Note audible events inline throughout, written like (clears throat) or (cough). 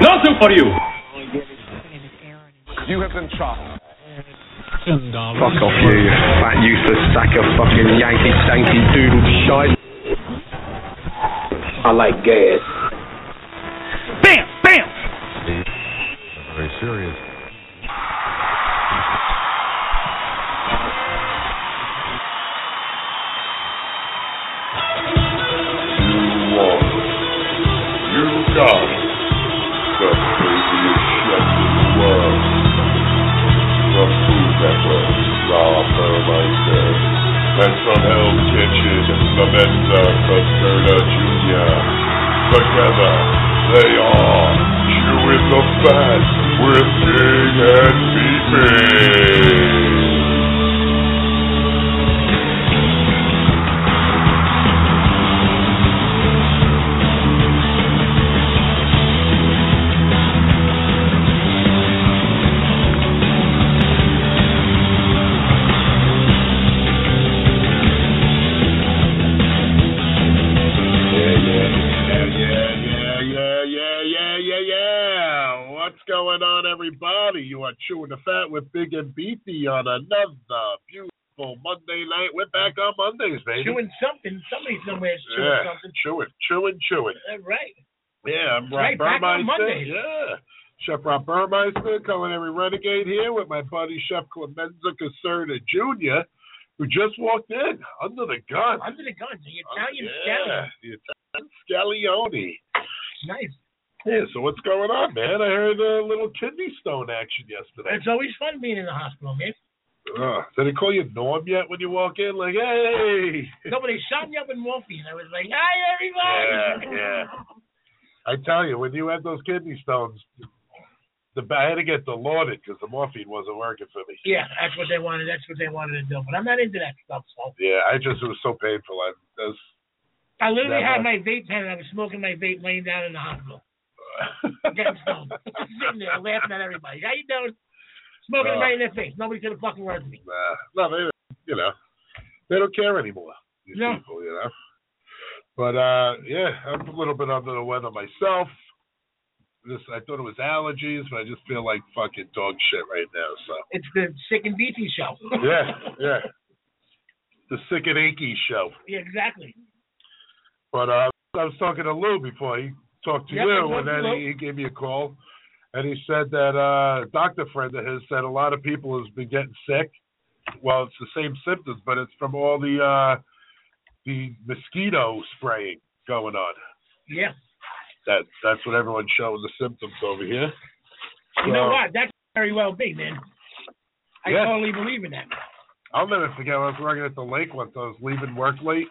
Nothing for you. You have been chopped. Fuck off you, fat useless sack of fucking Yankee stanky doodle shite. I like gas. Bam, bam. Very serious. You won. You got it. The craziest chef in the world. From Food Network, Rob Burmeister. And from Hell's Kitchen, Samantha Paterna Jr. Together, they are Chew in the Fat with Big and Beefy. Yeah, yeah, yeah, yeah, yeah, yeah, yeah, yeah, yeah. What's going on, everybody? You are chewing the fat with Big and Beefy on another beautiful Monday night. We're back on Mondays, baby. Chewing something. Somebody somewhere's chewing yeah, something. chewing, chewing, chewing. All right. Yeah, I'm Rob Right, back on Burmeister. Mondays. Yeah. Chef Rob Burmeister, culinary renegade here with my buddy Chef Clemenza Caserta Jr., who just walked in under the gun. Under the gun. The Oh, Italian yeah, stallion. the Italian Scallione. Nice. Yeah, so what's going on, man? I heard a little kidney stone action yesterday. It's always fun being in the hospital, man. Uh, did they call you Norm yet when you walk in? Like, hey! Nobody shot me up in morphine. I was like, hi, (laughs) Yeah, everybody. yeah. I tell you, when you had those kidney stones, the I had to get dilauded because the morphine wasn't working for me. Yeah, that's what they wanted. That's what they wanted to do. But I'm not into that stuff. So Yeah, I just it was so painful. I that's I literally had Never. my vape pen and I was smoking my vape laying down in the hospital. (laughs) Getting stoned. (laughs) I'm sitting there laughing at everybody. How you doing? Smoking Uh. right in their face. Nobody could have fucking heard me. nah, no, they you know they don't care anymore. These No. people, you know. But uh, yeah, I'm a little bit under the weather myself. This I thought it was allergies, but I just feel like fucking dog shit right now. So It's the sick and beefy show. yeah, yeah. (laughs) The sick and achy show. (laughs) yeah, exactly. But uh, I was talking to Lou before he talked to Yep, I you, talked and to then Lou. he, he gave me a call, and he said that uh, a doctor friend of his said a lot of people has been getting sick. Well, it's the same symptoms, but it's from all the uh, the mosquito spraying going on. Yeah. That that's what everyone's showing the symptoms over here. You know So, what? That could very well be, man. I Yeah. totally believe in that. I'll never forget. I was working at the lake once. I was leaving work late,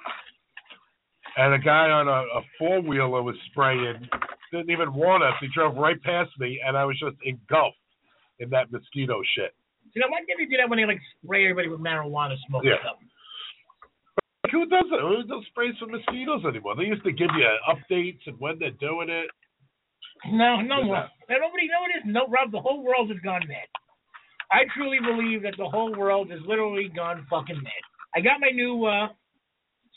and a guy on a, a four wheeler was spraying. Didn't even warn us. He drove right past me, and I was just engulfed in that mosquito shit. You know, why can't they do that when they like spray everybody with marijuana smoke Yeah. or something? Like, who does it? Who does sprays for mosquitoes anymore? They used to give you updates and when they're doing it. No, no There's more. not. And Nobody know it is. No, Rob, the whole world has gone mad. I truly believe that the whole world has literally gone fucking mad. I got my new uh,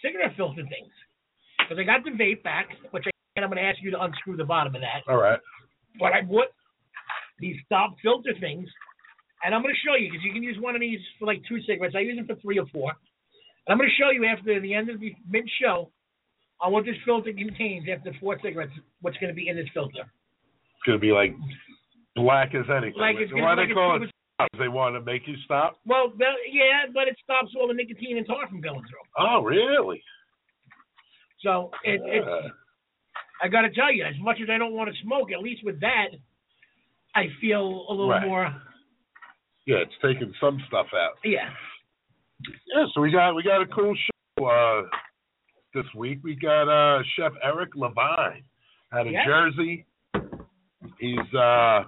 cigarette filter things because I got the vape back, which I, and I'm going to ask you to unscrew the bottom of that. All right. But I bought these stop filter things, and I'm going to show you because you can use one of these for like two cigarettes. I use them for three or four. And I'm going to show you after the end of the mid show on what this filter contains after four cigarettes, what's going to be in this filter. It's gonna be like black as anything. Like it's Why gonna they like call it's, it? Stops? They want to make you stop. well, well, yeah, but it stops all the nicotine and tar from going through. Oh, really? So it, Uh, it's I got to tell you, as much as I don't want to smoke, at least with that, I feel a little Right. more. yeah, it's taking some stuff out. Yeah, Yeah, so we got we got a cool show uh, this week. We got uh, Chef Eric Levine out of Yeah. Jersey. He's uh,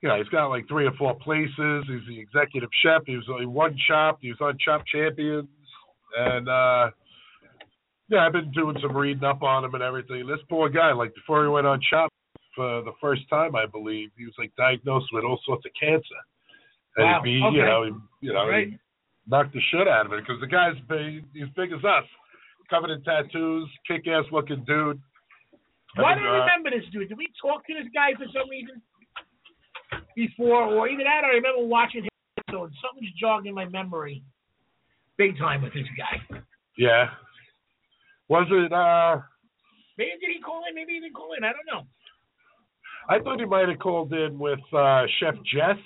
you know, he's got like three or four places. He's the executive chef. He was only one chopped. He was on Chop Champions, and uh, yeah, I've been doing some reading up on him and everything. This poor guy, like before he went on Chop for the first time, I believe he was like diagnosed with all sorts of cancer. And Wow, he'd be, okay. you know, he, you know, Right. he knocked the shit out of it because the guy's big, he's big as us, covered in tattoos, kick-ass looking dude. Why do And, uh, I remember this dude? Did we talk to this guy for some reason before, or either that, or I remember watching him? So something's jogging my memory, big time with this guy. Yeah. Was it? uh Maybe did he call in? Maybe he didn't call in. I don't know. I thought he might have called in with uh Chef Jess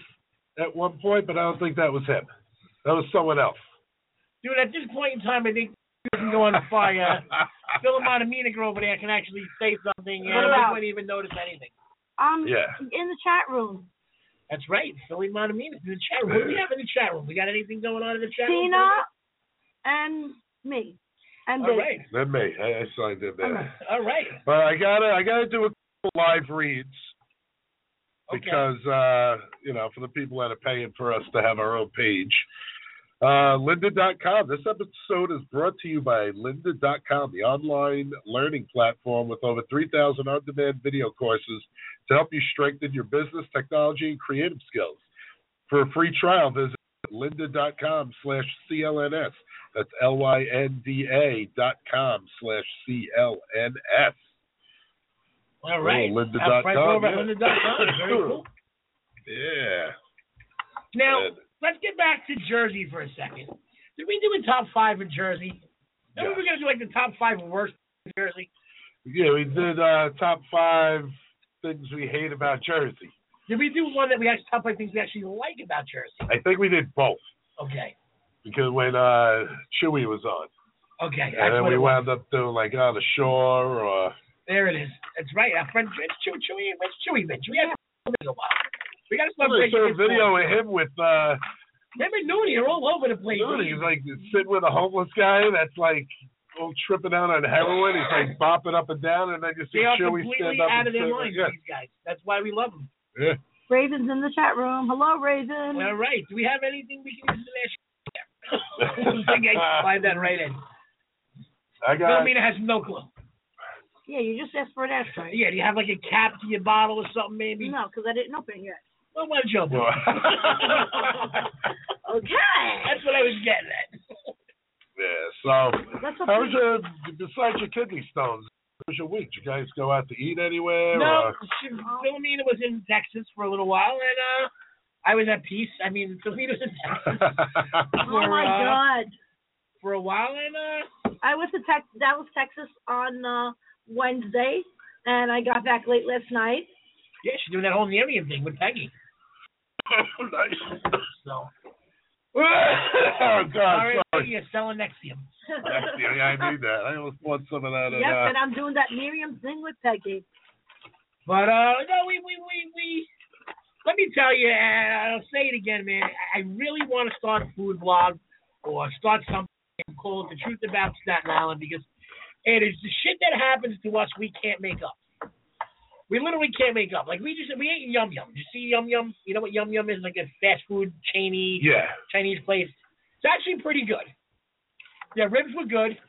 at one point, but I don't think that was him. That was someone else. Dude, at this point in time, I think we can go on (laughs) fire. Phil Monteminic over there can actually say something, and What about- I wouldn't even notice anything. Um, Yeah. in the chat room. That's right, Philly Monteminic in the chat room. What do we have in the chat room? We got anything going on in the chat room? Tina and me. And All Dave. right. Then me. I, I signed in there. All right. But I gotta I gotta do a couple live reads because uh, you know, for the people that are paying for us to have our own page. Uh, lynda.com. This episode is brought to you by lynda.com, the online learning platform with over 3,000 on demand video courses to help you strengthen your business, technology, and creative skills. For a free trial, visit lynda.com slash CLNS. That's L Y N D A dot com slash CLNS. All right. Little Linda That's Oh, dot right com, over at yeah. Linda.com. Very cool. Yeah. Now, And- let's get back to Jersey for a second. Did we do a top five in Jersey? Remember we were going to do like the top five worst in Jersey? Yeah, we did uh, top five things we hate about Jersey. Did we do one that we actually top five things we actually like about Jersey? I think we did both Okay. because when uh, Chewy was on, Okay. That's and then what we it was. wound up doing like on the shore or There it is. That's right. Our friend it's Chewy, Chewy, it's Chewy Mitch. We had a while. We got to start breaking they this showed a video down. of him with uh, Remember Nooney? They're all over the place. dude, he's like sitting with a homeless guy that's like all tripping out on heroin. He's like bopping up and down, and then you see they are Chewy completely stand up out of and their sit- minds. yeah, These guys. That's why we love them. yeah. Raven's in the chat room. Hello, Raven. All right. Do we have anything we can use (laughs) in (laughs) there? I think I can slide that right in. I got Philomena has no clue. Yeah, you just asked for an ashtray. Yeah, do you have like a cap to your bottle or something maybe? No, because I didn't open it yet. Well, why don't you (laughs) open it? Okay. That's what I was getting at. yeah. So That's what How was your besides your kidney stones? How was your week? Did you guys go out to eat anywhere? No, or- she, Philomena was in Texas for a little while, and uh, I was at peace. I mean, (laughs) Philomena was in Texas Oh for, my uh, god. for a while, and uh, I went to Tex that was Texas on uh Wednesday and I got back late last night. yeah, she's doing that whole Nerium thing with Peggy. (laughs) So, oh God, sorry, sorry. you're selling Nexium. That's- yeah, (laughs) I need that. I almost bought some of that. Yep, at, uh, and I'm doing that Miriam thing with Peggy. But uh, no, we we we we. Let me tell you, and I'll say it again, man. I- I really want to start a food vlog or start something and call it the truth about Staten Island because it is the shit that happens to us we can't make up. We literally can't make up. Like we just we ate yum yum. You see yum yum? You know what yum yum is? Like a fast food Chinese yeah. Chinese place. It's actually pretty good. Their ribs were good.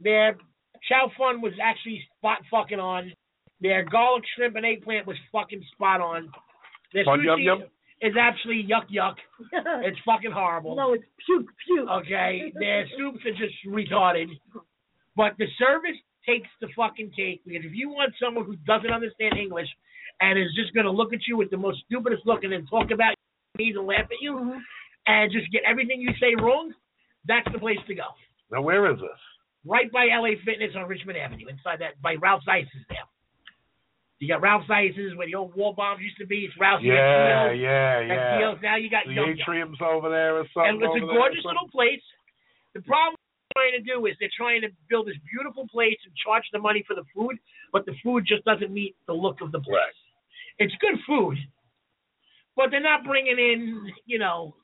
Their chow fun was actually spot fucking on. Their garlic shrimp and eggplant was fucking spot on. Their Fun sushi yum yum? is absolutely yuck (laughs) yuck. It's fucking horrible. no, it's puke puke. (laughs) Okay, their soups are just retarded. But the service takes the fucking cake because if you want someone who doesn't understand English and is just gonna look at you with the most stupidest look and then talk about you and laugh at you Mm-hmm. and just get everything you say wrong, that's the place to go. Now where is this? Right by LA Fitness on Richmond Avenue, inside that by Ralph Zeiss's there. You got Ralph Zeiss's where the old war bombs used to be. It's Ralph's Yeah, Zeiss's. yeah, That's yeah. Zeiss's. Now you got The Yum Yum. atrium's over there or something. And it's a over there or gorgeous something. little place. The problem they're trying to do is they're trying to build this beautiful place and charge the money for the food, but the food just doesn't meet the look of the place. It's good food, but they're not bringing in, you know,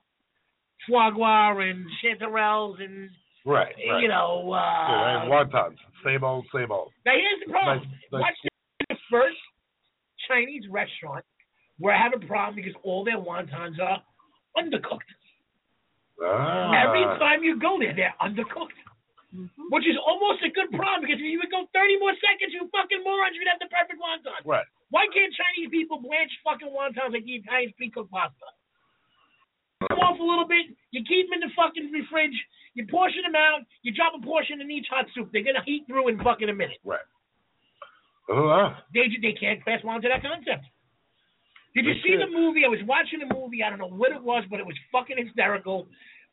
foie gras and chanterelles and Right. You right. know, uh, yeah, and wontons. Same old, same old. Now here's the problem. Nice- nice- Watch this is the first Chinese restaurant where I have a problem because all their wontons are undercooked. Ah. Every time you go there, they're undercooked. Which is almost a good problem because if you would go 30 more seconds, you fucking morons, you'd have the perfect wonton. Right. Why can't Chinese people blanch fucking wontons like the Italians pre-cooked pasta? Come off a little bit, you keep them in the fucking fridge, you portion them out, you drop a portion in each hot soup. They're gonna heat through in fucking a minute. Right. Oh, wow. They ju- they can't grasp onto that concept. Did you They see the should. movie? I was watching the movie. I don't know what it was, but it was fucking hysterical.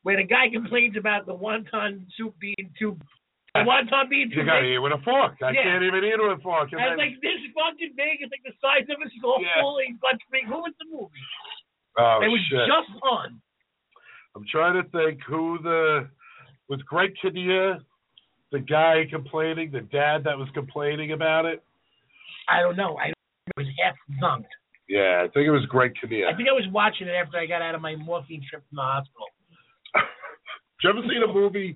Where the guy (laughs) complains about the wonton soup being too, the wonton being too You gotta big. eat with a fork. I Yeah. can't even eat with a fork. And I was then- like, this fucking big. It's like the size of a soul. Yeah. Holy fuck, big. Who was the movie? oh, it was shit. just on. I'm trying to think who the was Greg Kinnear, the guy complaining, the dad that was complaining about it. I don't know. I it was half dunked. Yeah, I think it was Greg Kinnear. I think I was watching it after I got out of my morphine trip from the hospital. Did you ever see the movie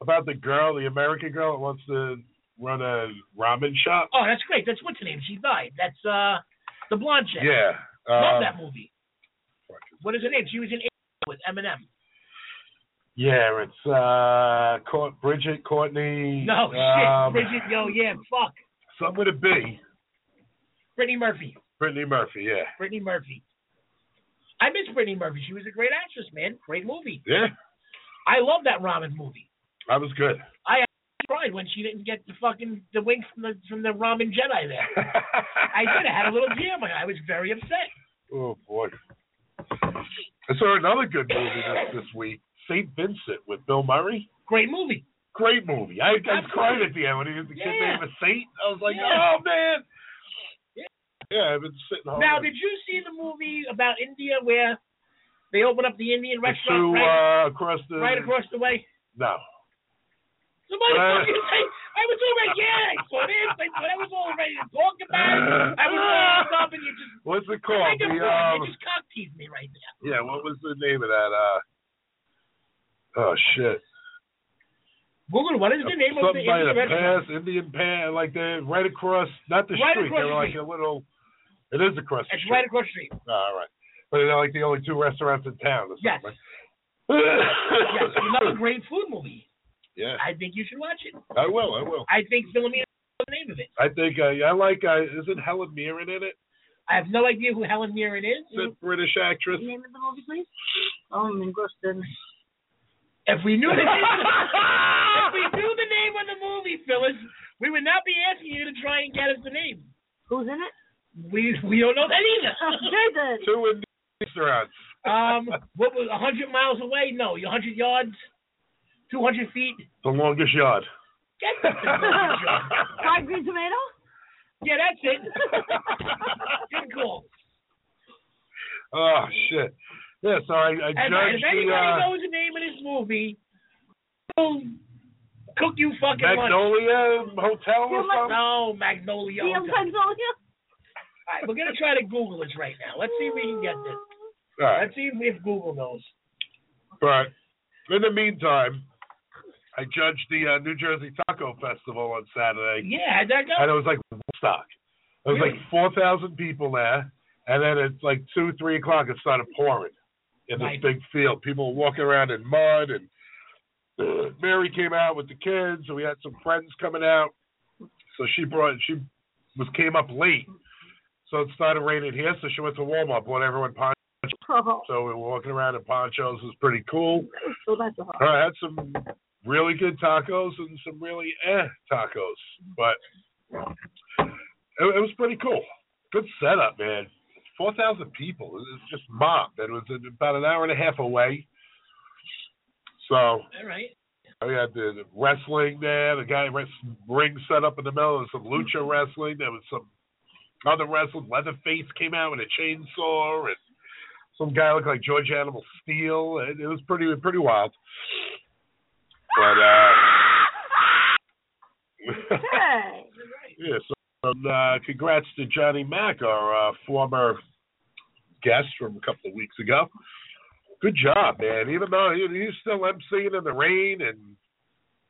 about the girl, the American girl that wants to run a ramen shop? Oh, that's great. That's what's her name. She died. That's uh, the blonde chick. Yeah. Love um, that movie. What is her name? She was in A- with Eminem. Yeah, it's uh, Court, Bridget Courtney. No um, shit, Bridget. Yo, yeah, fuck. Some would it be Brittany Murphy. Brittany Murphy? Yeah. Brittany Murphy. I miss Brittany Murphy. She was a great actress, man. Great movie. Yeah, I love that ramen movie. that was good. I actually cried when she didn't get the fucking the wink from the from the ramen Jedi (laughs) there. I did. I had a little tear. in my eye. I was very upset. Oh boy. I saw another good movie this, this week, Saint Vincent with Bill Murray. Great movie. Great movie. I, I cried at the end when he was the kid Yeah. named a saint. I was like, Yeah. oh man. Yeah, I've been sitting home. Now, did you see the movie about India where they open up the Indian the restaurant two, right, uh, across the right across the way? No. Somebody Uh. fucking say, I was all right, yeah, I saw this, I saw that, I was all ready to talk about it. I was all (laughs) hooked up and you just, What's I it called? think I'm The, wrong. you um, just cock teased me right there. yeah, what was the name of that? Uh, oh shit. Google, what is the name of the Something by Indian the restaurant? pass, Indian pass, like they're right across, not the Right street. across they're the like street. a little. It is across the It's street. right across the street. All right. But they're like the only two restaurants in town. Or something, Yes. right? (laughs) yes, (laughs) another great food movie. Yeah. I think you should watch it. I will. I will. I think Philomena is the name of it. I think uh, I like. Uh, isn't Helen Mirren in it? I have no idea who Helen Mirren is. The British actress. Name of the movie, please. Oh, I'm engrossed in. If we (laughs) knew the if we knew the name of the movie, Phyllis, we would not be asking you to try and get us the name. Who's in it? We we don't know that (laughs) either. Oh, good. Two Indian restaurants. (laughs) Um, what was a hundred miles away? No, a hundred yards, two hundred feet. The longest yard. Get the (laughs) Five green tomato? yeah, that's (laughs) it. Good call. oh shit. Yeah. So I, I And if judged anybody the uh, knows the name of this movie, we'll cook you fucking lunch. Magnolia Hotel or You must- something. No, Magnolia. See, I'm Hotel. Pennsylvania. All right, we're gonna try to Google this right now. Let's see if we can get this. All right. Let's see if Google knows. But in the meantime, I judged the uh, New Jersey Taco Festival on Saturday. Yeah, how'd that and go? it was like Woodstock. It was Really? like four thousand people there, and then it's like two, three o'clock. It started pouring in this Right. big field. People were walking around in mud, and uh, Mary came out with the kids, and we had some friends coming out. So she brought she was came up late, so it started raining here. So she went to Walmart, bought (laughs) everyone ponchos. Oh, So we were walking around in ponchos. It was pretty cool. so Oh, that's a hard. I had some really good tacos and some really eh tacos, but it, it was pretty cool. Good setup, man. Four thousand people. It was just mobbed. It was about an hour and a half away. So All (laughs) right. we had the wrestling there. The guy had some ring set up in the middle. There was some lucha wrestling. There was some other wrestling. Leatherface came out with a chainsaw, and some guy looked like George Animal Steel. It, it was pretty pretty wild. But uh, Hey. yeah. So um, uh, congrats to Johnny Mack, our uh, former guest from a couple of weeks ago. Good job, man. Even though he, he's still emceeing in the rain and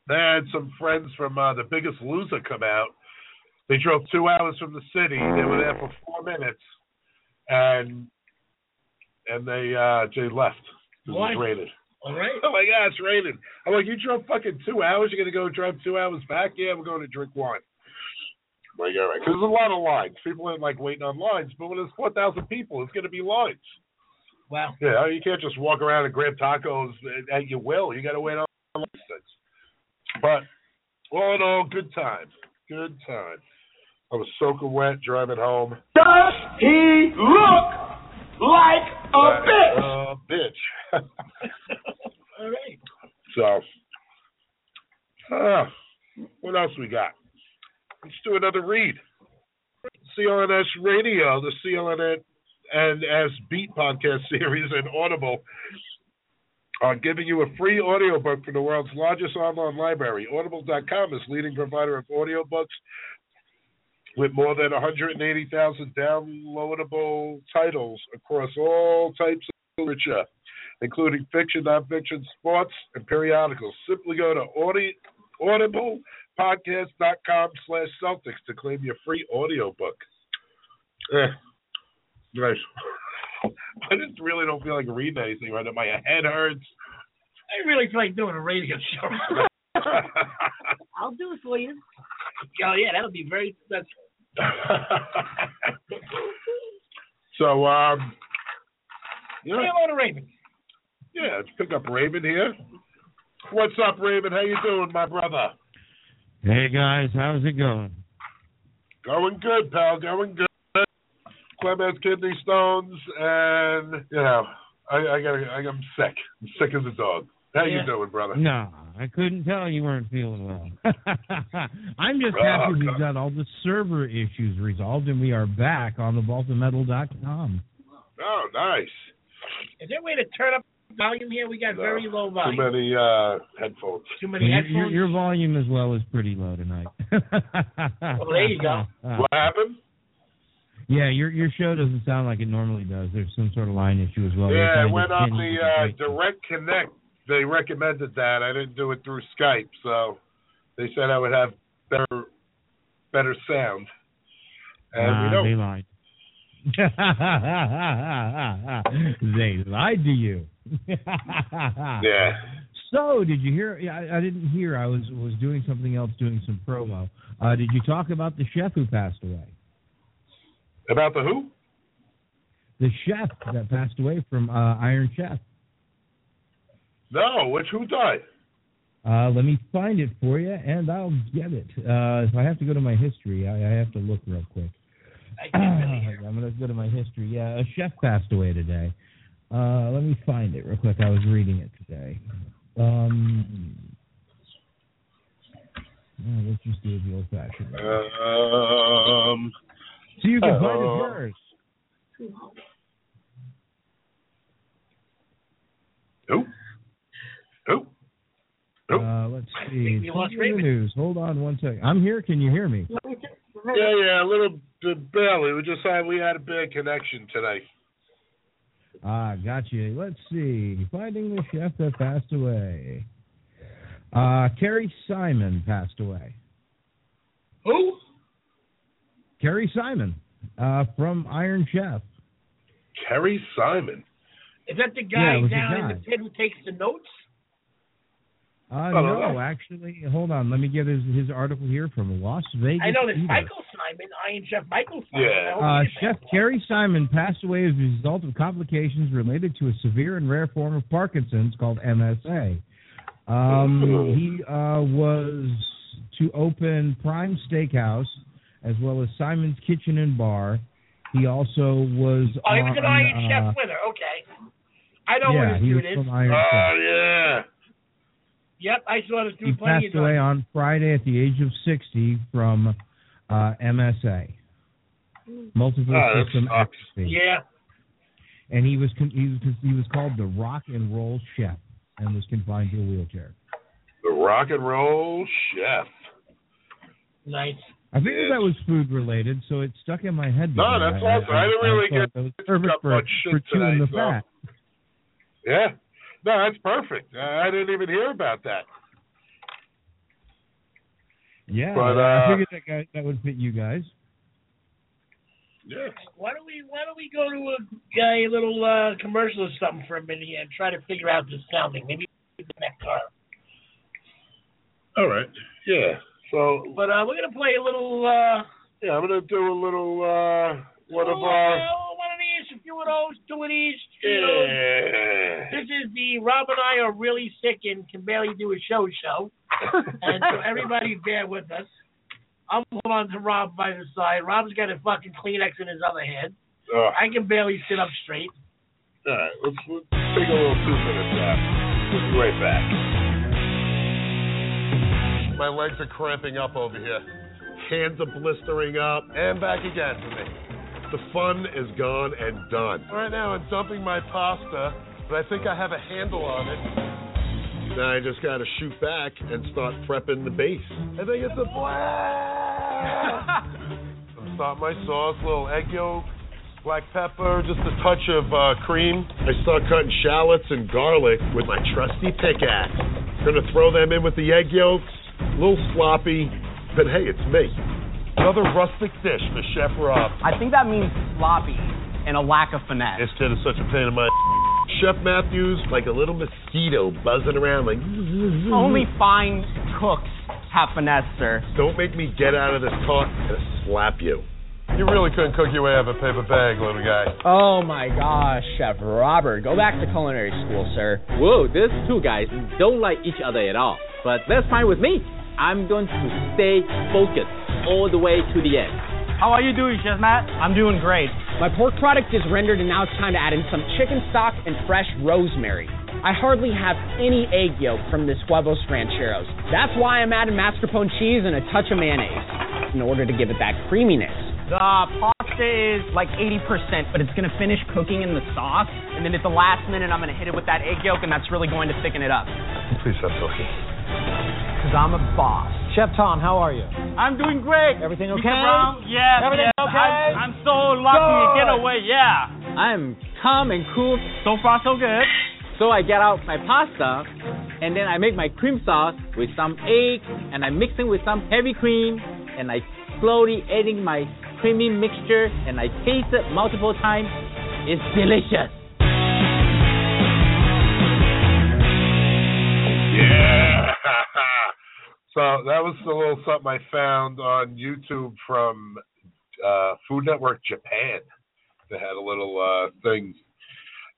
They had some friends from uh, The Biggest Loser come out. They drove two hours from the city. They were there for four minutes, and and they uh, they left. It Why? was rated. All right. (laughs) Oh my God, it's raining. I'm like, you drove fucking two hours. You're gonna go drive two hours back? Yeah, we're going to drink wine. I'm like, all right, 'cause there's a lot of lines. People are like waiting on lines, but when there's four thousand people, it's gonna be lines. Wow. Yeah, you can't just walk around and grab tacos at- at your will. You got to wait on the license. But all in all, good time. Good time. I was soaking wet driving home. Does he look like a Like bitch? A bitch. (laughs) All right. so, uh, what else we got? Let's do another read. CLNS Radio, the CLNS and S Beat podcast (laughs) series and Audible are Uh, giving you a free audiobook from the world's largest online library. Audible.com is leading provider of audiobooks with more than 180,000 downloadable titles across all types of literature, including fiction, nonfiction, sports, and periodicals. Simply go to audi- audiblepodcast.com slash Celtics to claim your free audiobook. Eh, nice. (laughs) I just really don't feel like reading anything right now. My head hurts. (laughs) I really feel like doing a radio show. I'll do it for you. oh yeah, that'll be very. That's so, um, yeah, Say hello to Raven. yeah, let's pick up Raven here. What's up, Raven? How you doing, my brother? Hey guys, how's it going? Going good, pal. Going good. Clemens kidney stones, and you know, I, I gotta, I, I'm sick. I'm sick as a dog. How Yeah. you doing, brother? No, (laughs) I couldn't tell you weren't feeling well. (laughs) I'm just Oh, happy we've God. got all the server issues resolved and we are back on thebaltametal.com. Oh, nice. Is there a way to turn up volume here? We got very low Too volume. many uh, headphones. Too Your, your, your volume as well is pretty low tonight. (laughs) Well, there you go. Uh-huh. What happened? Yeah, your your show doesn't sound like it normally does. There's some sort of line issue as well. You're yeah, trying it to went on pin- the uh, Direct Connect. They recommended that. I didn't do it through Skype, so they said I would have better, better sound. And Nah, uh, we don't. they lied. (laughs) they lied to you. (laughs) Yeah. So did you hear? yeah, I, I didn't hear. I was was doing something else, doing some promo. Uh, did you talk about the chef who passed away? About the who? The chef that passed away from uh, Iron Chef. No, which who died? Uh, let me find it for you, and I'll get it. Uh, if I have to go to my history, I, I have to look real quick. (clears throat) I'm gonna go to my history. Yeah, a chef passed away today. Uh, let me find it real quick. I was reading it today. Um, yeah, let's just do it the old-fashioned way. Um. So you can find uh, it first. Who? Who? Uh, let's see. we lost Something in the news. Hold on one second. I'm here. Can you hear me? Yeah, yeah, a little bit barely. We just had we had a bad connection today. Ah, got you. Let's see. Finding the chef that passed away. Uh, Carrie Simon passed away. Who? Carrie Simon uh, from Iron Chef. Terry Simon. Is that the Yeah, guy it was the down guy. in the pit who takes the notes? Uh, Oh, no, no. actually, hold on. Let me get his, his article here from Las Vegas. I know this Eater. Michael Simon, Iron Chef Michael Simon. I hope Uh, he's Chef Carrie Simon passed away as a result of complications related to a severe and rare form of Parkinson's called MSA. Um, he uh, was to open Prime Steakhouse as well as Simon's Kitchen and Bar. He also was. Oh, he was on, an Iron uh, Chef winner. Okay. I know yeah, where this he dude was is. from Iron Chef. yeah. Yep, I saw this He dude plenty of passed away times. on Friday at the age of 60 from uh, MSA, Oh, multiple Oh, Ah, that system sucks. atrophy. Yeah. and he was con- he was he was called the rock and roll chef and was confined to a wheelchair. The rock and roll chef. Nice. I figured that was food related, so it stuck in my head. No, today. that's awesome. I didn't really get- thought that was pick perfect up for, much shit for chewing today, the so. fat. Yeah. No, that's perfect. I I didn't even hear about that. Yeah, But, I uh, figured that guy that would fit you guys. Yes. Why don't we Why don't we go to a, a little uh, commercial or something for a minute here and try to figure out this sounding? Maybe we can that car. All right. Yeah. So But uh, we're gonna play a little. Uh, yeah, I'm gonna do a little uh one of little, our uh, one of these, a few of those, two of these. Three of those. yeah. This is the Rob and I are really sick and can barely do a show show, and so everybody bear with us. I'm holding on to Rob by the side. Rob's got a fucking Kleenex in his other hand. All right. I can barely sit up straight. All right. Let's, let's take a little two minutes nap. We'll be right back. My legs are cramping up over here. Hands are blistering up and back again for me. The fun is gone and done. Right now, I'm dumping my pasta, but I think I have a handle on it. Now I just gotta shoot back and start prepping the base. I think it's a blast. I'm starting my sauce, little egg yolk, black pepper, just a touch of uh, cream. I start cutting shallots and garlic with my trusty pickaxe. Gonna throw them in with the egg yolks, a little sloppy, but hey, it's me. Another rustic dish for Chef Rob. I think that means sloppy and a lack of finesse. This kid is such a pain in my. (laughs) Chef Matthews, like a little mosquito buzzing around, like. Only fine cooks have finesse, sir. Don't make me get out of this car. I'm gonna slap you. You really couldn't cook your way out of a paper bag, little guy. Oh my gosh, Chef Robert, go back to culinary school, sir. Whoa, these two guys don't like each other at all. But that's fine with me. I'm going to stay focused all the way to the end. How are you doing, Chef Matt? I'm doing great. My pork product is rendered, and now it's time to add in some chicken stock and fresh rosemary. I hardly have any egg yolk from this Huevos Rancheros. That's why I'm adding mascarpone cheese and a touch of mayonnaise in order to give it that creaminess. The pasta is like 80%, but it's going to finish cooking in the sauce. And then at the last minute, I'm going to hit it with that egg yolk, and that's really going to thicken it up. Please stop talking. Because I'm a boss. Chef Tom, how are you? I'm doing great. Everything You okay? come around? Yes, Everything yes. okay? I'm- I'm so lucky to get Good. away, yeah. I'm calm and cool. So far, so good. So I get out my pasta, and then I make my cream sauce with some egg, and I mix it with some heavy cream, and I slowly adding my creamy mixture, and I taste it multiple times. It's delicious. Yeah. (laughs) so that was a little something I found on YouTube from uh, Food Network Japan. They had a little uh, thing.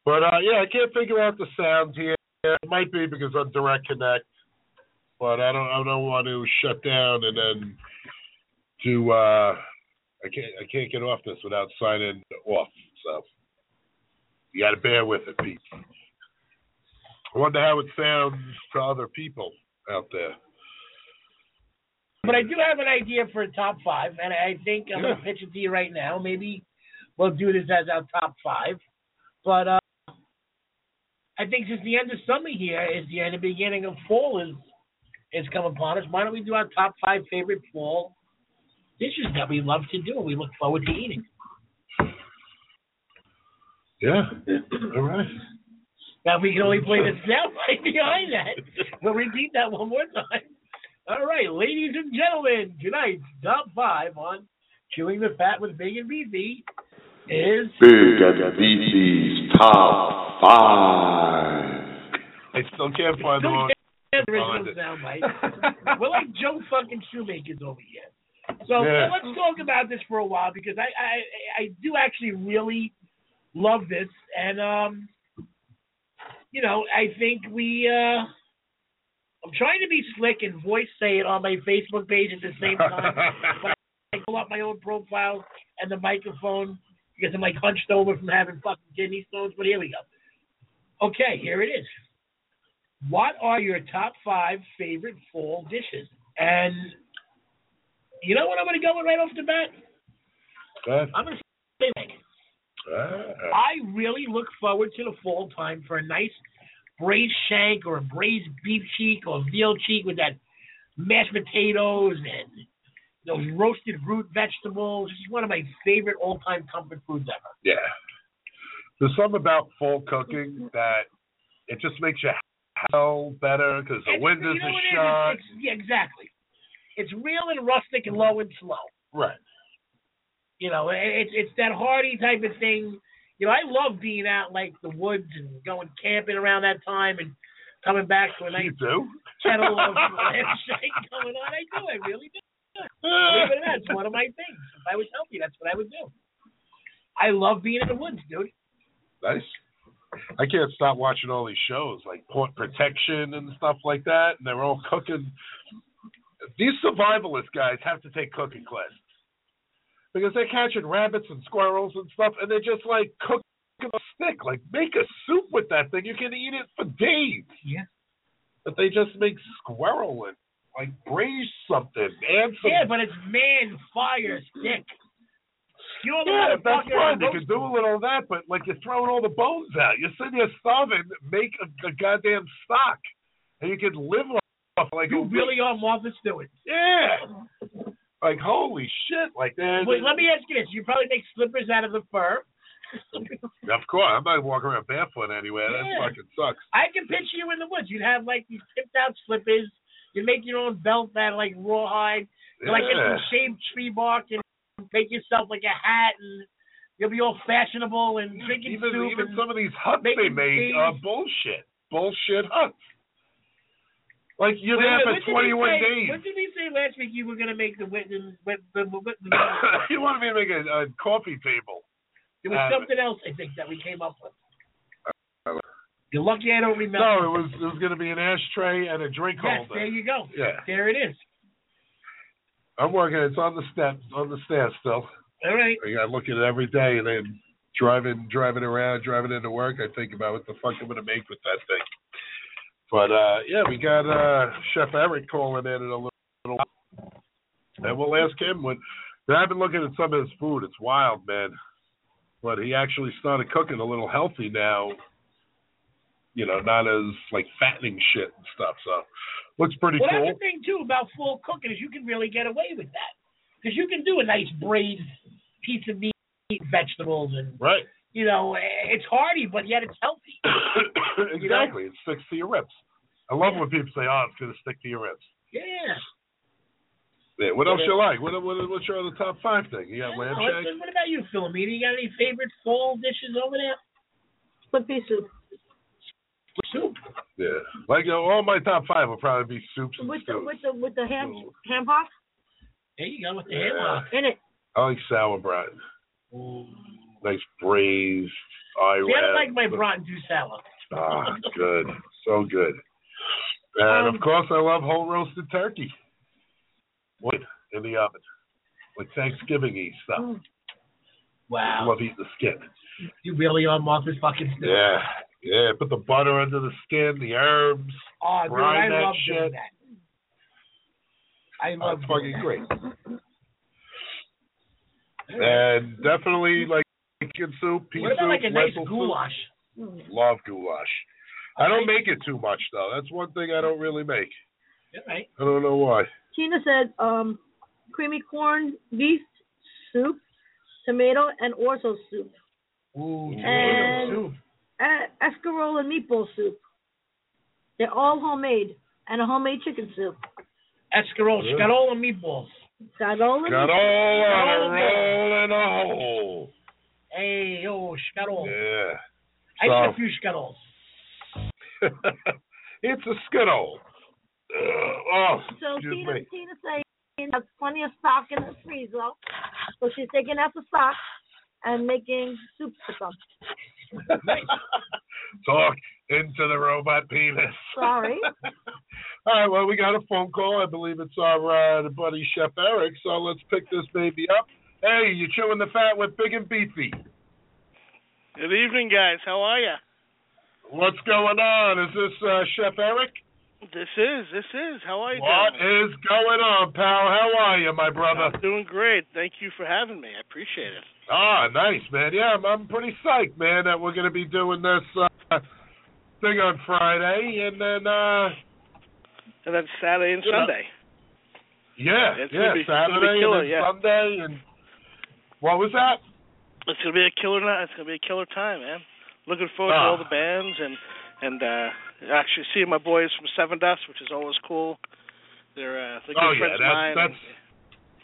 But uh, yeah, I can't figure out the sound here. It might be because I'm direct connect, but I don't. I don't want to shut down and then do. Uh, I can't. I can't get off this without signing off. So you got to bear with it, people. I wonder how it sounds to other people out there. But I do have an idea for a top five, and I think I'm Yeah. gonna pitch it to you right now. Maybe we'll do this as our top five. But uh, I think since the end of summer here is the end, the beginning of fall is is come upon us. Why don't we do our top five favorite fall dishes that we love to do and we look forward to eating? Yeah. All right. Now if we can only play this now right behind that. We'll repeat that one more time. All right, ladies and gentlemen, tonight's top five on chewing the fat with big and beefy is Big and Beefy's Top 5. I still can't find the one. Yeah, there is no sound bite. We're like Joe fucking Shoemaker's over here. So Yeah. let's talk about this for a while because I, I I do actually really love this and um you know I think we uh I'm trying to be slick and voice say it on my Facebook page at the same time but I pull up my own profile and the microphone because I'm like hunched over from having fucking kidney stones but here we go okay here it is what are your top five favorite fall dishes? And you know what I'm going to go with right off the bat? I'm going to say that. I really look forward to the fall time for a nice braised shank or a braised beef cheek or veal cheek with that mashed potatoes and those roasted root vegetables. This is one of my favorite all-time comfort foods ever. Yeah. There's something about fall cooking that it just makes you hell better because the It's- windows you know what are it is? shut. It's- it's- yeah, exactly. It's real and rustic and low and slow. Right. You know, it- it's it's that hardy type of thing. You know, I love being out like the woods and going camping around that time and coming back to a nice do? kettle of lampshade going on. (laughs) I do. I really do. Believe it or not, it's one of my things. If I was healthy, that's what I would do. I love being in the woods, dude. Nice. I can't stop watching all these shows like Port Protection and stuff like that, and they're all cooking. These survivalist guys have to take cooking classes because they're catching rabbits and squirrels and stuff, and they're just like cooking a stick. Like make a soup with that thing; you can eat it for days. Yeah. But they just make squirrel and like braise something, add some. Yeah, but it's man fire stick. You're the Yeah, if that's motherfucker fine. who You can do a little of that, but like you're throwing all the bones out. You're sitting there starving. Make a, a goddamn stock, and you can live off like You a really are Martha Stewart. Yeah. Like holy shit! Like that. Wait, let me ask you this: You probably make slippers out of the (laughs) fur. Of course, I'm not walking around barefoot anywhere. Yeah. That fucking sucks. I can picture you in the woods. You'd have like these tipped out slippers. You make your own belt out of like rawhide. You like get Yeah. some shaved tree bark and make yourself like a hat, and you'll be all fashionable and drinking Even soup. even and some of these huts they making made tea. are bullshit. Bullshit huts. Like you're Wait, there wait, for what did we 21 say- days. What did we say last week? You were gonna make the Whitman. Whit- the- the- the- (laughs) you wanted me to make a, a coffee table. There was Um, something else I think that we came up with. You're lucky I don't remember. No, it was it was going to be an ashtray and a drink Yes, holder. there you go. Yeah. There it is. I'm working. It's on the steps, on the stairs still. All right. I got looking at it every day, and then driving, driving around, driving into work. I think about what the fuck I'm going to make with that thing. But uh, yeah, we got uh, Chef Eric calling in in a little, little while. and we'll ask him when. I've been looking at some of his food. It's wild, man. But he actually started cooking a little healthy now. You know, not as like fattening shit and stuff. So looks pretty well, cool. that's the thing too about full cooking is you can really get away with that because you can do a nice braised piece of meat, vegetables, and Right. you know it's hearty, but yet it's healthy. (coughs) exactly. It sticks to your ribs. I love when people say, "Oh, it's going to stick to your ribs." Yeah. Yeah. What else you like? What, what what's your other top five thing? You got lamb Oh, shank? what about you, Philomena? You got any favorite fall dishes over there? Split pea soup. Soup. Yeah. Like you know, all my top five will probably be soups (laughs) and With the stews. with the with the ham ham hock There you go with the Yeah. hammer. in it. I like sour braten. Nice braised Irish. See, I don't like my brat and do salad. Ah, good. So good. And Um, of course, I love whole roasted turkey. Wait, in the oven. Like Thanksgiving y stuff. Wow. Love eating the skin. You really are Martha's fucking Stewart. Yeah, yeah. Put the butter under the skin, the herbs. Oh, dude, brine I that love shit. doing that. I love That's doing fucking that. great. And definitely like chicken soup, pea What about soup, like a nice lentil soup. goulash? Love goulash. I don't make it too much though. That's one thing I don't really make. All right. I don't know why. Tina said um, creamy corn beef soup, tomato and orzo soup, Ooh, And- tomato soup. and escarole and meatball soup. They're all homemade and a homemade chicken soup. Escarole, Yeah. scarola meatballs. Got all of Got it. all on a All of it. roll and a hole. Hey, oh, yo, scarole. Yeah. I need a So- few scaroles. (laughs) it's a skittle. Ugh, oh, So excuse Tina, me. Tina saying has plenty of stock in the freezer, so she's taking out the stock and making soup for some. (laughs) (laughs) Talk into the robot penis. (laughs) Sorry. All right, well, we got a phone call. I believe it's our uh, buddy Chef Eric. So let's pick this baby up. Hey, you chewing the fat with Big and Beefy. Good evening, guys. How are ya? What's going on? Is this uh, Chef Eric? This is this is. How are you What doing? is going on, pal? How are you, my brother? I'm doing great. Thank you for having me. I appreciate it. Ah, nice, man. Yeah, I'm, I'm pretty psyched, man, that we're going to be doing this uh, thing on Friday. And then, uh, And then Saturday and Yeah. Sunday. yeah, It's yeah, gonna be- it's gonna be Saturday killer, and then yeah. Sunday. And what was that? It's gonna be a killer night. It's gonna be a killer time, man. Looking forward to Ah. all the bands and and uh actually seeing my boys from Seven Dust, which is always cool. They're uh, they're good Oh yeah, friends of mine. that's that's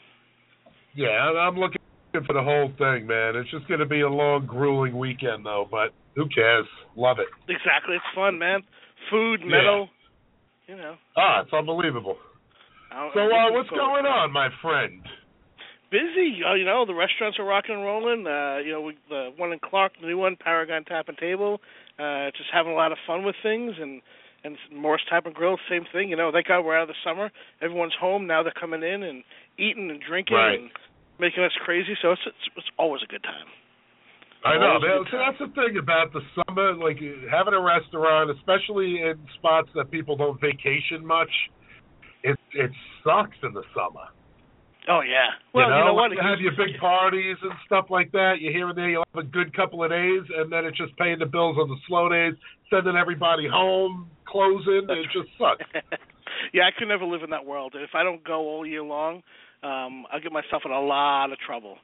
yeah. I- I'm looking for the whole thing, man. It's just going to be a long, grueling weekend though, but who cares? Love it. exactly. It's fun, man. Food, Yeah. metal. You know. Ah, it's unbelievable. I don't- So, I'm looking uh, what's forward. going on, my friend? Busy. Uh, you know, the restaurants are rocking and rolling. Uh, you know, we, the one in Clark, the new one, Paragon Tap and Table. Uh, just having a lot of fun with things and. And Morris Tap and Grill, same thing. You know, thank God we're out of the summer. Everyone's home now. They're coming in and eating and drinking Right. and making us crazy. So it's, it's it's always a good time. I know. Always a Man, good so that's the thing about the summer, like having a restaurant, especially in spots that people don't vacation much. It it sucks in the summer. Oh yeah. Well, you know, what? You have your big parties and stuff like that. You're here and there. You'll have a good couple of days, and then it's just paying the bills on the slow days, sending everybody home, closing. it just sucks. yeah, I could never live in that world. If I don't go all year long, um, I'll get myself in a lot of trouble.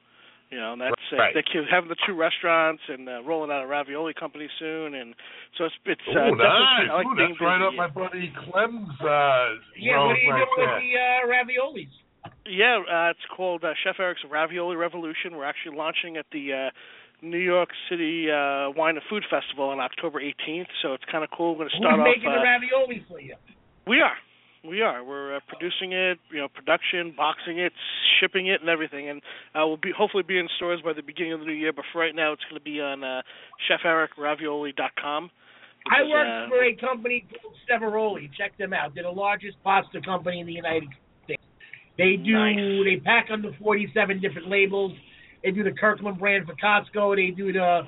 You know, and that's Right. it. They keep having the two restaurants and uh, rolling out a ravioli company soon, and so it's it's uh, Ooh, definitely- (laughs) nice. I like Ooh, being that's right busy. up my buddy Clem's uh, Yeah, what are road you right doing with there. the uh, raviolis? Yeah, uh, it's called uh, Chef Eric's Ravioli Revolution. We're actually launching at the uh, New York City uh, Wine and Food Festival on October 18th, so it's kind of cool. We're going to start Who's off. making uh, the ravioli for you? We are. We are. We're uh, producing it, you know, production, boxing it, shipping it, and everything. And uh, we'll be hopefully be in stores by the beginning of the new year. But for right now, it's going to be on uh, chefericravioli.com. I because, worked uh, for a company called Severoli. Check them out. They're the largest pasta company in the United States. They do. Nice. They pack under 47 different labels. They do the Kirkland brand for Costco. They do the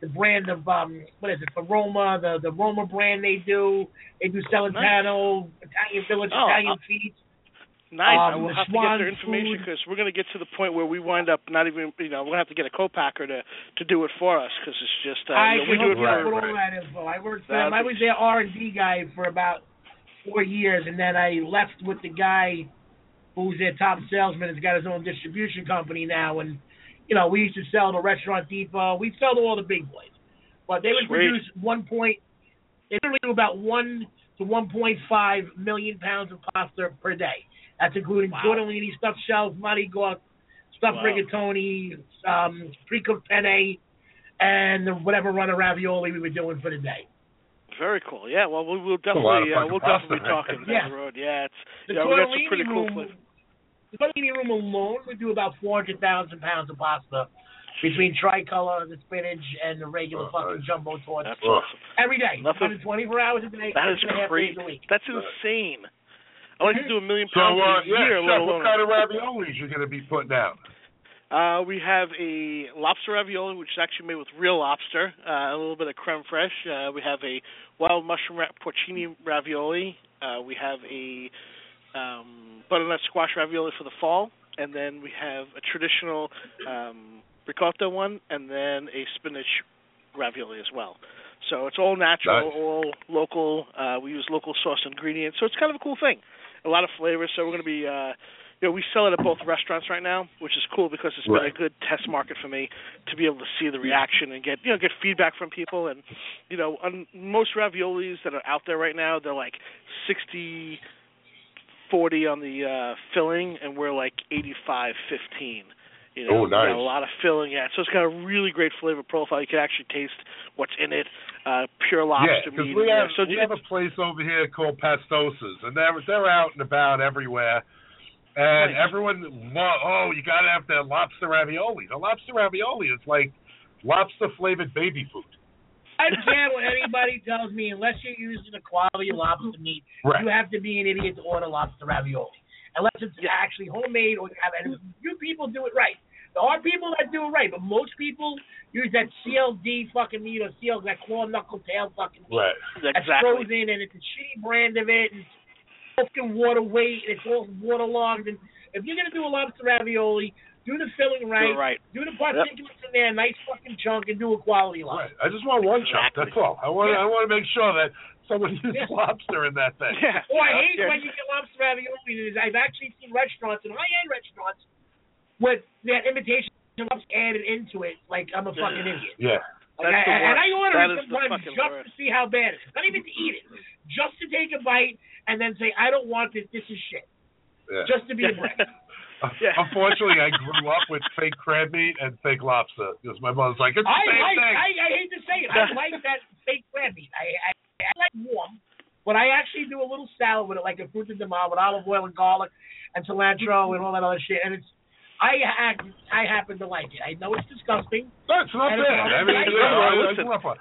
the brand of um what is it? The Roma, the the Roma brand. They do. They do Celentano, Italian Village, Oh, Italian uh, Feast. Nice. I Um, will the have to get their Schwan's information food. because we're going to get to the point where we wind up not even, you know, we're going to have to get a co-packer to to do it for us because it's just uh, I you know, we can do hook it you up for with all that info. I worked for them. That'd I be- was their R and D guy for about four years, and then I left with the guy who's their top salesman. Has got his own distribution company now, and you know we used to sell to Restaurant Depot. We sell to all the big boys, but they would Sweet. produce one point. They literally do about one to one point five million pounds of pasta per day. That's including Wow. tortellini, stuffed shells, Mardi Gras, stuffed Wow. rigatoni, um, pre-cooked penne, and whatever run of ravioli we were doing for the day. Very cool. Yeah. Well, we will a lot of definitely uh, fucking we'll pasta, definitely be man. talking Yeah. down the road. Yeah. It's The yeah. We got some tortellini pretty cool room- flavors. The tortellini room alone would do about 400,000 pounds of pasta between tricolor, the spinach, and the regular fucking jumbo tortilla. Oh, That's awesome. Every day, Nothing- 124 hours a day, That is seven and a half crazy. days a week. That's insane. I like to do a million So, pounds uh, a yeah, year, let Chef, alone. what kind of raviolis you going to be putting out? Uh, we have a lobster ravioli, which is actually made with real lobster, uh, a little bit of creme fraiche. Uh, we have a wild mushroom ra- porcini ravioli. Uh, we have a um, butternut squash ravioli for the fall, and then we have a traditional um, ricotta one, and then a spinach ravioli as well. So it's all natural, Nice. all local. Uh, we use local source ingredients, so it's kind of a cool thing. A lot of flavors. So we're going to be, uh, you know, we sell it at both restaurants right now, which is cool because it's been Right. a good test market for me to be able to see the reaction and get, you know, get feedback from people. And you know, on most raviolis that are out there right now, they're like 60, 40 on the uh, filling, and we're like 85, 15. You know, Oh, we got nice. a lot of filling. Yeah, so it's got a really great flavor profile. You can actually taste what's in it. Uh, pure Yeah, lobster 'cause meat. in we there. have so we it's- have a place over here called Pastosas, and they're they're out and about everywhere, and Nice. everyone lo- oh you gotta have the lobster ravioli. The lobster ravioli is like lobster flavored baby food. I don't care what anybody tells me, unless you're using a quality lobster meat, Right. you have to be an idiot to order lobster ravioli. Unless it's actually homemade or you have and few people do it right. There are people that do it right, but most people use that CLD fucking meat or CL that claw knuckle tail fucking meat. Right. That's exactly. frozen and it's a shitty brand of it and it's fucking water weight and it's all waterlogged and if you're gonna do a lobster ravioli, do the filling right, it right. do the particulates in there, nice fucking chunk and do a quality lobster. Right. I just want one chunk. That's all. I want I want to make sure that someone used Yeah. lobster in that thing. Yeah. Oh, I hate Yeah. when you get lobster ravioli. I've actually seen restaurants and high-end restaurants with that imitation lobster added into it. Like I'm a fucking idiot. Yeah. Like, That's the I, and I worst. order That it is the sometimes fucking just to worst. see how bad it is. Not even to eat it, just to take a bite and then say I don't want this. This is shit. Yeah. just to be a (laughs) brick. Unfortunately, I grew up with fake crab meat and fake lobster because my mother's like, I it's the same like, thing. I, I hate to say it, (laughs) I like that fake crab meat. I, I, I like warm, but I actually do a little salad with it, like a fruit de mar with olive oil and garlic and cilantro and all that other shit. And it's, I act, I happen to like it. I know it's disgusting. That's not and bad. it's I mean, all- you know, I- I listen. grew up on-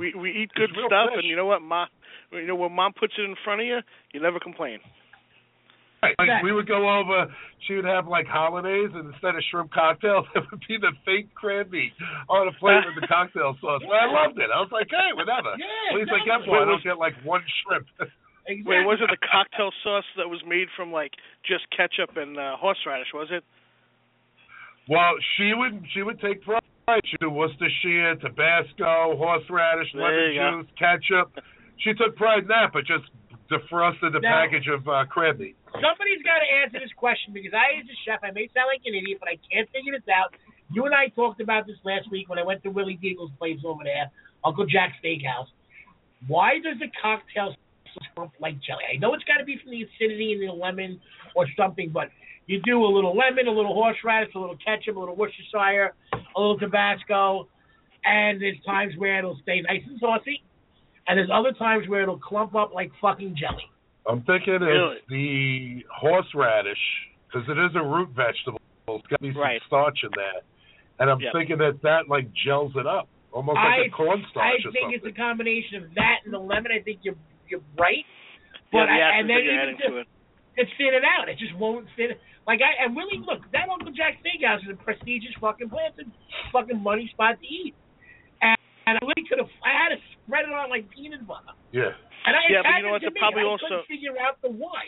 We we eat good stuff, and you know what, mom? You know when mom puts it in front of you, you never complain. Right. Like we would go over, she would have like holidays, and instead of shrimp cocktails, (laughs) it would be the fake crab meat on a plate with the (laughs) cocktail sauce. But I loved it. I was like, hey, whatever. Yeah, At least I exactly. get one. I don't get like one shrimp. (laughs) Wait, was it the cocktail sauce that was made from like just ketchup and uh, horseradish? Was it? Well, she would she would take pride. She would do Worcestershire, Tabasco, horseradish, There lemon you go. juice, ketchup. She took pride in that, but just defrosted the Now- package of uh, crab meat. Somebody's got to answer this question because I, as a chef, I may sound like an idiot, but I can't figure this out. You and I talked about this last week when I went to Willie Deagle's place over there, Uncle Jack's Steakhouse. Why does the cocktail slump like jelly? I know it's got to be from the acidity and the lemon or something, but you do a little lemon, a little horseradish, a little ketchup, a little Worcestershire, a little Tabasco, and there's times where it'll stay nice and saucy, and there's other times where it'll clump up like fucking jelly. I'm thinking it's Really? the horseradish because it is a root vegetable. It's got to be some starch in that, and I'm Yep. thinking that that like gels it up, almost like I a cornstarch or think something. it's a combination of that and the lemon. I think you're you're right, Yeah, but I, the acid and that then you're even adding just, to it. it's thinning out. It just won't fit. Like I and Willie, look, that Uncle Jack Steakhouse is a prestigious fucking place. It's a fucking money spot to eat. And, and I really could have. I had to spread it on like peanut butter. Yeah. And I it yeah, but you know happened to what? They're me. probably I also couldn't figure out the why.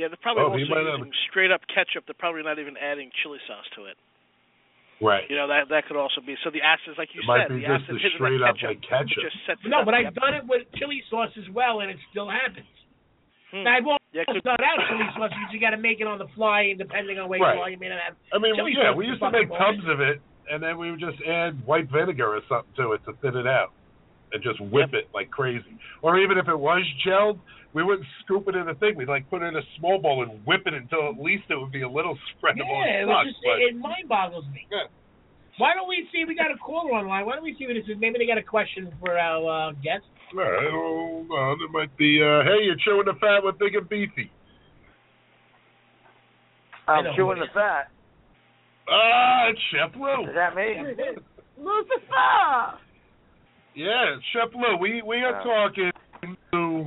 yeah, they're probably Oh, also he might have- using straight up ketchup. They're probably not even adding chili sauce to it. Right. You know that that could also be. So the acid, like you It said, might the be just acid the hidden in straight that up ketchup. like ketchup. just sets it No, up, but yeah. I've done it with chili sauce as well, and it still happens. Hmm. Now, I've also Yeah, 'cause- done out chili sauce because you got to make it on the fly, and depending on where Right. you are, you may not have. I mean, chili yeah, sauce we is used to fucking make bullshit. tubs of it, and then we would just add white vinegar or something to it to thin it out, and just whip it like crazy. Or even if it was gelled, we wouldn't scoop it in a thing. We'd like put it in a small bowl and whip it until at least it would be a little (laughs) spreadable. Yeah, it and was stuck, just but- it, it mind boggles me. Why don't we see? We got a caller online. Why don't we see what it says? Maybe they got a question for our uh, guest. All right, hold on. It might be, uh, hey, you're chewing the fat with Big and Beefy. I'm I know chewing who the it fat. Ah, it's Chef Lou. Is that me? Lucifer. Yeah, it's Chef Lou. We we are Uh, talking to love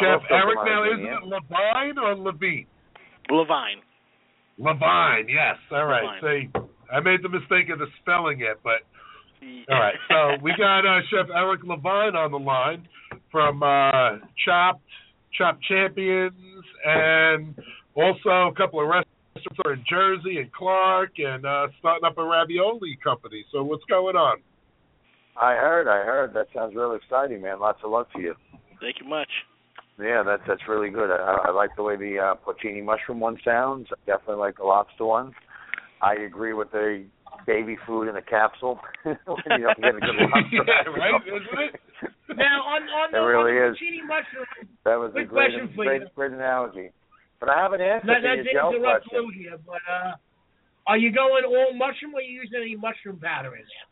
Chef Coco Eric now. Martin, Isn't yeah. it Levine or Levine? Levine. Levine, yes. All right. See, I made the mistake of the spelling it, but all right. So we got uh, Chef Eric Levine on the line from uh, Chopped, Chopped Champions, and also a couple of restaurants are in Jersey and Clark, and uh, starting up a ravioli company. So what's going on? I heard, I heard. That sounds real exciting, man. Lots of luck to you. Thank you much. Yeah, that's that's really good. I, I like the way the uh, porcini mushroom one sounds. I definitely like the lobster one. I agree with the baby food in the capsule. (laughs) when you don't get a (laughs) (laughs) good lobster. yeah, right. Isn't it? Now on on the, It really on the is. zucchini mushroom. That was a Quick great, question for great, you. great analogy. But I have an answer Not, to not your to gel interrupt question. Lou here, but uh, are you going all mushroom or are you using any mushroom powder in there?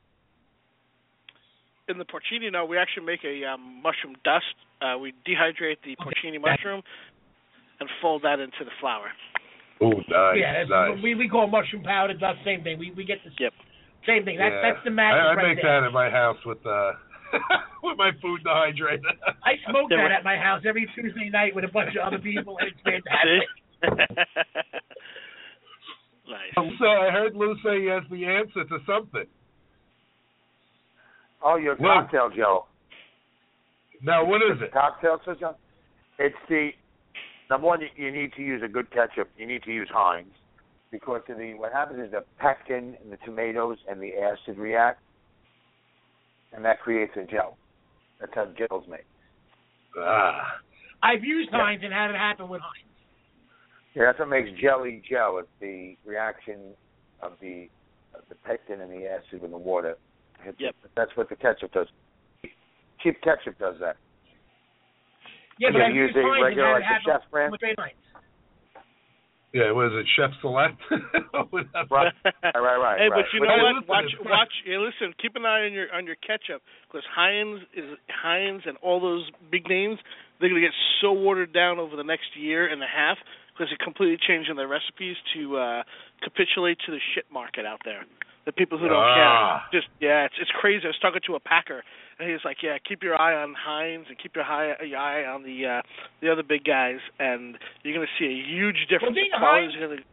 in the porcini now we actually make a um, mushroom dust. Uh, we dehydrate the porcini mushroom and fold that into the flour. Oh, (laughs) nice, yeah, that's, nice. we we call mushroom powder. That's same thing. We we get the same thing. That's Yeah. that's the magic I, I right make there. that in my house with uh (laughs) with my food dehydrator. I smoke that at my house every Tuesday night with a bunch of (laughs) other people, and it's fantastic. nice. So I heard Lou say he has the answer to something. Oh, your Well- cocktail gel. Now, what is it? Cocktail system. It's the number one. You, you need to use a good ketchup. You need to use Heinz because of the what happens is the pectin and the tomatoes and the acid react, and that creates a gel. That's how gel's made. Ah. I've used Heinz and had it happen with Heinz. Yeah, that's what makes jelly gel. It's the reaction of the of the pectin and the acid in the water. It's- Yep. That's what the ketchup does. Cheap ketchup does that. Yeah, You but know, I've use used a Heinz regular, and like the had it chef's happen brand? with straight Heinz. Yeah, what is it, Chef Select? (laughs) right, right, right, right. Hey, but you know Hey, what? listen, watch, it's fresh. watch. Hey, listen. Keep an eye on your on your ketchup because Heinz is Heinz and all those big names. They're going to get so watered down over the next year and a half because they're completely changing their recipes to uh capitulate to the shit market out there. The people who don't Ah. care. Just yeah, it's it's crazy. I was talking to a packer and he was like, "Yeah, keep your eye on Heinz and keep your eye your eye on the uh the other big guys, and you're going to see a huge difference. didn't The quality's Heinz- gonna-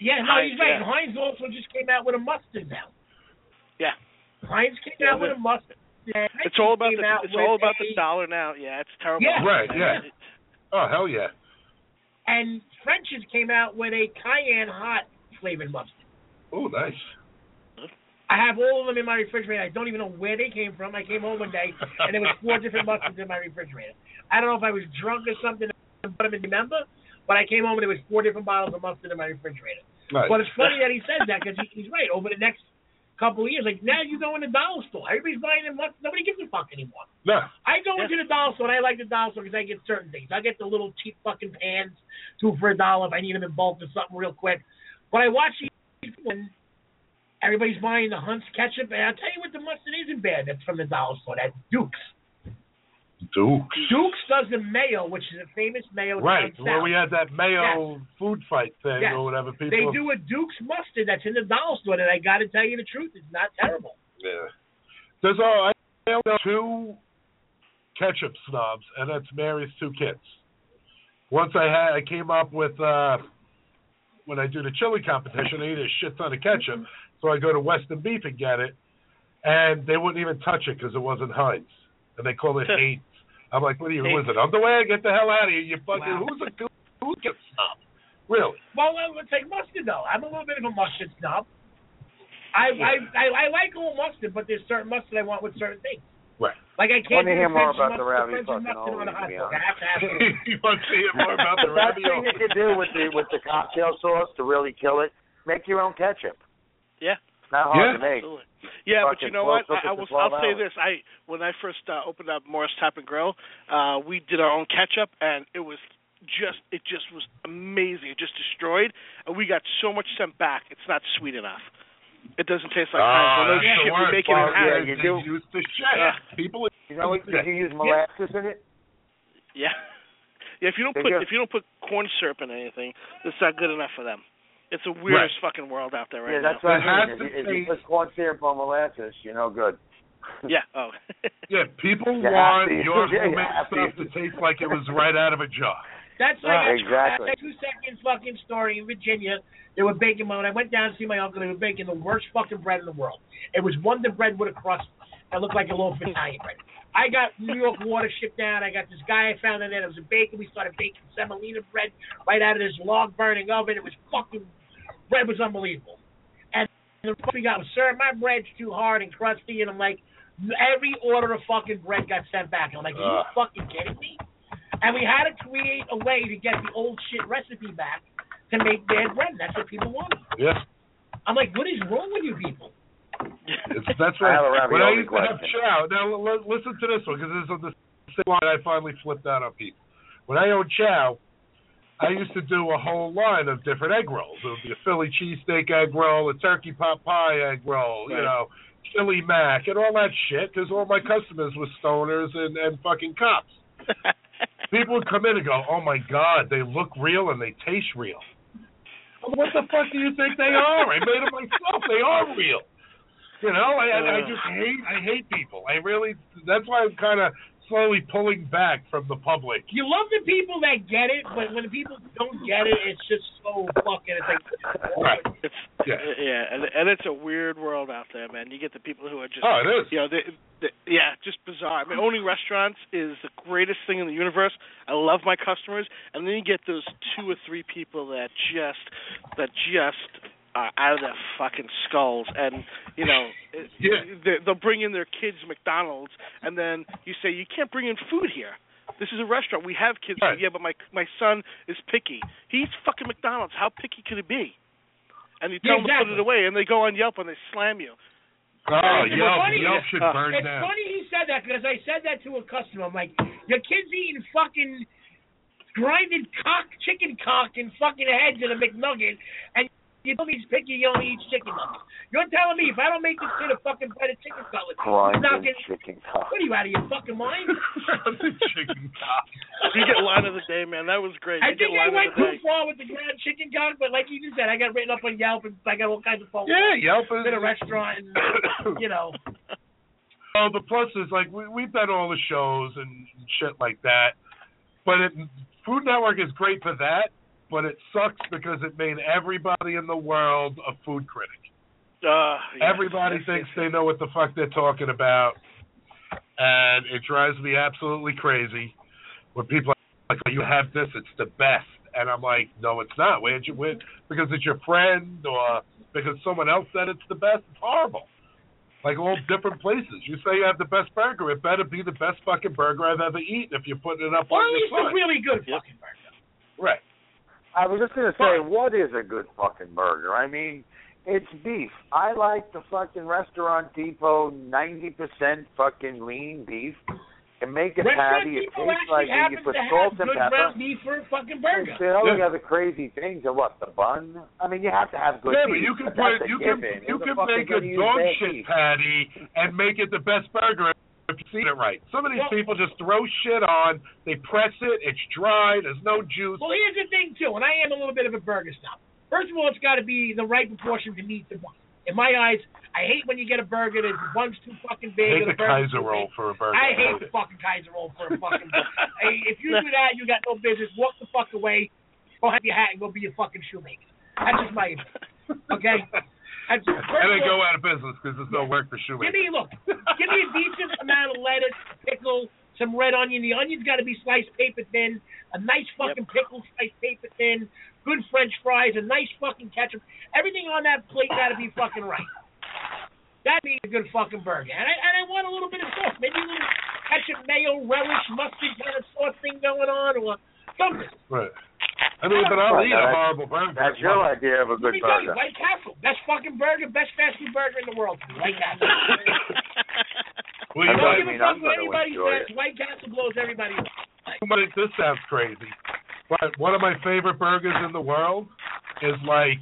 Yeah, no, Heinz, he's right. yeah. Heinz also just came out with a mustard now. Yeah. Heinz came Yeah, out with but- a mustard. Yeah, It's all about came the out it's all with about a- the dollar now. Yeah, it's terrible. Yeah. Right, (laughs) yeah. Oh, hell yeah. And French's came out with a cayenne hot flavored mustard. Oh, nice. I have all of them in my refrigerator. I don't even know where they came from. I came home one day and there was four different mustards in my refrigerator. I don't know if I was drunk or something and put them in the member, but I came home and there was four different bottles of mustard in my refrigerator. Nice. Well, it's funny that he says that because he, he's right. Over the next couple of years, like now you go in the dollar store, everybody's buying them. mustard. Nobody gives a fuck anymore. No. I go into the dollar store and I like the dollar store because I get certain things. I get the little cheap fucking pans, two for a dollar if I need them in bulk or something real quick. But I watch these people and everybody's buying the Hunt's ketchup, and I'll tell you what, the mustard isn't bad. That's from the dollar store. That's Duke's. Duke. Duke's does the mayo, which is a famous mayo. Right, down where we south. had that mayo food fight thing Yes. or whatever. People. They do a Duke's mustard that's in the dollar store, and I got to tell you the truth, it's not terrible. Yeah. There's uh, I know two ketchup snobs, and that's Mary's two kids. Once I had, I came up with uh, when I do the chili competition, I eat a shit ton of ketchup, so I go to Western Beef and get it, and they wouldn't even touch it because it wasn't Heinz, and they called it Heinz. I'm like, what are you? Was it underwear? Get the hell out of here! You fucking Wow. who's a goon- who's a snob? Really? Well, I would take mustard though. I'm a little bit of a mustard snob. I I, I I like all mustard, but there's certain mustard I want with certain things. Right. Like I can't Wanna do hear the more French about mustard, the ravi French fucking mustard on a Oli, to hot be dog. I honest. have to have it. you want to hear more about the the (laughs) best thing ravioli? that you do with the with the cocktail sauce to really kill it, make your own ketchup. Yeah. Not hard Yeah. to make. Absolutely. Yeah, but you Fucking know twelve what? I, I cookers in will. 12 I'll say hours. this. I when I first uh, opened up Morris Tap and Grill, uh, we did our own ketchup, and it was just it just was amazing. It just destroyed, and we got so much sent back. It's not sweet enough. It doesn't taste like Ah, Heinz. I know that's shit the we worst make it in part. Heinz. Yeah, you They do. use the shit. Yeah. People You know, what- Yeah. you use molasses in it. Yeah. Yeah, if you don't They put do. if you don't put corn syrup in anything, it's not good enough for them. It's the weirdest fucking world out there right yeah, that's now. what It I has mean. to If, you- if you be- put corn syrup on molasses, you know, good. Yeah. (laughs) Oh. Yeah, people Yeah, want happy. your (laughs) Yeah, homemade happy. stuff to taste like it was right out of a jar. That's like Right, a, exactly. that's a two second fucking story in Virginia. They were baking my. I went down to see my uncle. They were baking the worst fucking bread in the world. It was Wonder Bread with a crust that looked like a loaf of Italian bread. I got New York water shipped down. I got this guy I found in there that was a baker. We started baking semolina bread right out of this log burning oven. It was fucking bread was unbelievable. And the response we got was, "Sir, my bread's too hard and crusty." And I'm like, every order of fucking bread got sent back. And I'm like, are you Ugh. fucking kidding me? And we had to create a way to get the old shit recipe back to make bad bread. That's what people want. Yeah, I'm like, what is wrong with you people? it's, that's I right. have a when I ravioli used to have question. chow, now l- l- listen to this one because this is the same line I finally flipped out on people. When I owned chow, I used to do a whole line of different egg rolls. It would be a Philly cheesesteak egg roll, a turkey pot pie egg roll, you Right. know, Philly mac, and all that shit because all my customers were stoners and, and fucking (laughs) cops. People would come in and go, "Oh my god, they look real and they taste real." What the fuck do you think they are? I made them myself. They are real. You know, I, I, Uh. I just hate I hate people. I really that's why I'm kind of slowly pulling back from the public. You love the people that get it, but when the people don't get it, it's just so fucking. Oh, It's like, Right. It's Yeah. yeah, and, and it's a weird world out there, man. You get the people who are just (laughs) Oh, it is. you know, they, they, yeah, just bizarre. I mean, owning restaurants is the greatest thing in the universe. I love my customers, and then you get those two or three people that just that just are out of their fucking skulls, and you know, it- Yeah. they, they'll bring in their kids McDonald's, and then you say you can't bring in food here. This is a restaurant. We have kids. Right. Yeah, but my my son is picky. He eats fucking McDonald's. How picky could he be? And you Yeah, tell exactly. them to put it away, and they go on Yelp and they slam (laughs) you. Oh, It's Yelp, funny. Yelp should Uh, burn It's down. funny he said that because I said that to a customer. I'm like, your kid's eating fucking grinded cock, chicken cock, and fucking heads in a McNugget, and you know he's picky. You only eats chicken nuggets. You're telling me if I don't make this kid a fucking plate of chicken cutlet, he's not Grinding getting. chicken cock. What are you out of your fucking mind? chicken cock. You get line of the day, man. That was great. I you get think I line went of the day. too far with the ground chicken cock, but like you just said, I got written up on Yelp and I got all kinds of phone Yeah, calls. Yelp is- Been a restaurant, (coughs) and, you know. Oh, the plus is like we we've done all the shows and shit like that, but it Food Network is great for that, but it sucks because it made everybody in the world a food critic. Uh, yes, Everybody yes, thinks they know what the fuck they're talking about, and it drives me absolutely crazy when people are like, "Oh, "You have this, it's the best," and I'm like, "No, it's not. Where'd you win? Because it's your friend, or because someone else said it's the best. It's horrible. Like all different places. You say you have the best burger, it better be the best fucking burger I've ever eaten if you're putting it up Or on at your least a site. really good fucking Right. I was just gonna say, what is a good fucking burger? I mean, it's beef. I like the fucking Restaurant Depot ninety percent fucking lean beef. And make a Restaurant patty. It people tastes actually like it. happen you put to salt have and good pepper. ground beef for a fucking burger. They all the other crazy things are what the bun. I mean, you have to have good yeah, but beef. you can but that's put a you can you given. Who can the fuck is make a gonna use dog bad shit beef? patty and make it the best burger if you season it right. Some of these Well- people just throw shit on, they press it, it's dry, there's no juice. Well, here's the thing too, and I am a little bit of a burger snob. First of all, it's got to be the right proportion to meat to bun. In my eyes, I hate when you get a burger that's the bun's too fucking I big. hate or the burger's Kaiser too roll big. for a burger. I hate the fucking Kaiser roll for a fucking. (laughs) burger. Hey, if you do that, you got no business. Walk the fuck away. Go have your hat and go be a fucking shoemaker. That's just my opinion. Okay. That's, first (laughs) and they of all- go out of business because there's no work for Give shoemakers. me look. Give me a decent amount of lettuce, pickle, some red onion. The onion's got to be sliced paper thin. A nice fucking pickle sliced paper thin. Good French fries. A nice fucking ketchup. Everything on that plate got to be fucking right. That'd be a good fucking burger. And I and I want a little bit of sauce. Maybe a little ketchup, mayo, relish, mustard kind of sauce thing going on, or something. Right. I mean, but I'll Well, eat a that's- horrible burger. That's your idea of a Let me good tell you, burger. White Castle, best fucking burger, best fast food burger in the world. White Castle. Well, you don't might- give a I mean, fuck I'm what gonna anybody enjoy says. White Castle blows everybody. away. Somebody, this sounds crazy, but one of my favorite burgers in the world is like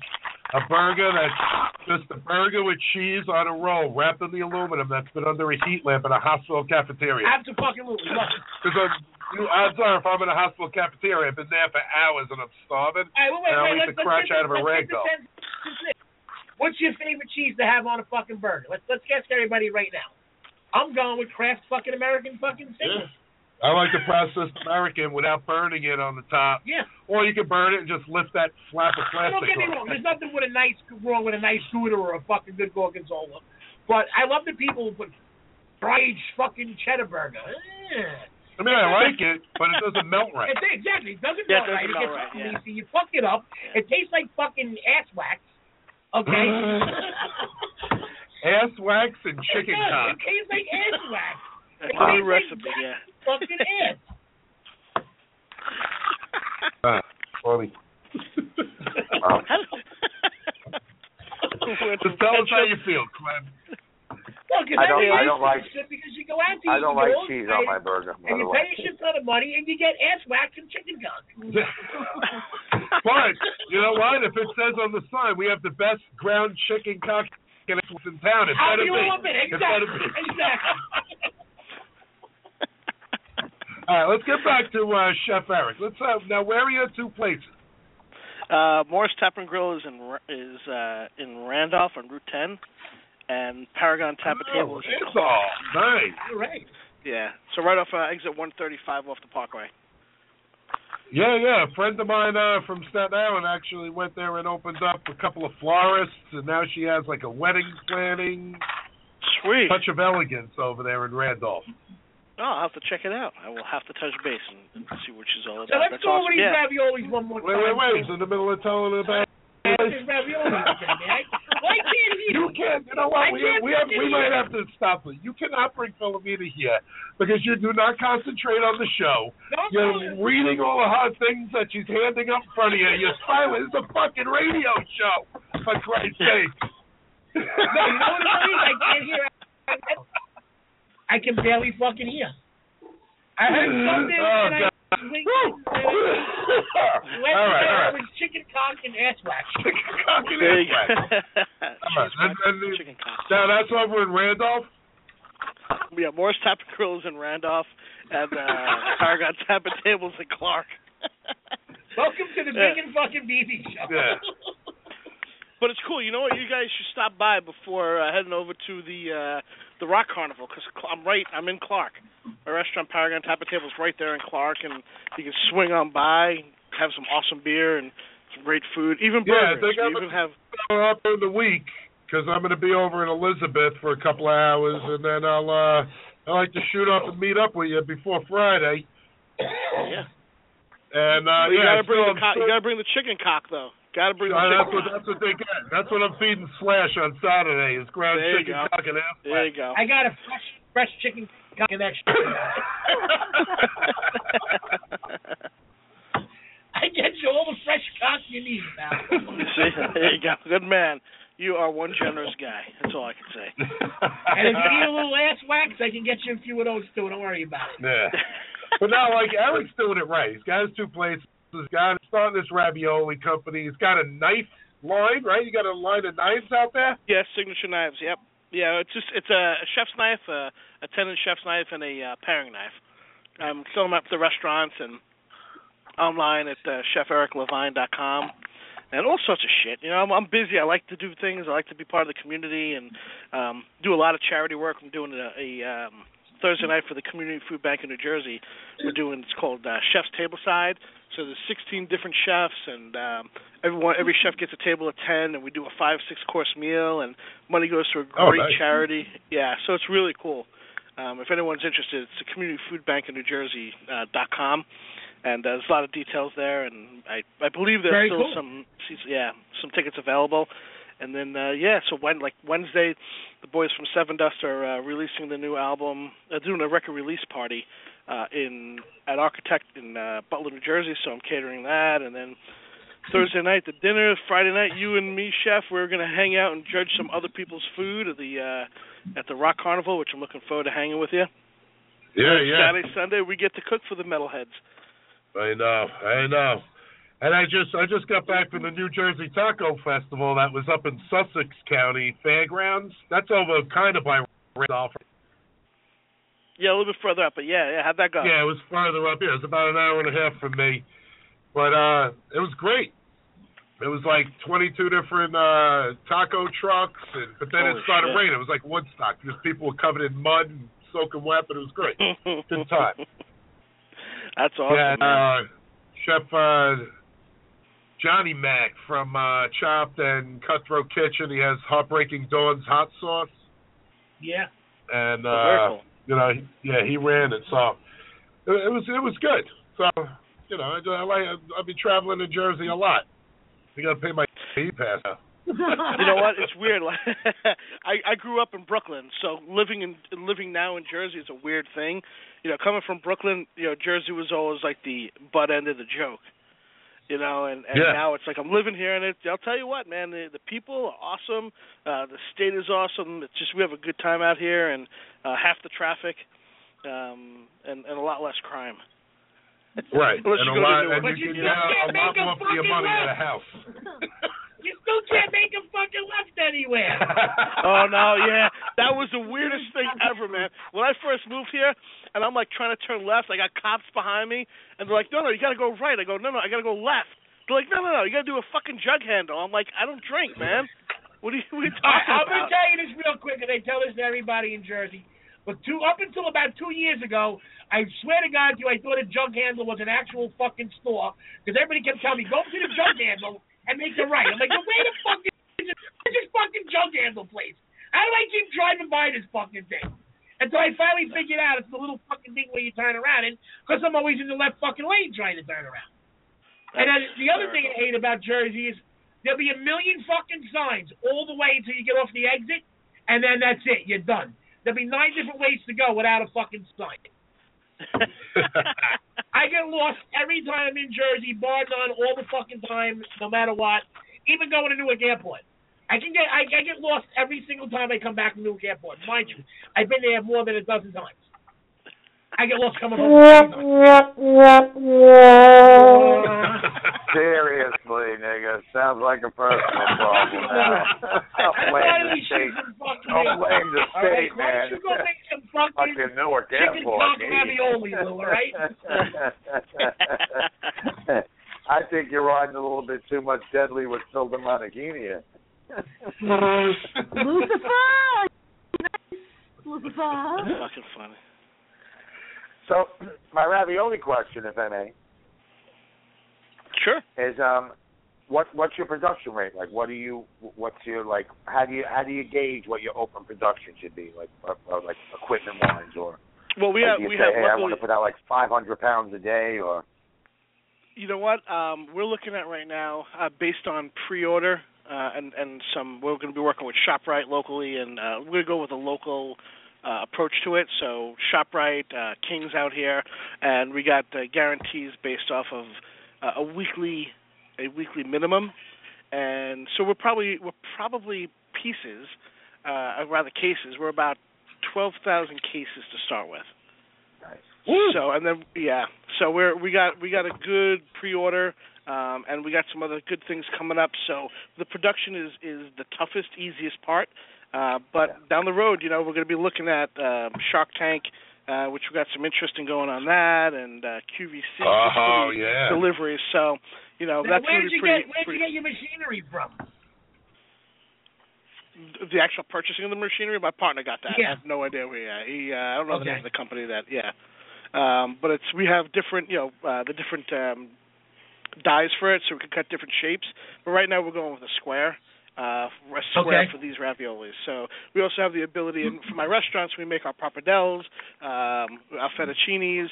a burger that's just a burger with cheese on a roll wrapped in the aluminum that's been under a heat lamp in a hospital cafeteria. Absolutely. Look, Because you know, odds are, if I'm in a hospital cafeteria, I've been there for hours and I'm starving, All right, well, wait, and I'll wait, eat let's, the let's crotch get out of a this- let's get ragdoll. this in- What's your favorite cheese to have on a fucking burger? Let's let's ask everybody right now. I'm going with Kraft fucking American fucking singles. I like the processed American without burning it on the top. Yeah. Or you can burn it and just lift that flap of plastic. Don't get me off. wrong. There's nothing with a nice wrong with a nice Gouda or a fucking good gorgonzola, but I love the people who put fried fucking cheddar burger. Eh. I mean, I like it, but it doesn't melt right. It's- exactly. It doesn't Yeah, melt it doesn't right. it melt right, gets fucking yeah. greasy. You fuck it up. It tastes like fucking ass wax. (laughs) Okay. (laughs) Ass wax and chicken it does. cock. It tastes like ass (laughs) wax. That's It a new tastes recipe, like yeah. Fucking ass. (laughs) Ah, (laughs) funny. (laughs) Just tell us how you feel, Clem. Look, if I don't- everybody I else don't like- is shit because you go out to eat, I don't you like go cheese on my outside, burger. By And you the way. pay a shit ton of money and you get ass wax and chicken cock. (laughs) (laughs) But you know what? If it says on the sign we have the best ground chicken cock in town, it I'll be better be. all up in it. It better Exactly. be. (laughs) Exactly. All right, let's get back to uh, Chef Eric. Let's uh, now where are your two places? Uh, Morris Tap and Grill is in Ra- is uh, in Randolph on Route 10, and Paragon Tap and Oh, Table is in it's Clark. all nice. You're right. Yeah, so right off uh, exit 135 off the Parkway. Yeah, yeah. A friend of mine uh, from Staten Island actually went there and opened up a couple of florists, and now she has like a wedding planning. Sweet. Touch of elegance over there in Randolph. Oh, I'll have to check it out. I will have to touch base and, and see what she's all So about. let's That's go over awesome. these yeah. raviolis one more Wait, time. wait, wait. It's in the middle of telling about. (laughs) These (laughs) raviolis again, man. Why can't he? You can't. You know I what? We, can't we, have, we fucking might hear. have to stop it. You cannot bring Philomena here because you do not concentrate on the show. No, I'm You're reading all the hard things that she's handing up in front of you. You're silent. It's a fucking radio show, for Christ's sake. No, you know what it is? I can't hear. I can barely fucking hear. I heard something Oh, and I God. (laughs) All All right, all right. With chicken cock and ass wax. (laughs) cock and There ass you wax. Come on, that- that- Now that's over in Randolph. Yeah, Morris Tapper Grills in Randolph and (laughs) uh, Paragon Tapper Tables in Clark. Welcome to the Yeah. big and fucking BB show. Yeah. But it's cool. You know what? You guys should stop by before uh, heading over to the uh, the Rock Carnival because I'm right. I'm in Clark. My restaurant Paragon Tapper Tables right there in Clark, and you can swing on by, have some awesome beer and some great food, even Yeah, I burgers. think We I'm even have We're up in the week because I'm going to be over in Elizabeth for a couple of hours, and then I'll uh, I like to shoot up and meet up with you before Friday. yeah. And uh, you yeah, gotta bring so the co- you gotta bring the chicken cock though. Gotta bring the Uh, chicken that's what cock. that's what they get. That's what I'm feeding Slash on Saturday. Is ground There you chicken go. cock and ass. There you go. I got a fresh, (laughs) fresh chicken cock and ass. (laughs) (laughs) I get you all the fresh cock you need, pal. (laughs) See, there you go. Good man. You are one generous guy. That's all I can say. And if you need a little ass wax, I can get you a few of those too. Don't worry about it. (laughs) (laughs) Yeah. but now, like Eric's doing it right. He's got his two places. He's got he's starting this ravioli company. He's got a knife line, right? You got a line of knives out there. Yeah, signature knives. Yep. Yeah, it's just it's a chef's knife, a, a tenon chef's knife, and a uh, paring knife. Um, I'm selling them at the restaurants and online at uh, chefericlevine.com and all sorts of shit. You know, I'm, I'm busy. I like to do things. I like to be part of the community and um, do a lot of charity work. I'm doing a, a um, Thursday night for the Community Food Bank in New Jersey. We're doing it's called uh, Chef's Tableside. So there's 16 different chefs, and um, everyone every chef gets a table of 10, and we do a five six course meal, and money goes to a Oh, great nice. charity. Yeah, so it's really cool. Um, if anyone's interested, it's the Community Food Bank in New Jersey uh, dot com, and uh, there's a lot of details there. And I I believe there's Very still cool. some seats- yeah some tickets available. And then uh, yeah, so when like Wednesday, the boys from Seven Dust are uh, releasing the new album, uh, doing a record release party uh, in at Architect in uh, Butler, New Jersey. So I'm catering that, and then Hmm. Thursday night the dinner. Friday night, you and me, chef, we're gonna hang out and judge some other people's food at the uh, at the Rock Carnival, which I'm looking forward to hanging with you. Yeah, And yeah. Saturday, Sunday, we get to cook for the metalheads. I know, I know. And I just I just got back from the New Jersey Taco Festival that was up in Sussex County Fairgrounds. That's over kind of by Randolph. Yeah, a little bit further up, but yeah, yeah, how'd that go? Yeah, it was farther up. Yeah, it was about an hour and a half from me, but uh, it was great. It was like 22 different uh taco trucks, and but then Holy it started shit. raining. It was like Woodstock. Just people were covered in mud and soaking wet, but it was (laughs) great. Good time. That's awesome. Yeah, and, man. uh, Chef uh, Johnny Mac from uh, Chopped and Cutthroat Kitchen. He has Heartbreaking Dawn's hot sauce, Yeah. and Oh, very uh, cool. you know, he- yeah, he ran it. So it, it was it was good. So you know, I, I like I've been traveling to Jersey a lot. I got to pay my e pass. now. (laughs) you know what? It's weird. (laughs) Like, I I grew up in Brooklyn, so living in living now in Jersey is a weird thing. You know, coming from Brooklyn, you know, Jersey was always like the butt end of the joke. You know, and and Yeah. now it's like I'm living here, and it, I'll tell you what, man, the the people are awesome. Uh, the state is awesome. It's just we have a good time out here, and uh, half the traffic, um, and and a lot less crime. (laughs) Right, Unless and you go to a lot, New and York. you But you can get a can't lot make a more for your fucking money at a left. house. (laughs) You still can't make a fucking left (laughs) (laughs) anywhere. oh no, yeah, that was the weirdest thing ever, man. When I first moved here, and I'm like trying to turn left, I got cops behind me, and they're like, "No, no, you gotta go right." I go, "No, no, I gotta go left." They're like, "No, no, no, you gotta do a fucking jug handle." I'm like, "I don't drink, man. What are you, what are you talking I, I'm gonna about?" tell you this real quick, and I tell this to everybody in Jersey. But two, up until about two years ago, I swear to God to you, I thought a junk handle was an actual fucking store because everybody kept telling me go to the junk handle and make the right. I'm like, well, where the fuck is this, where's this fucking junk handle place? How do I keep driving by this fucking thing? And so I finally figured out it's the little fucking thing where you turn around in because I'm always in the left fucking lane trying to turn around. And then the other thing I hate about Jersey is there'll be a million fucking signs all the way until you get off the exit, and then that's it. You're done. There'll be nine different ways to go without a fucking sign. I get lost every time I'm in Jersey, bar none, all the fucking time, no matter what. Even going to Newark Airport, I can get I, I get lost every single time I come back from Newark Airport. Mind you, I've been there more than a dozen times. I get lost coming home. (laughs) Seriously, nigga, sounds like a personal problem. man. (laughs) Don't blame the state. Don't blame the All right, state, why man. don't you go make some fucking Fucking Newark chicken Airport. cock geez. ravioli, Lou, all right? (laughs) I think you're riding a little bit too much deadly with Silver Monaghinia. Lucifer! Nice. Lucifer. Fucking funny. So, (clears throat) my ravioli question, if I may, sure, is um, what what's your production rate like? What do you what's your like? How do you how do you gauge what your open production should be like? Or, or like equipment wise, or Well, we like, have- do you we say, have hey, I luckily- want to put out like 500 pounds a day, or You know what? Um, we're looking at right now, uh, based on pre-order uh, and and some. We're going to be working with Shoprite locally, and uh, we're going to go with a local uh, approach to it. So Shoprite, uh, Kings out here, and we got uh, guarantees based off of uh, a weekly a weekly minimum, and so we're probably we're probably pieces, uh, or rather cases. We're about twelve thousand cases to start with. So and then yeah, so we're we got we got a good pre-order, um, and we got some other good things coming up. So the production is is the toughest, easiest part. Uh, but down the road, you know, we're going to be looking at um, Shark Tank, uh, which we got some interesting going on that, and uh, QVC Oh, City yeah. deliveries. So you know, Now, that's where going did you to be pretty, get where did you get your machinery from? pretty- the actual purchasing of the machinery. My partner got that. Yeah. I have no idea where he. At. he uh, I don't know the Okay. name of the company that. Yeah. Um, but it's we have different, you know, uh, the different um, dies for it, so we can cut different shapes. But right now we're going with a square, uh, a square Okay. for these raviolis. So we also have the ability, and for my restaurants, we make our pappardelles, um, our fettuccinis,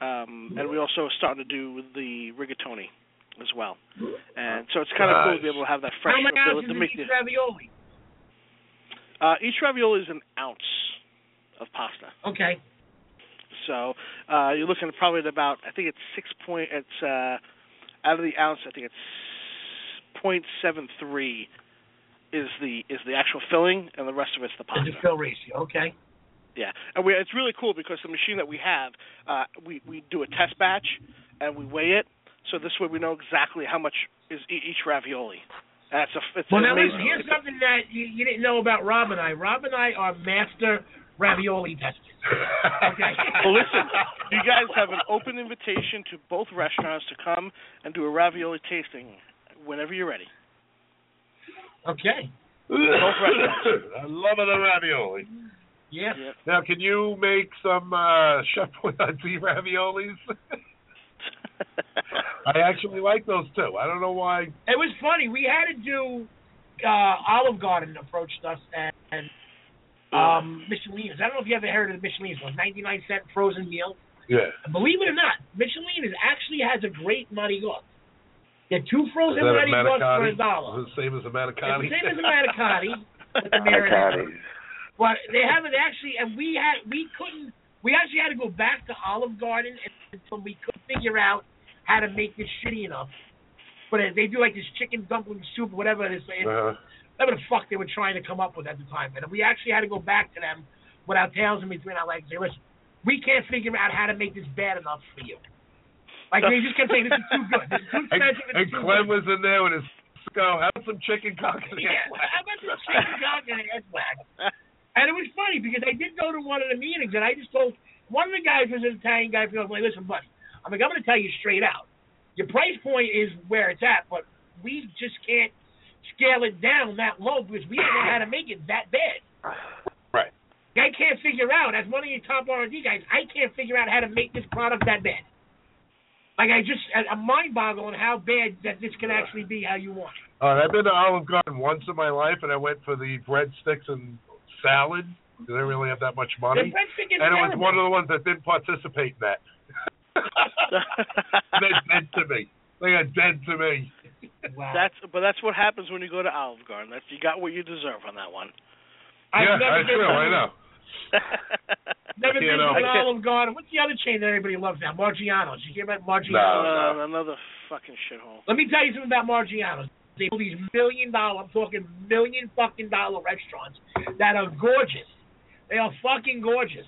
um, and we also are starting to do the rigatoni as well. And so it's kind of cool to be able to have that fresh How many ability ounces to is make each the, ravioli? uh, each ravioli is an ounce of pasta. Okay. So uh, you're looking at probably at about I think it's six point. It's uh, out of the ounce. I think it's point seven three is the is the actual filling, and the rest of it's the pasta. The fill ratio. Okay. Yeah, and we, it's really cool because the machine that we have, uh, we we do a test batch and we weigh it, so this way we know exactly how much is e- each ravioli. That's a it's Well, an now amazing. listen, here's something that you, you didn't know about Rob and I. Rob and I are master ravioli (laughs) testers. Okay. well, listen, you guys have an open invitation to both restaurants to come and do a ravioli tasting whenever you're ready. Okay. Both restaurants. (laughs) I love it, the ravioli. Yeah. Now, can you make some uh, (laughs) Chef (laughs) Boyardee raviolis? I actually like those too. I don't know why. It was funny. We had to do uh, Olive Garden approached us and, and um, Michelin's. I don't know if you ever heard of the Michelin's one, 99 cent frozen meal. Yeah. And believe it or not, Michelin is actually has a great money gourd. They're two Is frozen that a money gourds for manicotti? a dollar. Is it the same as a manicotti? It's the same as a (laughs) (laughs) manicotti, with the marinara. Manicotti. But they haven't actually, and we had we couldn't. We actually had to go back to Olive Garden until we could figure out how to make this shitty enough. But they do like this chicken dumpling soup, whatever it is. It's, Uh-huh. whatever the fuck they were trying to come up with at the time. And we actually had to go back to them with our tails in between our legs. They listen, we can't figure out how to make this bad enough for you. Like they just kept saying, this is too good. This is too And, expensive. This and is too good. Clem was in there with his go. Have some chicken cock (laughs) (laughs) and Yeah, how about this chicken cock and ass whack? And it was funny because I did go to one of the meetings and I just told one of the guys was an Italian guy. I was like, listen, buddy, I'm like, I'm going to tell you straight out. Your price point is where it's at, but we just can't scale it down that low because we don't know how to make it that bad. Right. I can't figure out, as one of your top R&D guys, I can't figure out how to make this product that bad. Like I just, I- I'm mind boggling how bad that this can actually be how you want it. All right, I've been to Olive Garden once in my life, and I went for the breadsticks and salad. 'cause I didn't really have that much The money. breadstick is and it was terrible. one of the ones that didn't participate in (laughs) that. They're dead to me. They are dead to me. Wow. That's but that's what happens when you go to Olive Garden. That's you got what you deserve on that one. yeah, that's true. I know. Never (laughs) been You know. to an Olive Garden. What's the other chain that everybody loves now? Margiano's. You hear about Margiano's? Uh, another fucking shithole. Let me tell you something about Margiano's. They build these million dollar, I'm talking million fucking dollar restaurants that are gorgeous. They are fucking gorgeous.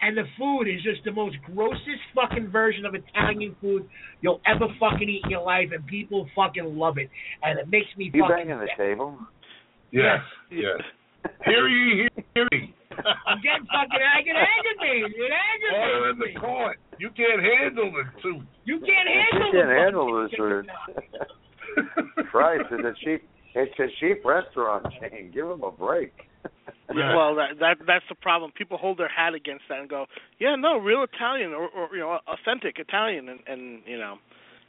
and the food is just the most grossest fucking version of Italian food you'll ever fucking eat in your life, and people fucking love it, and it makes me You fucking. banging the table? Yes, yes. Hear ye, hear ye. I'm getting fucking. I get agitated. It agitates Order in me. the court. You can't handle the two. You can't She handle can't the handle this. Or... (laughs) Christ, it's a cheap, it's a cheap restaurant chain. Give them a break. (laughs) Yeah, Well, that that that's the problem. People hold their hat against that and go, "Yeah, no, real Italian or, or you know, authentic Italian," and, and you know,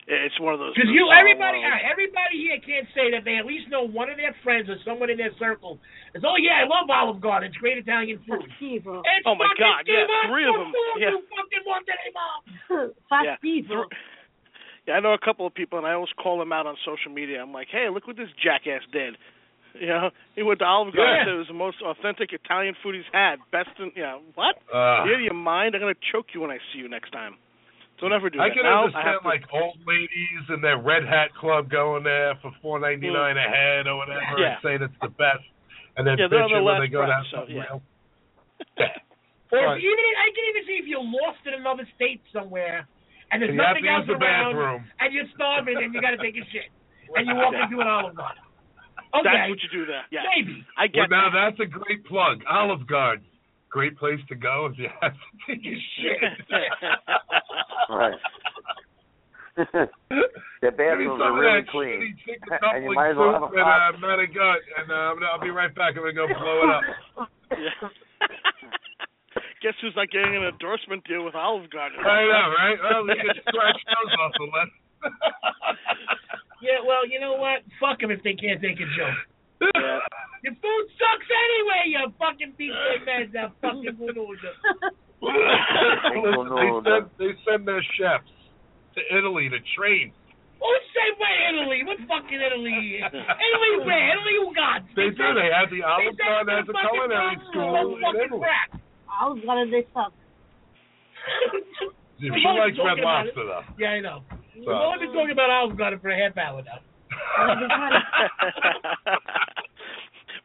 it- it's one of those. Because you, bizarre everybody, all worlds. right, everybody here can't say that they at least know one of their friends or someone in their circle. It's oh yeah, I love Olive Garden. It's great Italian food. It's Oh, my fucking God, yeah, Cuba. three of What them, food yeah. You fucking want today, mom? (laughs) yeah. Th- yeah, I know a couple of people, and I always call them out on social media. I'm like, "Hey, look what this jackass did." (laughs) You know, he went to Olive Garden. Yeah. said It was the most authentic Italian food he's had. Best in, you know, what? Ah. you out of your mind? I'm gonna choke you when I see you next time. Don't ever do I that. can Now I understand have to- like old ladies and their red hat club going there for four ninety nine a Mm. head or whatever Yeah. and say that's the best, and then Yeah, they're on bitch their you when last they go down breath, so, yeah. else. Or Right. if even I can even see if you're lost in another state somewhere and there's And you have nothing to else use the around bathroom. and you're starving and you got to take a shit and you walk Yeah. into an Olive Garden. That's Okay, what you do there. Yeah. maybe. I Well, get now that's a great plug. Olive Garden, great place to go if you have to take a shit. (laughs) Right. (laughs) the Some bathrooms are of really that clean, shitty chicken (laughs) and you dumpling might as well have soup a and uh, pot. I'm out of gut, and uh, I'm gonna- I'll be right back. I'm gonna go blow (laughs) it up. (laughs) Guess who's not getting an endorsement deal with Olive Garden? I know, right? Well, we (laughs) can scratch those off the list. Yeah, well, you know what? Fuck them if they can't take a joke. Yeah. Your food sucks anyway, you fucking beefsteak man, that fucking loser. (laughs) Oh, Listen, (laughs) they send they send their chefs to Italy to train. Who say where Italy? What fucking Italy? Italy where? Italy who got? They do. They have the Olive send Garden them as a to fucking culinary Rome. school in Fucking Italy. crap. I was gonna this up. She We've only likes been talking Red about Lobster it. though. Yeah, I know. We've So- only been talking about Olive Garden for a half hour (laughs) now. (laughs)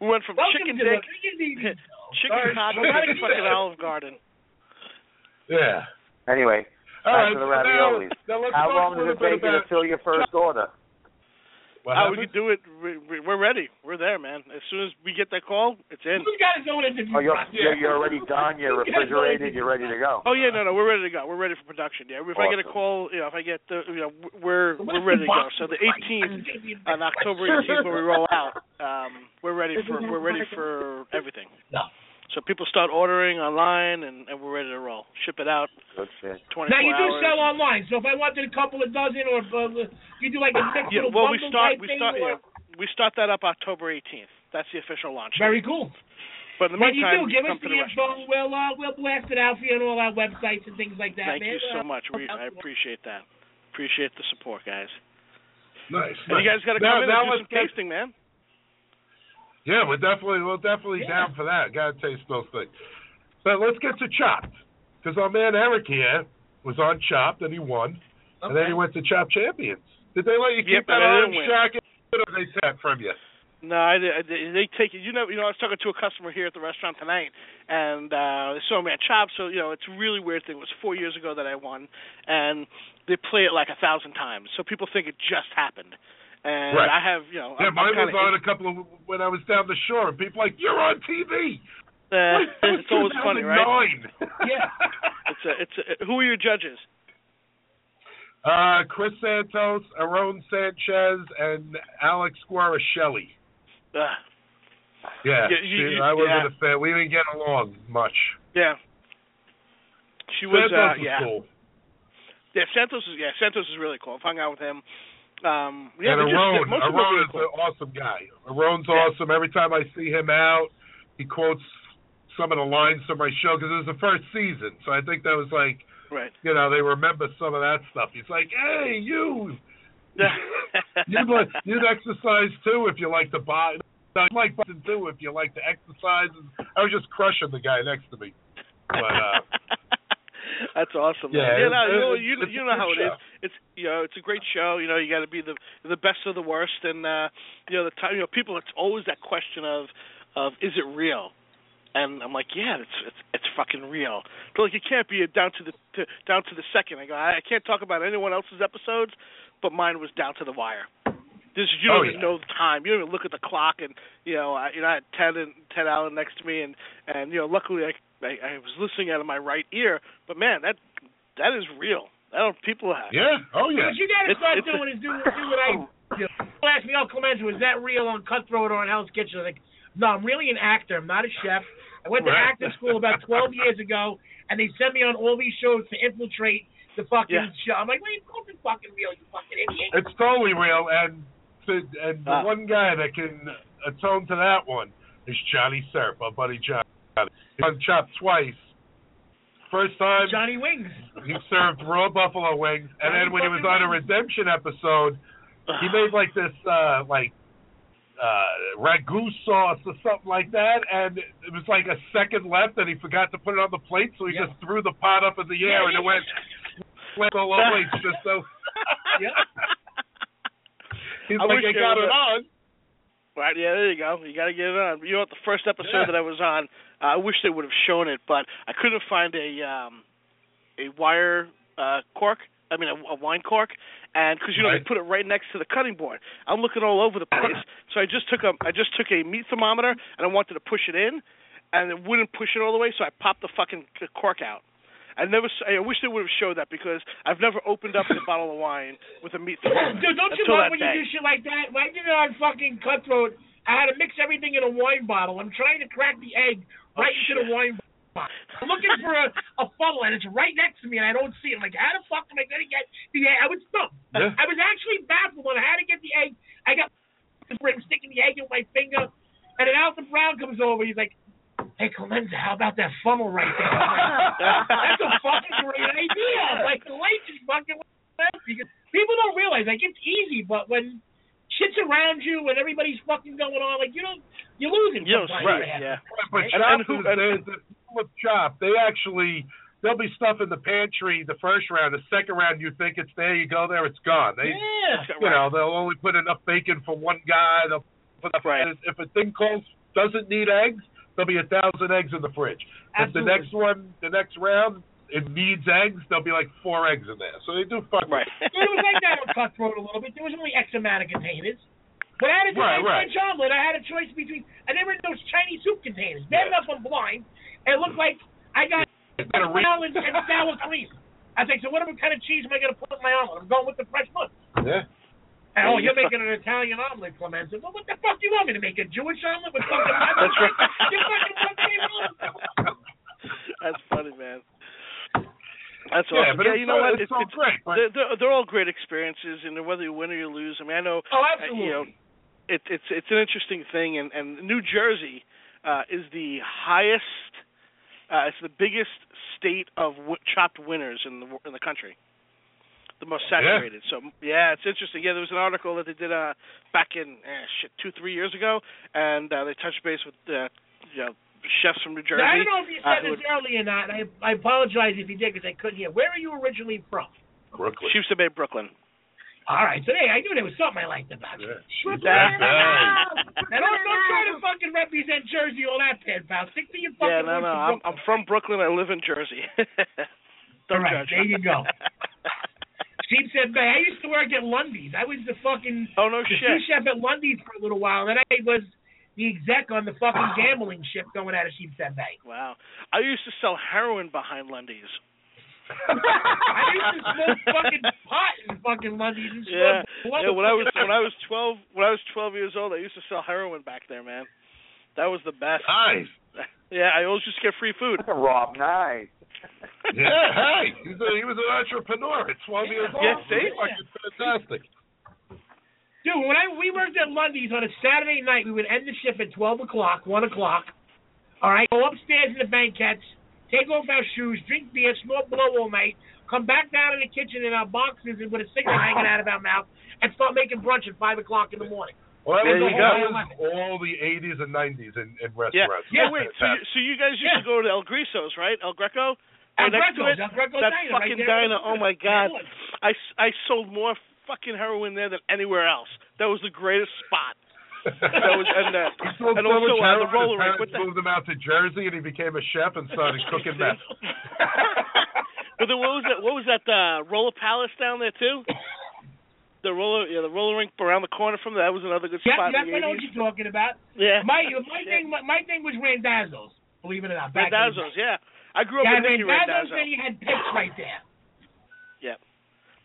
we went from Welcome chicken to dick, the- (laughs) chicken hot dog, to fucking Olive Garden. Yeah. Anyway, All back right, to the so raviolis. now- now let's How talk long a does little it bit take you to about- fill your first order? Uh, we could do it. we- we- We're ready. We're there, man. As soon as we get that call, it's in. Who's got his own interview? Oh, (laughs) you're, you're, you're already done. You're refrigerated. You're ready to go. Oh yeah, no, no, we're ready to go. We're ready for production. Yeah, if I get a Awesome. call, you know, if I get the, you know, we're What we're if ready the to go. box So the is right? 18th, Give me a- on October 18th, when we roll out, um, we're ready for we're ready for everything. No. So people start ordering online, and, and we're ready to roll. Ship it out. Good shit. 24 Now you do hours. sell online, so if I wanted a couple of dozen or uh, you do like (sighs) a next little Yeah, well, we bundle start type we thing start or- yeah, we start that up October 18th. That's the official launch. Very cool. But in the When you meantime, do, give us come to the the restaurant. info. We'll uh, we'll blast it out for you on all our websites and things like that. Thank man. you so much. We, Uh, I appreciate that. Appreciate the support, guys. Nice. And you guys nice. got to Now- come in and now do let's some get- tasting, man. Yeah, we're definitely we're definitely down for that. Gotta taste those things. So let's get to Chopped, because our man Eric here was on Chopped and he won, and then he went to Chopped Champions. Did they let Yep, you keep that and I didn't orange win. jacket? Or they sat from you. No, I, I, they take it. You know, you know. I was talking to a customer here at the restaurant tonight, and uh, they saw me at Chop. So you know, it's a really weird thing. It was four years ago that I won, and they play it like a thousand times, so people think it just happened. And Right. I have, you know, Yeah, I'm, mine I'm was kinda on a couple of when I was down the shore, and people like, "You're on TV." (laughs) Uh, That (laughs) was it's always funny, right? 2009. (laughs) Yeah. It's a, it's a, who are your judges? Uh, Chris Santos, Aaron Sanchez, and Alex Guarashelli. Uh, Yeah, Yeah, you- she- you- I wasn't yeah. a fan. We didn't get along much. yeah. She was, Santos uh, yeah, cool, yeah. Santos is, yeah, Santos is really cool. I've hung out with him. Um, yeah, and they're just- Aron, most of them are Aron really is cool. an awesome guy. Aron's Yeah. awesome. Every time I see him out, he quotes some of the lines from my show because it was the first season, so I think that was like, right. you know, they remember some of that stuff. He's like, "Hey, you, (laughs) Yeah. (laughs) you'd like, you'd exercise too if you like to buy." No, you like to do if you like to exercise. I was just crushing the guy next to me, but uh, (laughs) That's awesome. Yeah, man. it's- no, you know, it's- you, it's you a know good how it show. is. It's you know, it's a great show. You know, you got to be the the best of the worst, and uh, you know, the time you know, people. It's always that question of of is it real? And I'm like, yeah, it's it's it's fucking real. They're like, it can't be down to the to, down to the second. I go, I, I can't talk about anyone else's episodes, but mine was down to the wire. This you Oh, don't yeah. even know the time. You don't even look at the clock, and you know, I, you know, I had Ted and Ted Allen next to me, and and you know, luckily I, I I was listening out of my right ear. But man, that that is real. That don't people have. Yeah. Oh, yeah. What you gotta It's- start it's a- doing is do, do (laughs) what I do. People ask me, "Oh, Clemenza, was that real on Cutthroat or on Hell's Kitchen?" I'm like, no, I'm really an actor. I'm not a chef. I went to Right. acting school (laughs) about 12 years ago, and they sent me on all these shows to infiltrate the fucking Yeah. show. I'm like, wait, it's fucking real, you fucking idiot. It's totally real, and to, and the Ah. one guy that can atone to that one is Johnny Serp, our buddy Johnny. He's on Chop twice. First time Johnny Wings. He served raw buffalo wings, and Johnny then when he was fucking on a Wings. redemption episode, (sighs) he made like this uh like uh ragu sauce or something like that, and it was like a second left, and he forgot to put it on the plate, so he just threw the pot up in the air, and it went went all over. It's just (laughs) so. He's I like, wish I there got was a- it on. Right, yeah, there you go. You got to get it on. You know what? The first episode Yeah. that I was on, uh, I wish they would have shown it, but I couldn't find a um, a wire uh, cork. I mean, a, a wine cork, and because you know they Right. put it right next to the cutting board. I'm looking all over the place, so I just took a I just took a meat thermometer and I wanted to push it in, and it wouldn't push it all the way, so I popped the fucking c- cork out. I never. s- I wish they would have showed that because I've never opened up a bottle of wine with a meat thermometer. Dude, don't you until love that when you day. do shit like that? When I did it on fucking Cutthroat, I had to mix everything in a wine bottle. I'm trying to crack the egg right into the wine bottle. I'm looking for a, a funnel, and it's right next to me, and I don't see it. I'm like, how the fuck am I going to get the egg? I was dumb. Yeah. I was actually baffled on how to get the egg. I got where I'm sticking the egg in my finger, and then Alton Brown comes over. He's like, hey, Clemenza, how about that funnel right there? I'm like, (laughs) That's a fucking great idea. I'm Like, the lights is fucking because people don't realize like it's easy, but when shit's around you and everybody's fucking going on, like you don't you lose it. Yeah, sometimes. right, yeah. But Right? Chopped is the, the people with Chop, they actually there'll be stuff in the pantry the first round. The second round, you think it's there, you go there, it's gone. They, Yeah. you know, they'll only put enough bacon for one guy. They'll put enough, right. If a thing calls doesn't need eggs, there'll be a thousand eggs in the fridge. Absolutely. If the next one, the next round, it needs eggs, there'll be like four eggs in there. So they do fuck right. it was like that on Cutthroat a little bit. There was only X amount of containers. But I had a Right, choice right. on omelet. I had a choice between I never had those Chinese soup containers. Bad enough I'm blind. And it looked like I got got a re- salad and sour cream. I was like, so what kind of cheese am I going to put in my omelet? I'm going with the fresh one. Yeah. And, oh, you're making an Italian omelet, Clemenza. Well, what the fuck do you want me to make? A Jewish omelet (laughs) with fucking That's (laughs) right. You're fucking fucking omelet. (laughs) That's funny, man. That's Yeah, awesome. but yeah, it's you know so- what? it's so great, but- They're, they're, they're all great experiences, and whether you win or you lose, I mean, I know. Oh, uh, absolutely. You know, it, it's it's an interesting thing, and and New Jersey uh, is the highest. Uh, it's the biggest state of w- chopped winners in the wo- in the country. The most Yeah. saturated. So yeah, it's interesting. Yeah, there was an article that they did uh back in eh, shit two three years ago, and uh, they touched base with uh, you know, chefs from New Jersey. Now, I don't know if you uh, said who this had- earlier or not, and I, I apologize if you did because I couldn't hear. Where are you originally from? Brooklyn. She used to be Brooklyn. All right, today I knew there was something I liked about you. Brooklyn. Yeah. Now, don't, don't try to fucking represent Jersey all that bad, pal. Stick to your fucking Yeah, no, roots in no. I'm, Brooklyn. I'm from Brooklyn. I live in Jersey. (laughs) All Don't right, judge. there you go. Steve said, man, I used to work at Lundy's. I was the fucking oh, no the shit. sous chef at Lundy's for a little while, and I was the exec on the fucking gambling ship going out of Sheepshead Bay. wow. (laughs) I used to sell heroin behind Lundy's. (laughs) I used to smoke fucking pot in fucking Lundy's and (laughs) Yeah. smoke blood yeah. When I (laughs) was fucking- when I was twelve when I was twelve years old, I used to sell heroin back there, man. That was the best. Nice. Yeah, I always just get free food. Rob, nice. Yeah, hey, he's a, he was an entrepreneur at 12 years old. Yeah, see? Fucking fantastic. Dude, when I we worked at Lundy's on a Saturday night, we would end the shift at twelve o'clock, one o'clock. All right, go upstairs in the banquettes, take off our shoes, drink beer, snort blow all night, come back down in the kitchen in our boxes and with a cigarette hanging out of our mouth, and start making brunch at five o'clock in the morning. Well, that There was you the go. whole- that was all the 80s and 90s in, in restaurants. Yeah. Yeah. It Wait. was So you, so fantastic. you guys used to go to El Griso's, right? El Greco. El Right Oh, next to Greco's, it? El Greco's that diner, right fucking there. diner. Oh my god. Good. I, s- I sold more fucking heroin there than anywhere else. That was the greatest spot. That was and uh, (laughs) He sold and so also uh, much heroin, the roller rink. his parents What the moved him out to Jersey, and he became a chef and (laughs) started cooking meth. But then what was that? What was that? Uh, roller Palace down there too. The roller, yeah, the roller rink around the corner from there. That was another good Yep, spot. yep, I in the know what 80s. you're talking about. Yeah. My my thing my, my thing was Randazzo's, believe it or not. Back in the Randazzo's, yeah. I grew up yeah, with Nicky Randazzo's, Randazzo. then you had Pips right there. Yeah.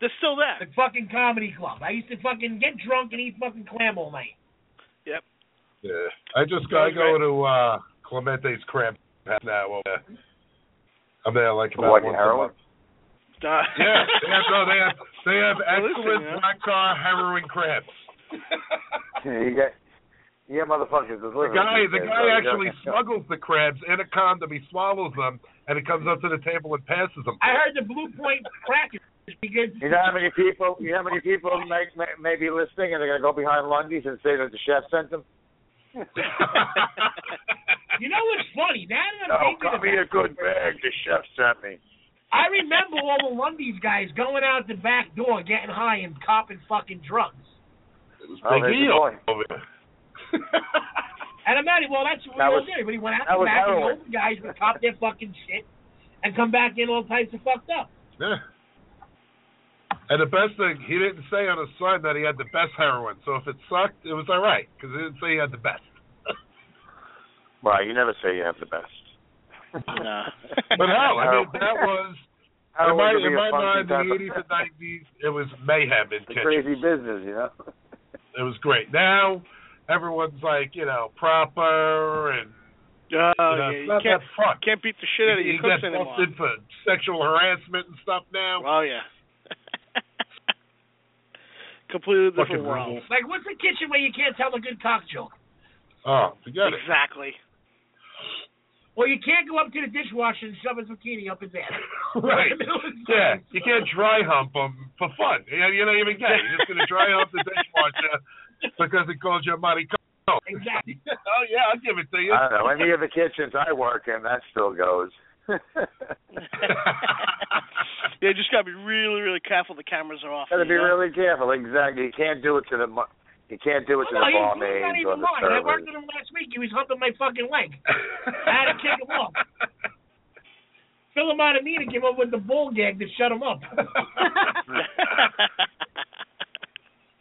They're still The there. fucking comedy club. I used to fucking get drunk and eat fucday. fucking clam all (laughs) night. Yeah. I just I go to uh, Clemente's Crab House now. over there. I'm there like about What, once a heroin? month. Yeah, they have, no, they have they have excellent yeah. black car heroin crabs. (laughs) you got, yeah, motherfuckers. The The guy the guy actually smuggles the crabs in a condom. He swallows them and it comes up to the table and passes them. I heard the Blue Point crack is because You know how many people? You know how many people may, may, may be listening, and they're gonna go behind Lundy's and say that the chef sent them. you know what's funny? Now that Oh, I'm thinking got me about a it, good bag. The chef sent me. I remember all the Lundy's guys going out the back door, getting high and copping fucking drugs. Oh, Big there's deal. the point. over there. And I'm not well. That's what That that was- was, everybody went out that the was back, and heroin. the old guys would cop their fucking shit and come back in all types of fucked up. Yeah. And the best thing, he didn't say on his sign that he had the best heroin. So if it sucked, it was all right because he didn't say he had the best. Well, you never say you have the best. But hell, I mean, that was in my, Heroin in could be a my funky mind, type the of- eighties and nineties, it was mayhem in It's a kitchen. crazy business, you know. It was great. Now everyone's like, you know, proper and Oh, you know, yeah, it's you not can't, that fucked. can't beat the shit out of you your get cooks anymore. busted for sexual harassment and stuff now. Oh yeah. (laughs) Completely different Fucking world. Like, what's the kitchen where you can't tell a good cock joke? Oh, forget it. Exactly. Or you can't go up to the dishwasher and shove a zucchini up his (laughs) ass. (laughs) (laughs) Right. Yeah, you can't dry hump them for fun. You know, you're not even gay. You're just gonna dry hump the (laughs) dishwasher because it calls you a Monte Carlo. Exactly. oh yeah, I'll give it to you. I don't know any of the kitchens I work in. That still goes. (laughs) Yeah, you just gotta be really, really careful. The cameras are off. Got to you be know? really (laughs) careful. Exactly. You can't do it to the. mu- You can't do it to no, the he's not barmaids or even the lying. I servers. worked with him last week. He was humping my fucking (laughs) leg. I had to kick him off. Phil Montamina came up with the bull gag to shut him (laughs) up. (laughs) (laughs)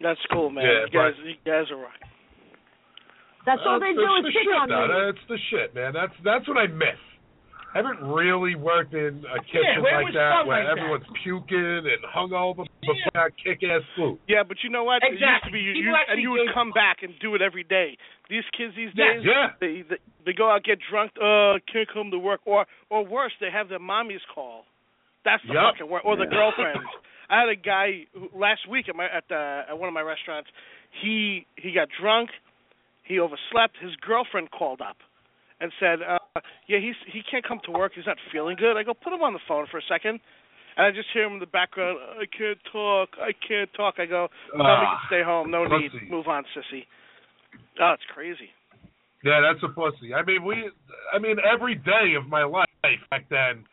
That's cool, (laughs) man. Yeah, you guys, but- you guys are right. That's all they That's- do is that's Uh, the pick shit, on though. me. That's the shit, man. That's that's what I miss. I haven't really worked in a kitchen where was like that fun where like that? everyone's puking and hungover, but we got kick-ass food. Yeah, but you know what? It used Exactly. to be you, People you and actually you would gave- come back and do it every day. These kids these Yes. days, Yeah. they, they they go out get drunk, uh, can't come to work, or or worse, they have their mommies call. That's the Yup. fucking work, or the Yeah. girlfriends. I had a guy who, last week at my at the at one of my restaurants. He he got drunk, he overslept. His girlfriend called up and said, uh, "Yeah, he's he can't come to work. He's not feeling good." I go, "Put him on the phone for a second. and I just hear him in the background. I can't talk. I can't talk. I go, "Tell me Ah, to stay home. No need. pussy. Move on, sissy." Oh, it's crazy. Yeah, that's a pussy. I mean, we. I mean, every day of my life back then,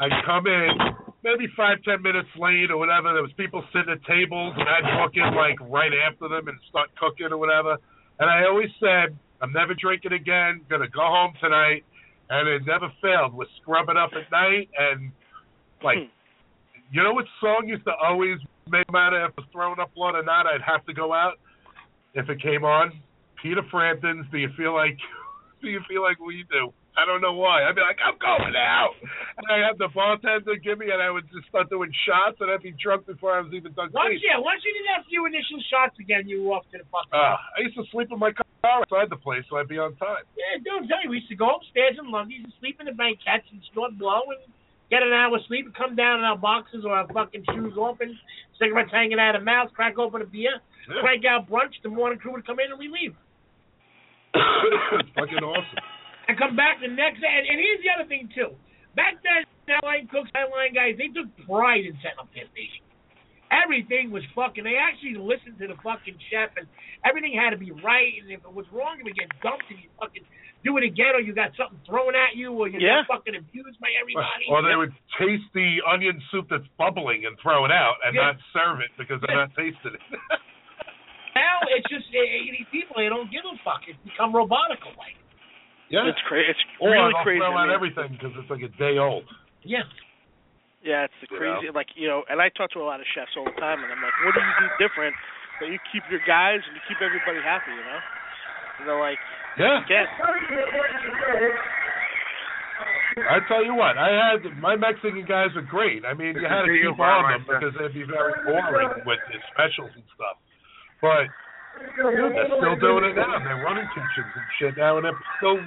I'd come in maybe five, ten minutes late or whatever. There was people sitting at tables, and I'd walk in like right after them and start cooking or whatever. And I always said, I'm never drinking again. Gonna go home tonight, and it never failed. Was scrubbing up at night and like. You know what song used to always make me matter if I was throwing up blood or not? I'd have to go out if it came on. Peter Frampton's Do You Feel Like (laughs) Do You Feel Like We Do? I don't know why. I'd be like, I'm going out. And I have the bartender give me, and I would just start doing shots, and I'd be drunk before I was even done. Once, cleaning. yeah, once you did that few initial shots again, you were off to the fucking. Uh, I used to sleep in my car outside the place, so I'd be on time. Yeah, dude, I'm telling you, we used to go upstairs in Lundy's and sleep in the banquettes and snort blow and get an hour sleep and come down in our boxes or our fucking shoes open, cigarettes hanging out of mouths, crack open a beer, Yeah. crank out brunch. The morning crew would come in and we leave. it's (coughs) fucking awesome. and come back the next day. And, and here's the other thing too. Back then, outline cooks, outline guys, they took pride in setting up their station. Everything was fucking. They actually listened to the fucking chef, and everything had to be right. And if it was wrong, it would get dumped, and you fucking do it again, or you got something thrown at you, or you Yeah. got fucking abused by everybody. Or they would taste the onion soup that's bubbling and throw it out and Yeah. not serve it because they're not tasting it. now it's just eh, eh, these people. They don't give a fuck. It's become robotical. Like Yeah. It's crazy. It's (laughs) or really I'll crazy. Throw I out mean- everything because it's like a day old. yeah. Yeah, it's the You crazy. know? Like you know, and I talk to a lot of chefs all the time, and I'm like, what do you do different that you keep your guys and you keep everybody happy? You know, and they're like, Yeah. Get. I tell you what, I had my Mexican guys were great. I mean, (laughs) you had to keep on them because they'd be (laughs) very boring with the specials and stuff. But dude, they're still doing it now. They're running kitchens and shit now, and they're still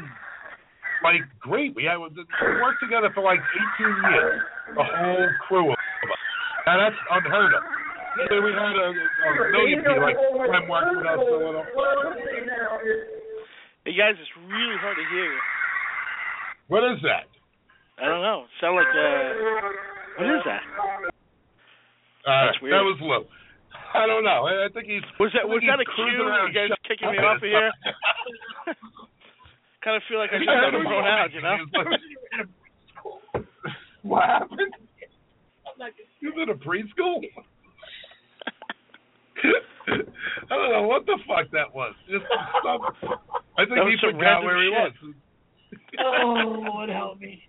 like great. We had we worked together for like 18 years, the whole crew of us. Now that's unheard of. I mean, we had a, a million people like Clem worked with us a little. hey guys, it's really hard to hear you. What is that? I don't know. It sound like uh, what is that? Uh, That's weird. That was Lou. I don't know. I I think he's Was that I was think that a he's cue? cruising You around guys shut- kicking me off of (laughs) here? kind of feel like I should have been thrown out. You know? (laughs) what happened? You was in a preschool? (laughs) I don't know what the fuck that was. Just some, I think That was he some forgot random where he was. shit. Oh Lord, help me.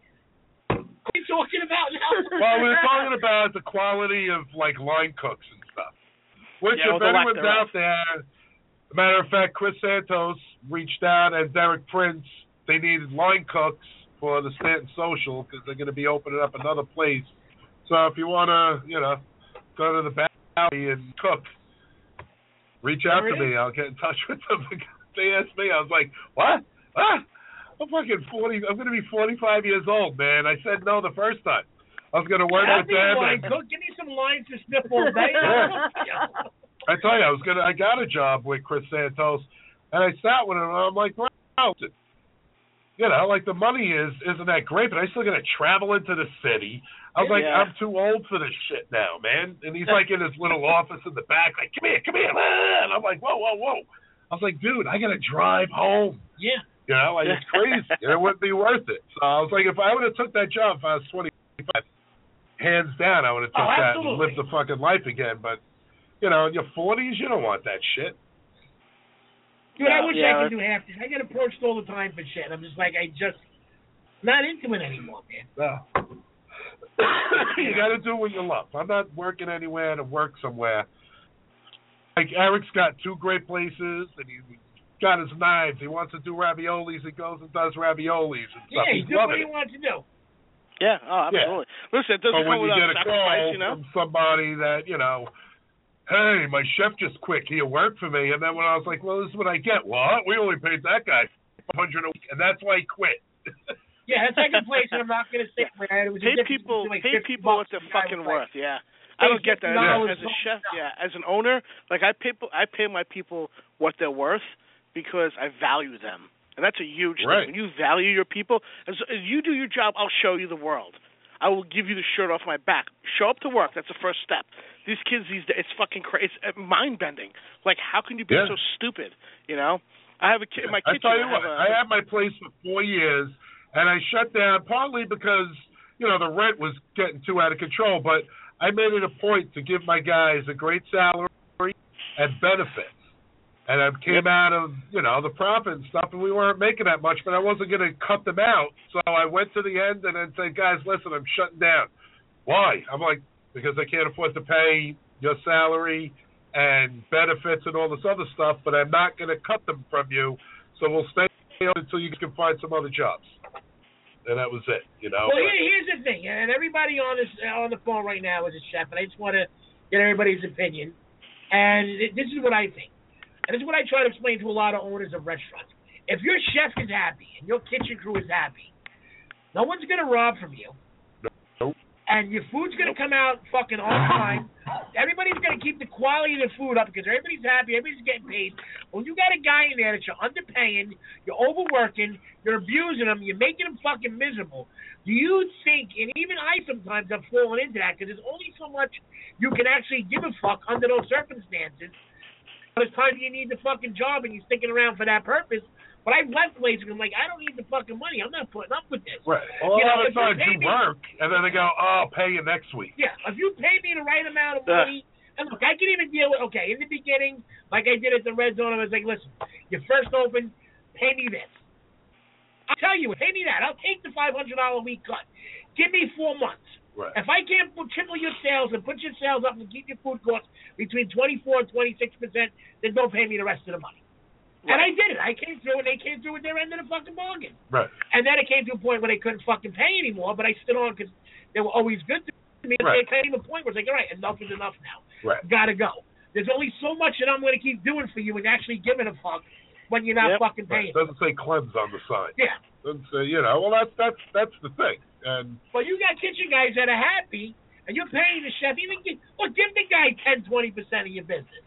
What are you talking about now? Well, we were talking about the quality of like line cooks and stuff. Which, Yeah, if with the lack thereof. anyone's out there, matter of fact, Chris Santos reached out and Derek Prince. They needed line cooks for the Stanton Social because they're going to be opening up another place. So if you want to, you know, go to the back alley and cook, reach out There to it me. I'll get in (laughs) touch with them. they asked me. I was like, what? Ah, I'm fucking 40. I'm going to be 45 years old, man. I said no the first time. I was going to work Have me with them. wine, and- cook. Give me some lines to sniff all day. Yeah. I tell you, I was gonna. I got a job with Chris Santos, and I sat with him, and I'm like, wow, you know, like the money is isn't that great, but I still gotta travel into the city. I was like, Yeah. I'm too old for this shit now, man. And he's like in his little office in the back, like, come here, come here, (laughs) ah, and I'm like, whoa, whoa, whoa. I was like, dude, I gotta drive home. Yeah. You know, like it's (laughs) crazy. and it wouldn't be worth it. So I was like, if I would have took that job if I was 25, hands down, I would have took Oh, that and absolutely. lived the fucking life again. But you know, in your 40s, you don't want that shit. Dude, I wish Yeah, I could do half this. I get approached all the time for shit. I'm just like, I just not into it anymore, man. No. (coughs) you got to do what you love. I'm not working anywhere to work somewhere. Like Eric's got two great places, and he's got his knives. He wants to do raviolis. He goes and does raviolis and Yeah, stuff. you He's do what loving you it. want to do. Yeah. Oh, Yeah. absolutely. Listen, it But doesn't when come you without get a sacrifice, call you know. from somebody that you know, hey, my chef just quit. He'll work for me. And then when I was like, well, this is what I get. What? We only paid that guy 500 a week, and that's why he quit. Yeah, that's second place, and I'm not gonna say man, it was a Pay difference people, between, like, pay 50 people what bucks they're and the guy fucking was, like, worth. Yeah, I don't get that $50 as a bucks. chef. Yeah, as an owner, like I pay, people- I pay my people what they're worth because I value them, and that's a huge Right. thing. When you value your people, as, as you do your job, I'll show you the world. I will give you the shirt off my back. Show up to work. That's the first step. These kids these days, it's fucking crazy. It's mind bending. Like, how can you be Yeah. so stupid? You know, (laughs) I have a kid in my kitchen. I tell you I what, have a- I had my place for four years, and I shut down partly because you know the rent was getting too out of control. But I made it a point to give my guys a great salary and benefits, and I came out of you know the profit and stuff, and we weren't making that much, but I wasn't going to cut them out. So I went to the end and then said, guys, listen, I'm shutting down. Why? I'm like because I can't afford to pay your salary and benefits and all this other stuff, but I'm not going to cut them from you. So we'll stay on until you can find some other jobs. And that was it, you know. Well, here, here's the thing, and everybody on this on the phone right now is a chef, and I just want to get everybody's opinion. And it- this is what I think, and this is what I try to explain to a lot of owners of restaurants. If your chef is happy and your kitchen crew is happy, no one's gonna rob from you. Nope. And your food's gonna come out fucking on time. Everybody's gonna keep the quality of the food up because everybody's happy, everybody's getting paid. When you got a guy in there that you're underpaying, you're overworking, you're abusing him, you're making him fucking miserable. Do you think, and even I sometimes have fallen into that because there's only so much you can actually give a fuck under those circumstances. But it's time you need the fucking job and you're sticking around for that purpose. But I've left places and I'm like, I don't need the fucking money. I'm not putting up with this. Right. A lot You know, of if you times pay you me- work, and then they go, oh, I'll pay you next week. Yeah, if you pay me the right amount of Yeah. money And look, I can even deal with okay in the beginning, like I did at the Red Zone. I was like, listen, you first open, pay me this. I'll tell you, pay me that. I'll take the five hundred dollar a week cut. Give me four months. Right. If I can't put- triple your sales and put your sales up and keep your food costs between 24 and 26 percent, then don't pay me the rest of the money. And I did it. I came through, and they came through with their end of the fucking bargain. Right. And then it came to a point where they couldn't fucking pay anymore, but I stood on because they were always good to me. Right. It came to a point where it's like, all right, enough is enough now. Right. Gotta go. There's only so much that I'm going to keep doing for you and actually giving a fuck when you're not Yep. fucking paying. Right. Doesn't say cleanse on the sign. Yeah. Doesn't say you know. Well, that's that's that's the thing. And But you got kitchen guys that are happy, and you're paying the chef. Even give, look, give the guy 10, 20 percent of your business.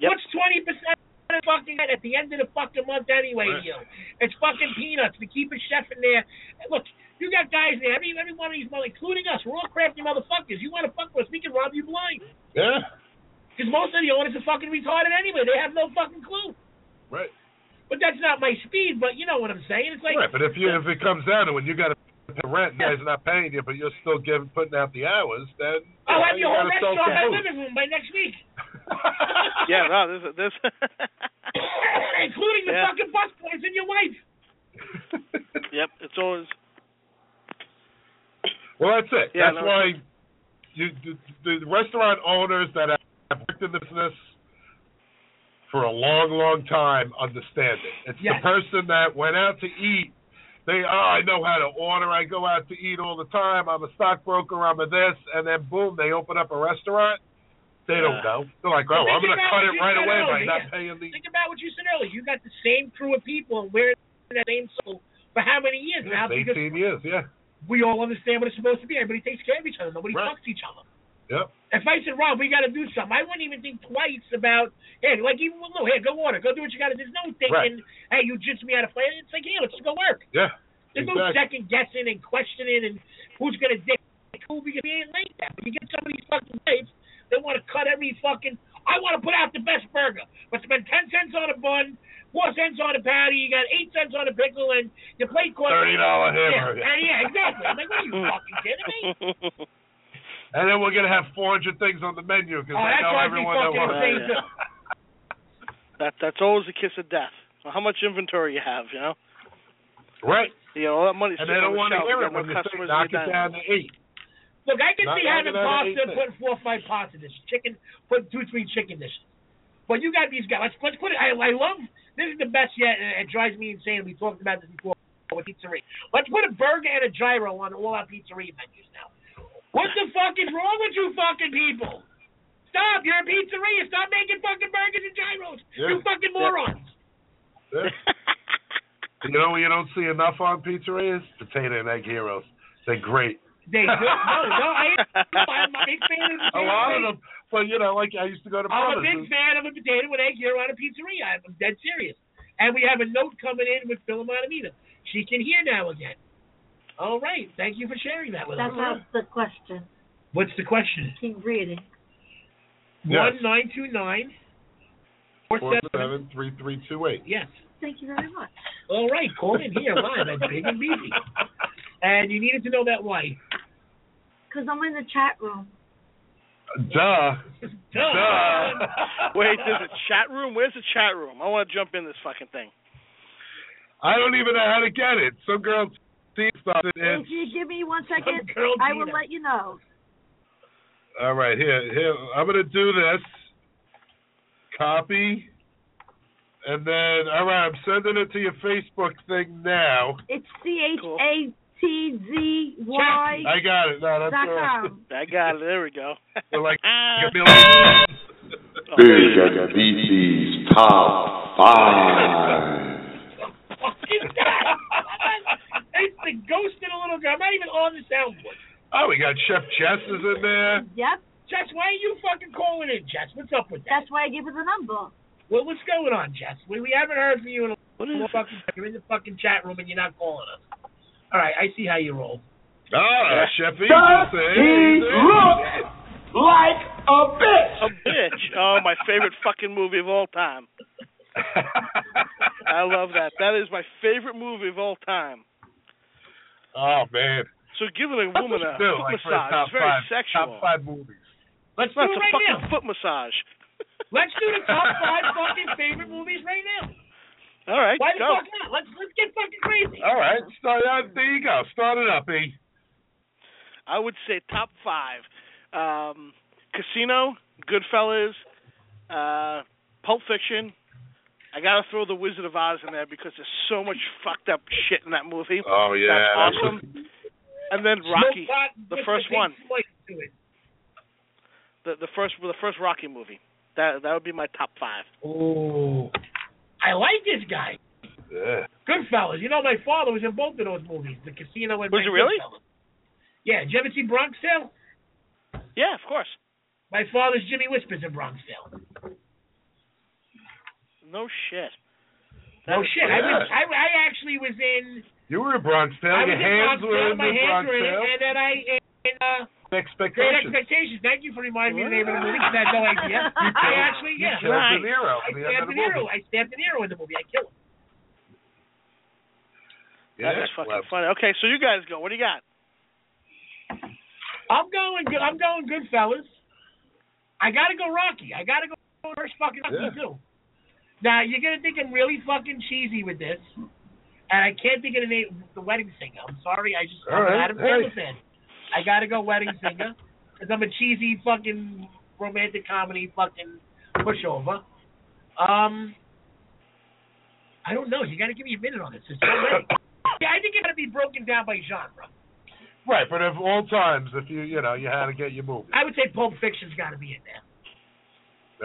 What's twenty percent of fucking at the end of the fucking month anyway? Right. You, it's fucking peanuts to keep a chef in there. And Look, you got guys there. Every every one of these, mother- including us, we're all crafty motherfuckers. You want to fuck with us? We can rob you blind. yeah, Because most of the owners are fucking retarded anyway. They have no fucking clue. right, But that's not my speed. But you know what I'm saying? It's like right. But if you if it comes down to it, you got to pay rent, and guys are not paying you, but you're still giving putting out the hours, then you I'll know, have you your whole gotta sell restaurant some by food. living room by next week. (laughs) yeah, no, this this (coughs) including the Yeah. fucking bus boys and your wife. yep, it's always Well, that's it. Yeah, no, that's why you the, the restaurant owners that have worked in the business for a long, long time understand it. It's Yes. the person that went out to eat. They, oh, I know how to order. I go out to eat all the time. I'm a stockbroker. I'm a this, and then boom, they open up a restaurant. They don't Yeah. know. They're like, But oh, I'm think going to about cut what it you right said away by earlier. not paying the. Think about what you said earlier. You got the same crew of people and we're in that same soul for how many years now? It's Because 18 years, yeah, we all understand what it's supposed to be. Everybody takes care of each other. Nobody Right. fucks each other. yep, If I said, Rob, we got to do something, I wouldn't even think twice about, hey, like even with Lou, hey, go order, go do what you got to do. There's no thinking, hey, you just me out of play. It's like, hey, let's just go work. yeah. There's no Exactly. second guessing and questioning and who's gonna dick who because we ain't like that. When you get some of these fucking tapes, they wanna cut every fucking I wanna put out the best burger, but spend ten cents on a bun, four cents on a patty, you got eight cents on a pickle and your plate costs $30 hamburger. Yeah, and yeah, exactly. I'm like, what are you fucking kidding me? And then we're going to have 400 things on the menu because Oh, I that's know why we everyone that fucking wants say it. (laughs) that that's always the kiss of death. Well, how much inventory you have, you know? Right. You know, all that money's And sitting they don't on want the shelf. to hear you it got no when you say customers knock in your it down dining to room. eight. Look, I can Not- see not having gonna have pasta, anything. putting four or five pasta dishes, chicken, put two, three chicken dishes. But you got these guys. Let's, let's put it. I, I love this is the best yet, and it drives me insane. We talked about this before with pizzeria. Let's put a burger and a gyro on all our pizzeria menus now. What the fuck is wrong with you fucking people? Stop! You're a pizzeria. Stop making fucking burgers and gyros. Yeah. You fucking Yeah. (laughs) morons. you know what you don't see enough on pizzerias? Potato and egg heroes. They're great. They do. No, no, I, I'm a big fan of. (laughs) A lot of them. But, you know, like I used to go to I'm a big Brothers. fan of a potato with egg here on a pizzeria. I'm dead serious. And we have a note coming in with Philomena Mina. She can hear now again. All right. Thank you for sharing that with That's us. not the question. What's the question? Keep reading. Yes. One nine two nine. Four seven three three two eight. Yes. Thank you very much. All right. Call in here live at Big (laughs) and Beefy. And you needed to know that why. (laughs) Because I'm in the chat room. Duh. Duh. (laughs) (laughs) Wait, there's a chat room? Where's the chat room? I want to jump in this fucking thing. I don't even know how to get it. Some girl sees something and If you give me one second, girl I will Gina. let you know. All right, here, here. I'm gonna do this. Copy, and then all right. I'm sending it to your Facebook thing now. It's C H A T Z Y. I got it. No, that's Dot all. com. I got it. There we go. (laughs) They're like, give me Big at BC's Top (laughs) 5. It's the ghost in a little girl. I'm not even on the soundboard. oh, we got Chef Jess is in there. Yep. Jess, why are you fucking calling in, Jess? What's up with that? That's why I gave her the number. Well, what's going on, Jess? We we haven't heard from you in a What long fucking time. You're in the fucking chat room and you're not calling us. All right, I see how you roll. Oh, Chef Eagles. Does hey, he hey. look like a bitch? A bitch. Oh, my favorite fucking movie of all (laughs) time. I love that. That is my favorite movie of all time. Oh man. So giving a woman a Still, foot like for the massage top is very five, sexual. top five movies. Let's do it That's a right fucking now. foot (laughs) massage. Let's do the top five fucking favorite movies right now. (laughs) All right, Why the go. fuck not? Let's let's get fucking crazy. All right, start out. There you go. Start it up, E. I would say top five: um, Casino, Goodfellas, uh, Pulp Fiction. I gotta throw The Wizard of Oz in there because there's so much fucked up shit in that movie. Oh, yeah, that's that was- awesome. And then Smoke Rocky, pot with the first big one. slice to it. the the first the first Rocky movie. That that would be my top five. Oh, I like this guy. Yeah. Goodfellas. You know, my father was in both of those movies, The Casino and Was my he really? Goodfellas. Yeah. Did you ever see Bronx Tale? Yeah, of course. My father's Jimmy Whispers in Bronx Tale. No shit. That Oh is shit! I was fucking- I, I actually was in. You were in Bronx Tale. I was in Your hands Bronx were Tale. in My the hands Bronx were in it, Tale. and then I in uh, Great Expectations. Expectations. Thank you for reminding me of the name of uh, the movie. 'cause I had no (laughs) idea. You I killed- actually you yeah. killed De Right. Niro I at the end stabbed De of the Nero. movie. I stabbed De Niro in the movie. I killed him. That is fucking funny. Okay, so you guys go. What do you got? I'm going. Good, I'm going Goodfellas. I gotta go Rocky. I gotta go first fucking Rocky Yeah. too. Now you're gonna think I'm really fucking cheesy with this, and I can't think of the name. The Wedding Singer. I'm sorry. I just All I'm right, an Adam all right. Sandler fan. I gotta go Wedding Singer because I'm a cheesy fucking romantic comedy fucking pushover. Um, I don't know. You gotta give me a minute on this. It's so many. yeah, I think it gotta be broken down by genre. Right, but of all times, if you you know you had to get your movie. I would say Pulp Fiction's gotta be in there.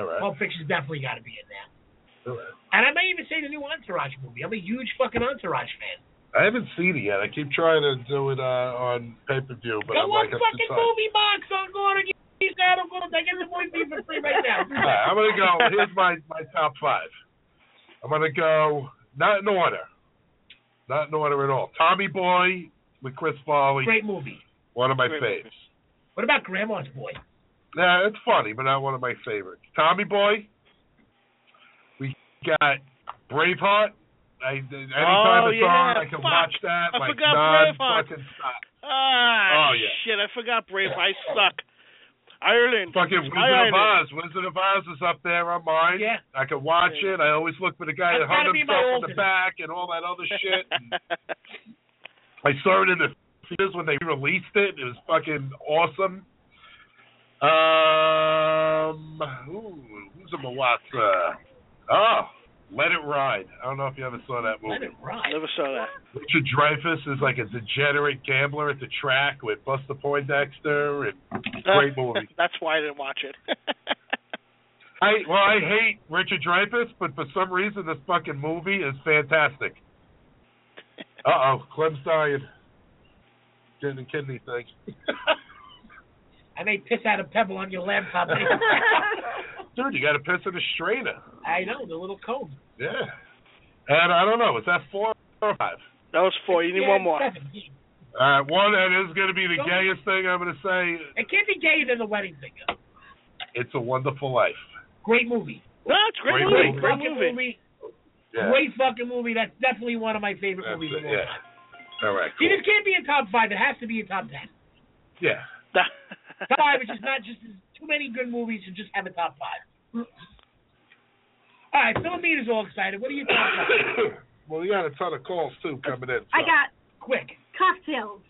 All right. Pulp Fiction's definitely got to be in there. All right. And I may even say the new Entourage movie. I'm a huge fucking Entourage fan. I haven't seen it yet. I keep trying to do it uh, on pay per view, but Go I'm on like, uh, up to fucking time. movie box on Gordon. He's got a little thing in the movie for free right (laughs) now. All right, I'm gonna (laughs) go. Here's my my top five. I'm gonna go not in order, not in order at all. Tommy Boy with Chris Farley, Great movie. one of my Great faves. What about Grandma's (laughs) Boy? Yeah, it's funny, but not one of my favorites. Tommy Boy. We got Braveheart. I, anytime Oh, it's yeah, on, I can fuck. watch that. I like forgot non Braveheart. fucking stop. Ah, Oh, yeah. shit! I forgot Brave. I (laughs) suck. Ireland. Fucking Sky Wizard Island. of Oz. Wizard of Oz is up there on mine. Yeah. I can watch it. I always look for the guy that That's gotta hung be my himself in the alternate. back and all that other shit. (laughs) I saw it in the theaters when they released it. It was fucking awesome. Um, ooh, who's a Malazza? Oh, Let It Ride. I don't know if you ever saw that movie. Right. Never saw that. Richard Dreyfuss is like a degenerate gambler at the track with Buster Poindexter, and Uh, great movie. (laughs) That's why I didn't watch it. (laughs) I well, I hate Richard Dreyfuss, but for some reason this fucking movie is fantastic. Uh oh, Clem's dying. Getting a kidney thing. (laughs) I may piss out a pebble on your laptop. (laughs) Dude, you got to piss in a strainer. I know, the little cone. Yeah. And I don't know, was that four or five? That was four. You need Yeah, one more. seven. Uh, one that is going to be the gayest thing I'm going to say. It can't be gayer than The Wedding Singer. It's a Wonderful Life. Great movie. No, it's a great, Great movie. movie. Great Fucking movie. Yeah. Great fucking movie. That's definitely one of my favorite That's movies of it, all yeah. time. All right. See, Cool. this can't be in top five. It has to be in top ten. Yeah. Top (laughs) five is just not just there's too many good movies to just have a top five. All right, Philomene is all excited. What are you talking about? well, you got a ton of calls, too, coming in. (coughs) I so- got quick cocktails.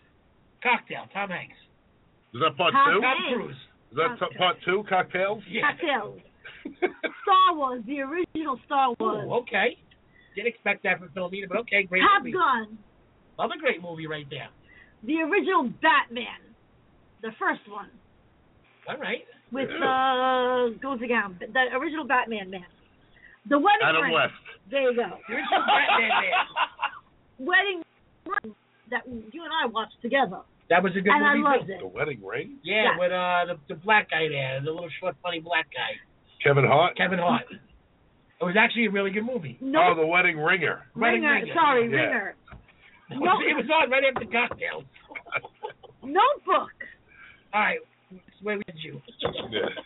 cocktail. Tom Hanks. Is that part Tom two? Tom Hanks. Cruise. Is that t- part two, cocktails? (laughs) Cocktails. Star Wars, the original Star Wars. Ooh, okay. Didn't expect that from Philomena, but okay, great Top movie. Gun, Another great movie right there. the original Batman, the first one All right. with uh goes again the original Batman man. The wedding Adam Ring. West. There you go. The original Batman man. Wedding Ring that you and I watched together. That was a good and movie. I loved too. it. The Wedding Ring? Yeah, with uh the, the black guy there, the little short funny black guy, Kevin Hart? Kevin Hart. It was actually a really good movie. No Oh, The Wedding Ringer. Wedding ringer, Ringer. sorry, Yeah. (laughs) ringer. It was, it was on right after cocktails. (laughs) Notebook. All right, where did you?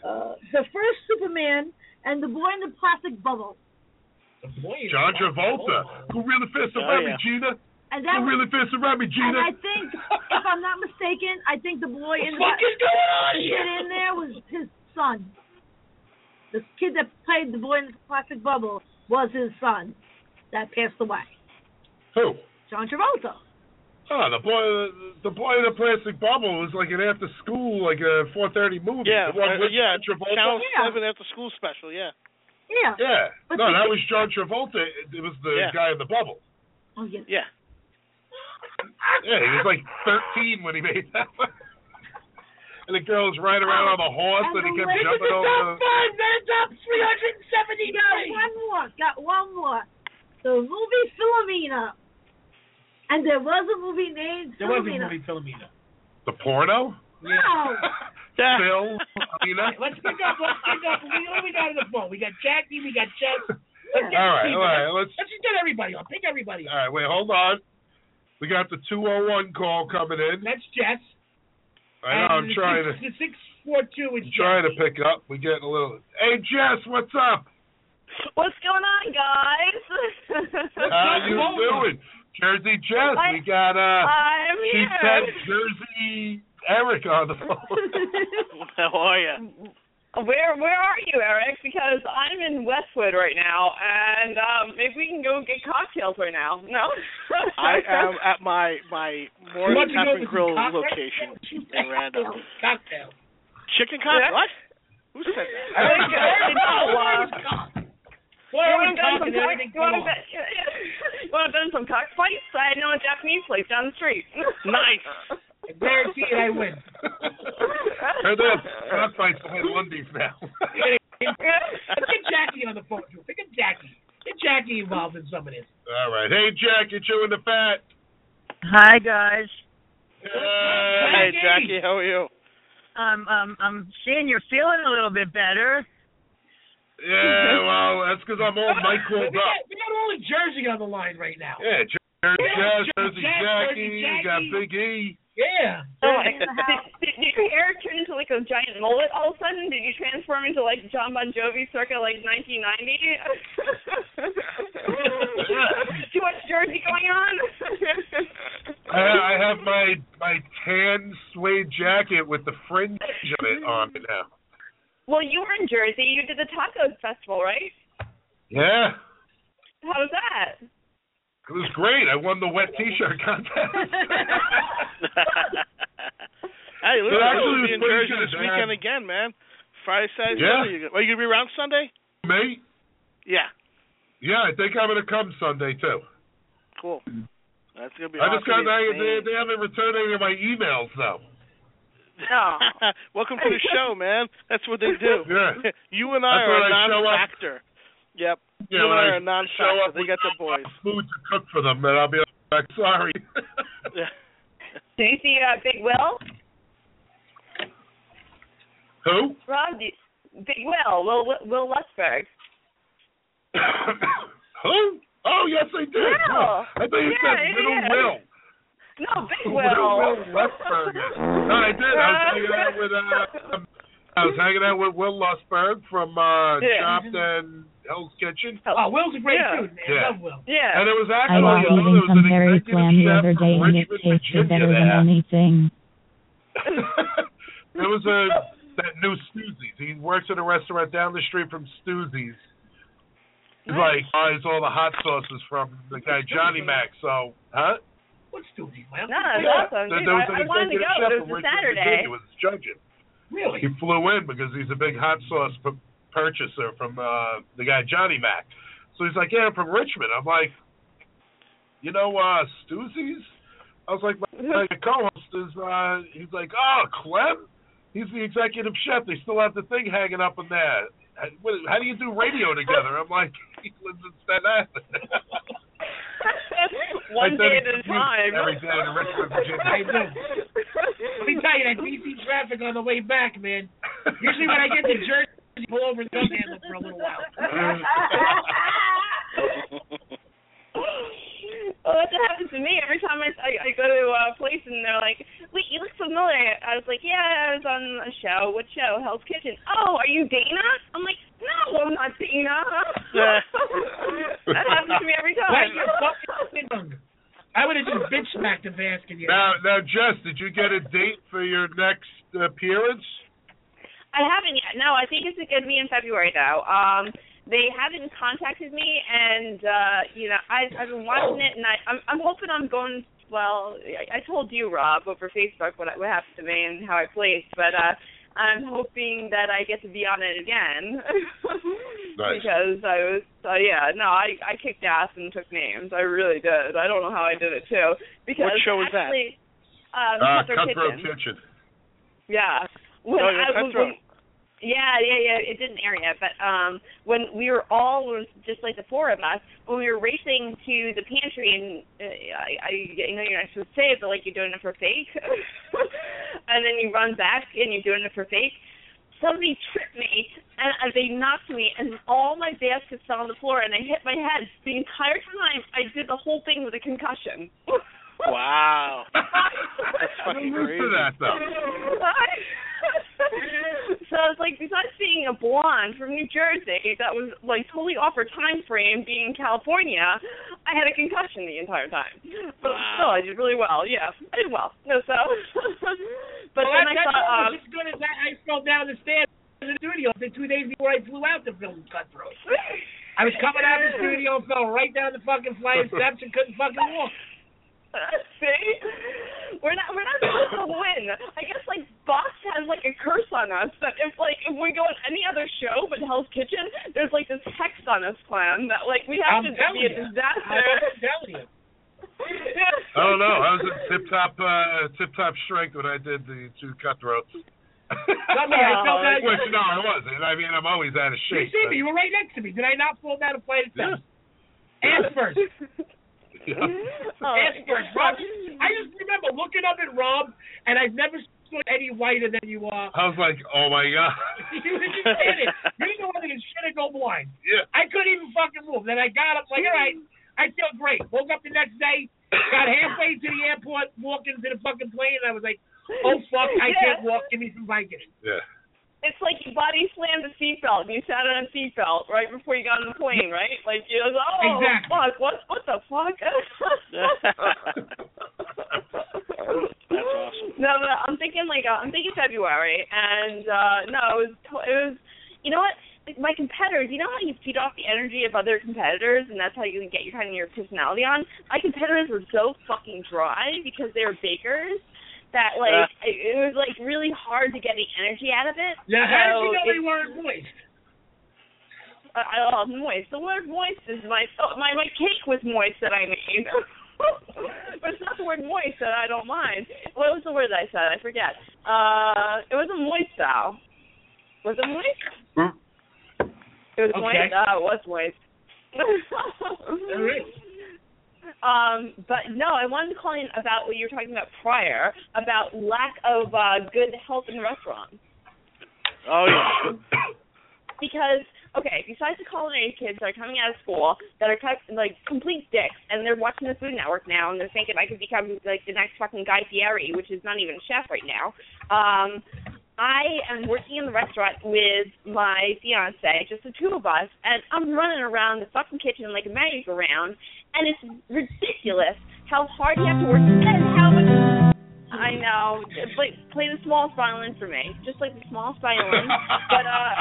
Uh, the first Superman and the boy in the plastic bubble. The boy is John black. Travolta. Oh. Go really fast Oh, around me, yeah. Gina. And that Go was, really fast around me, and I Gina. think if I'm not mistaken, I think the boy in the What the fuck is going on shit here? in there was his son. This kid that played the boy in the plastic bubble was his son that passed away. Who? John Travolta. Oh, the boy, the boy in the plastic bubble was like an after school, like a 4:30 movie. Yeah, The one uh, with yeah, Travolta. Channel Seven after school special. Yeah. Yeah. Yeah. But no, the- that was John Travolta. It it was the Yeah. guy in the bubble. Oh yeah. Yeah. Yeah, he was like (laughs) 13 when he made that one. And the girl was riding around on the horse, and he kept This is the jumping over. top five, then it's up 373. Got one more. Got one more. The movie Philomena. And there was a movie named There was a Philomena. movie Philomena. The porno? No. Phil? Philomena? Let's pick up. Let's pick up. We, what do we got on the phone? We got Jackie. We got (laughs) Jess. Let's get All right, the all right, people. let's- let's just get everybody on. Pick everybody (laughs) All up. right, wait, hold on. We got the 201 call coming in. That's Jess. I know, And I'm the trying to six, The six four two is I'm trying to Jackie. pick up. We're getting a little. Hey, Jess, what's (laughs) up? What's going on, guys? (laughs) How you doing? Jersey Jess, we got uh, I'm she here. said Jersey Eric on the phone. (laughs) How are you? Where where are you, Eric? Because I'm in Westwood right now, and um, maybe we can go get cocktails right now. No, (laughs) I am at my my Morris Want to go Tap and with Grill cocktail? location in Randall. Cocktail. Chicken Yeah. cocktail. What? Who said (laughs) that? I think, uh, no, uh, Why are you want we to done some talking? cock- Everything you want come on. (laughs) to done some cock fights? I know a Japanese place down the street. (laughs) Nice. I guarantee you I win. Heard that? Cockfights behind Lundy's (laughs) now. Let's get Jackie on the phone too. Pick up Jackie. Get Jackie involved in some of this. All right. Hey, Jack, you chewing the fat. Hi guys. Hey Jackie, how are you? Um, um, I'm seeing you're feeling a little bit better. Yeah, well, that's because I'm all microed we up. got, we got all of Jersey on the line right now. Yeah, Jer- Jersey Jack, Jess, Jersey Jackie, Jersey you got Jackie. Big E. Yeah. Oh, did, did, did (laughs) your hair turn into like a giant mullet all of a sudden? Did you transform into like John Bon Jovi circa like (laughs) 1990? (laughs) Too much Jersey going on. I, I have my my tan suede jacket with the fringe of it on it now. well, you were in Jersey. You did the tacos festival, right? Yeah, How was that? (laughs) it was great. I won the wet T-shirt (laughs) contest. Hey, It listen, actually we'll was be in pretty Jersey good, this man. weekend again, man. Friday, Saturday, Yeah. Sunday. You go- Are you gonna be around Sunday? Me? Yeah. Yeah, I think I'm gonna come Sunday too. Cool. That's gonna be. I just got awesome. they, they they haven't returned any of my emails though. (laughs) Welcome (laughs) to the show, man. That's what they do. Yeah. You and I That's are when a I show up. non-factor. Yep. Yeah, you and when I I are a show non-factor. up They got the boys. (laughs) Food to cook for them, and I'll be like, sorry. (laughs) Do you see uh, Big Will? Who? Rob, do you- Big Will, Will, Will Westberg. (coughs) Who? Oh yes, I did. Will. Huh. I (laughs) thought you Yeah, said yeah, Little yeah. Will. No, Big Will. (laughs) Little Will Westberger. No, I did. I was hanging out (laughs) with uh, um, I was hanging out with Will Lustberg from uh, Yeah. Chopped and Hell's Kitchen. Oh, Will's a great Yeah. dude, man. Yeah. I love Will. Yeah. And it was I actually was you know, eating there was some an Harry Slam the other day and it tasted better than anything. (laughs) there was a that new Snoozie's. He works at a restaurant down the street from Snoozie's. He's like buys all the hot sauces from the guy Johnny Mac. So, huh? What's Snoozie's, man? No, that's yeah. awesome. There, Dude, there I, was an I wanted to executive go, chef but it from was a Richmond, Saturday. Virginia was judging. Really? He flew in because he's a big hot sauce p- purchaser from uh the guy Johnny Mac. So he's like, yeah, I'm from Richmond. I'm like, you know, uh, Stuzzi's? I was like, (laughs) my, my co-host is, uh, he's like, oh, Clem? He's the executive chef. They still have the thing hanging up in there. How, what, how do you do radio together? I'm like, (laughs) he lives in Staten Island. One I day said at a it's time. Every day in Richmond, (laughs) I Virginia. do. Let me tell you, that DC traffic on the way back, man. Usually when I get to Jersey, pull over the gun handle for a little while. well, Oh, that's what happens to me every time I I, I go to a place and they're like, "Wait, you look familiar." I was like, "Yeah, I was on a show. What show? Hell's Kitchen." Oh, are you Dana? I'm like, "No, I'm not Dana." (laughs) (laughs) that happens to me every Bite time. your (laughs) fucking tongue. I would have just bitch smacked him for asking you. Now, now, Jess, did you get a date for your next appearance? I haven't yet. No, I think it's going to be in February though. Um, they haven't contacted me, and uh, you know, I, I've been watching it, and I, I'm, I'm hoping I'm going. Well, I, I told you, Rob, over Facebook what what happened to me and how I placed, but uh, I'm hoping that I get to be on it again (laughs) Nice. because I was. Uh, yeah, no, I I kicked ass and took names. I really did. I don't know how I did it too. Because What show was that? actually, that? Um, Uh, Cutthroat Cutthroat Kitchen. Kitchen. Yeah. When Oh, yeah, I, when, Cutthroat. when- yeah, yeah, yeah. It didn't air yet, but um, when we were all it was just like the four of us, when we were racing to the pantry, and uh, I, I, you know, you're not supposed to say it, but like you're doing it for fake, (laughs) and then you run back and you're doing it for fake. Somebody tripped me, and uh, they knocked me, and all my baskets fell on the floor, and I hit my head the entire time. I did the whole thing with a concussion. (laughs) Wow. That's fucking Listen to crazy. that, though. (laughs) so I was like, besides being a blonde from New Jersey, that was like totally off her time frame, being in California, I had a concussion the entire time. But Wow. still, I did really well. Yeah, I did well. No, so. (laughs) but well, that, then I that thought, show um, was as good as that. I fell down the stairs in the studio the two days before I flew out to film Cutthroat. I was coming out of the studio and fell right down the fucking flight of steps and couldn't fucking walk. (laughs) See, we're not we're not supposed to win. I guess like Box has like a curse on us that if like if we go on any other show but Hell's Kitchen, there's like this hex on us plan that like we I'm have to telling be a you. disaster. I'm telling you. I don't know. I was at tip top, uh, tip top strength when I did the two cutthroats. I felt that- Which no, I wasn't. I mean, I'm always out of You shape. see but- me? You were right next to me. Did I not fall down a flight of steps? Ass first. (laughs) Oh, Ass first. Rob, I just remember looking up at Rob, and I've never seen any whiter than you are. I was like, oh my god. (laughs) you understand it. You're the one that is shit and go blind. Yeah. I couldn't even fucking move. Then I got up like, all right, I feel great. Woke up the next day, got halfway to the airport, walking to the fucking plane, and I was like, oh fuck, I can't walk. Give me some blankets. Yeah. It's like you body slammed a seatbelt and you sat on a seatbelt right before you got on the plane, right? Like you was oh Exactly. fuck, what what the fuck? (laughs) That's awesome. No, but I'm thinking like uh, I'm thinking February, and uh no, it was to- it was you know what like my competitors. You know how you feed off the energy of other competitors, and that's how you get your kind of your personality on. My competitors were so fucking dry because they were bakers that like Ah. it, it was like really hard to get the energy out of it. Now, how did you So know it- they weren't moist? I, I love moist. The word moist is my oh, my my cake was moist that I made. (laughs) but it's not the word moist that I don't mind. What was the word that I said? I forget. Uh, it was a moist though. Was it moist? It was Mm. Okay. moist. Uh, it was moist. (laughs) All right. Um, but no, I wanted to call in about what you were talking about prior about lack of uh, good health in restaurants. Oh yeah. (coughs) because okay, besides the culinary kids that are coming out of school that are cut, like complete dicks, and they're watching the Food Network now, and they're thinking I could become like the next fucking Guy Fieri, which is not even a chef right now. Um, I am working in the restaurant with my fiance, just the two of us, and I'm running around the fucking kitchen like a merry-go-round, and it's ridiculous how hard you have to work and how much. I know, like play the smallest violin for me, just like the smallest violin. but uh,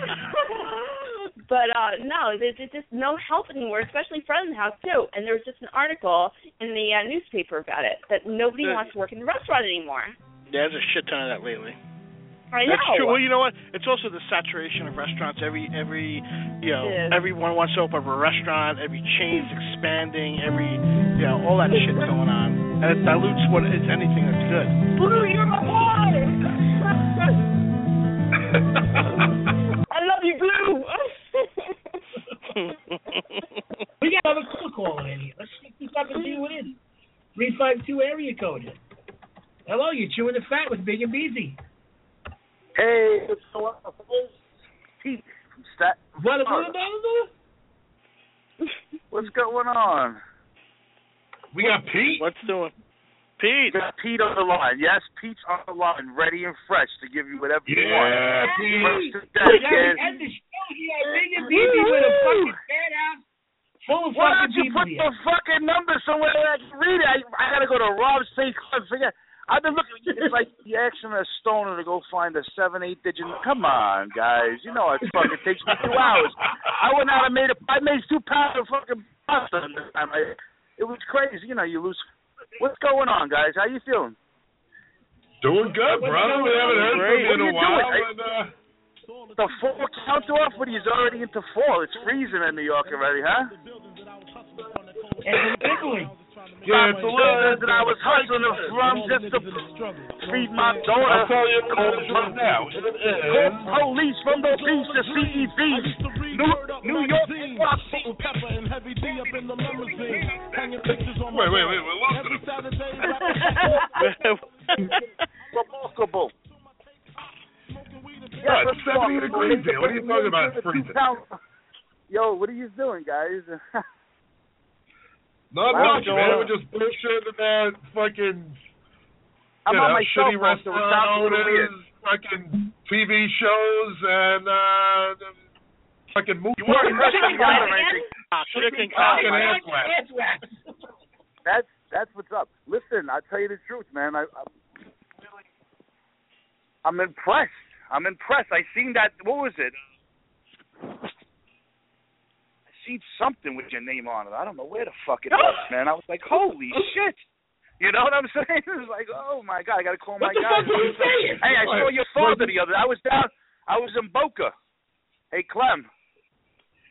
(laughs) but uh, no, there's, there's just no help anymore, especially front of the house too. And there was just an article in the uh, newspaper about it that nobody Yeah. wants to work in the restaurant anymore. There's a shit ton of that lately. I That's know. true. Well, you know what? It's also the saturation of restaurants. Every every you know Yes. everyone wants to open up a restaurant. Every chain's expanding. Every you know all that shit's going on, and it dilutes what it's anything that's good. Blue, you're my (laughs) boy. I love you, Blue. We got another call calling in here. Let's see if fucking see what it is. 352 area code. Hello, you chewing the fat with Big and Beezy. Hey, what's going on? Pete from Staten (laughs) Brother, Florida. brother, brother. What's going on? We got Pete. What's doing? Pete. We got Pete on the line. Yes, Pete's on the line, ready and fresh to give you whatever you Yeah, want. Pete. Fresh to Yeah, we death, kid. end the show here. Big and Beezy with a fucking fat ass full of Why fucking don't you people put here. the fucking number somewhere where I can read it? I, I gotta go to Rob St. Clair and figure. (laughs) I've been looking. It's like you're asking a stoner to go find a seven, eight digit. Come on, guys. You know it fucking takes me two hours. I would not have made a. I made two pounds of fucking pasta this time. I, it was crazy. You know, you lose. What's going on, guys? How you feeling? Doing good, brother. We haven't heard from you in a while. and, uh, the four count off, but he's already into fall. It's freezing in New York already, huh? Yeah, it's a little- Said that I was hustling the slum just to feed my daughter. I'll tell you the cold right now. It Call is- police from the beach to CEBs. New, New York is my city. Wait, wait, wait. We're listening. (laughs) (laughs) Remarkable. Yeah, it's 70 degrees there. What are you talking about? It's freezing. Yo, what are you doing, guys? Not Wow, much, Joel. man. We're just bullshitting that fucking I'm you on know, my cell shitty phone, so it sounds a restaurant little owners, weird. fucking TV shows, and uh, the fucking movies. You weren't impressed with that, (laughs) Chicken cock and ass wax. That's that's what's up. Listen, I tell you the truth, man. I, I'm really- I'm impressed. I'm impressed. I seen that. What was it? I seen something with your name on it. I don't know where the fuck it (laughs) was, man. I was like, holy shit. You know what I'm (laughs) saying? It was like, oh my god, I gotta call my What the guy. fuck are you saying? Hey, I saw your father What? the other. I was down. I was in Boca. Hey, Clem.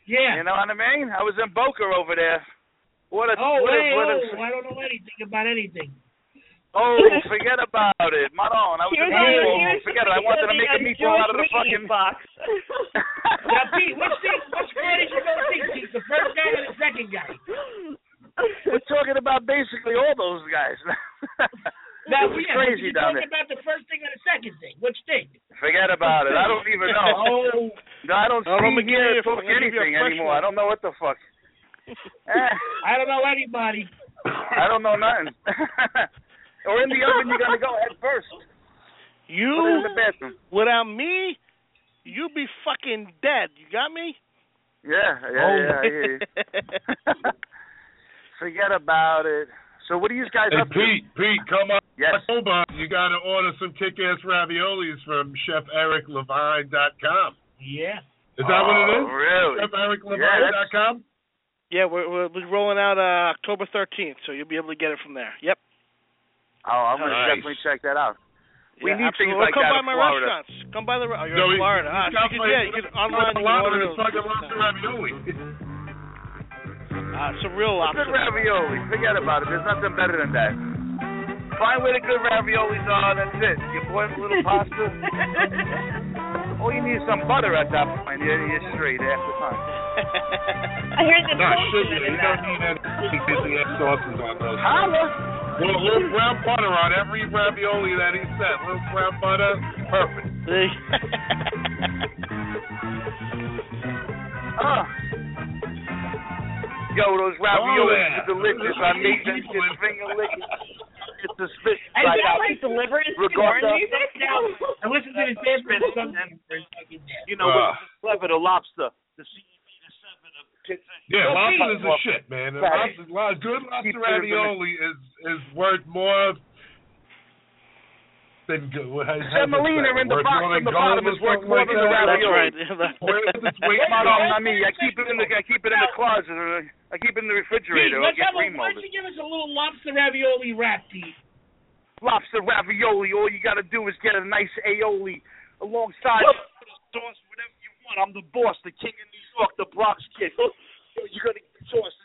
Yeah. You know what I mean? I was in Boca over there. What a Oh, what a, hey, what a, oh, I don't know anything about anything. Oh, forget about it. Maron, I was He in was on- meatball. he was Forget it. I wanted to eating make a a meatball out of the Jewish fucking meat box. (laughs) now, Pete, what's the what's Friday's you gonna think, Pete? The first guy or the second guy? We're talking about basically all those guys. (laughs) Now, It was yeah, crazy you down talking about the first thing or the second thing? Which thing? Forget about it. I don't even know. Oh. No, I don't Oh, let me see give here you- let me talk give you a anything fresh anymore. one. I don't know what the fuck. (laughs) Uh, I don't know anybody. I don't know (laughs) nothing. (laughs) or in the oven, you're gonna go head first. Put it in You the bathroom. without me, you be fucking dead. You got me? Yeah, yeah, Oh, yeah. I (laughs) hear you. Forget about it. So what are you guys Hey, up Pete, Pete, come on Yes. over. You got to order some kick-ass raviolis from ChefEricLevine.com. Yeah. Is that what it is? Oh, really? ChefEricLevine.com? Yeah, we're we're we're rolling out uh, October thirteenth, so you'll be able to get it from there. Yep. to? Oh, I'm gonna Nice. definitely check that out. We Yeah, need absolutely. things Or like come that by in my Florida. restaurants. Come by the re- oh, you're No, in he- Florida. Ah, he's so you got can, my- yeah, you can he's got online. a You can lot of order his those. fucking lobster ravioli. Uh, some real lobster. Good ravioli. Forget about it. There's nothing better than that. Find where the good raviolis are. That's it. You boil a little pasta. (laughs) (laughs) oh, you need some butter at that point. You're, you're straight after time. I heard the Nah, potion shit, in you don't that. need any fancy ass sauces on those. Holla. Well, little brown butter on every ravioli that he sent. Little brown butter, perfect. (laughs) Ah. Yo, those Oh, raviolis yeah. are delicious. I made them shit finger (laughs) licking. It's a spit. Is right that out. like deliverance to Regards up. music? (laughs) I listen to this dance band sometimes. You know, Uh. what's clever, the lobster. The Yeah, Well, lobster Pete- is the shit, man. And Right. lobster, lo- good Keep lobster it in the ravioli is is worth more than good. what- how's that Semolina say? in the Worth box more in the gold bottom or is worth something more like than the that? ravioli. (laughs) That's Where is its (laughs) weight? Not on I mean, I keep it in the I keep it in the closet. Or I keep it in the Pete, refrigerator. Or let's get have a, why remolded. don't you give us a little lobster ravioli wrap, Pete? Lobster ravioli. All you gotta do is get a nice aioli alongside sauce, whatever you want. I'm the boss, the king of New York, the Bronx kid. Yo, You're gonna get sauce.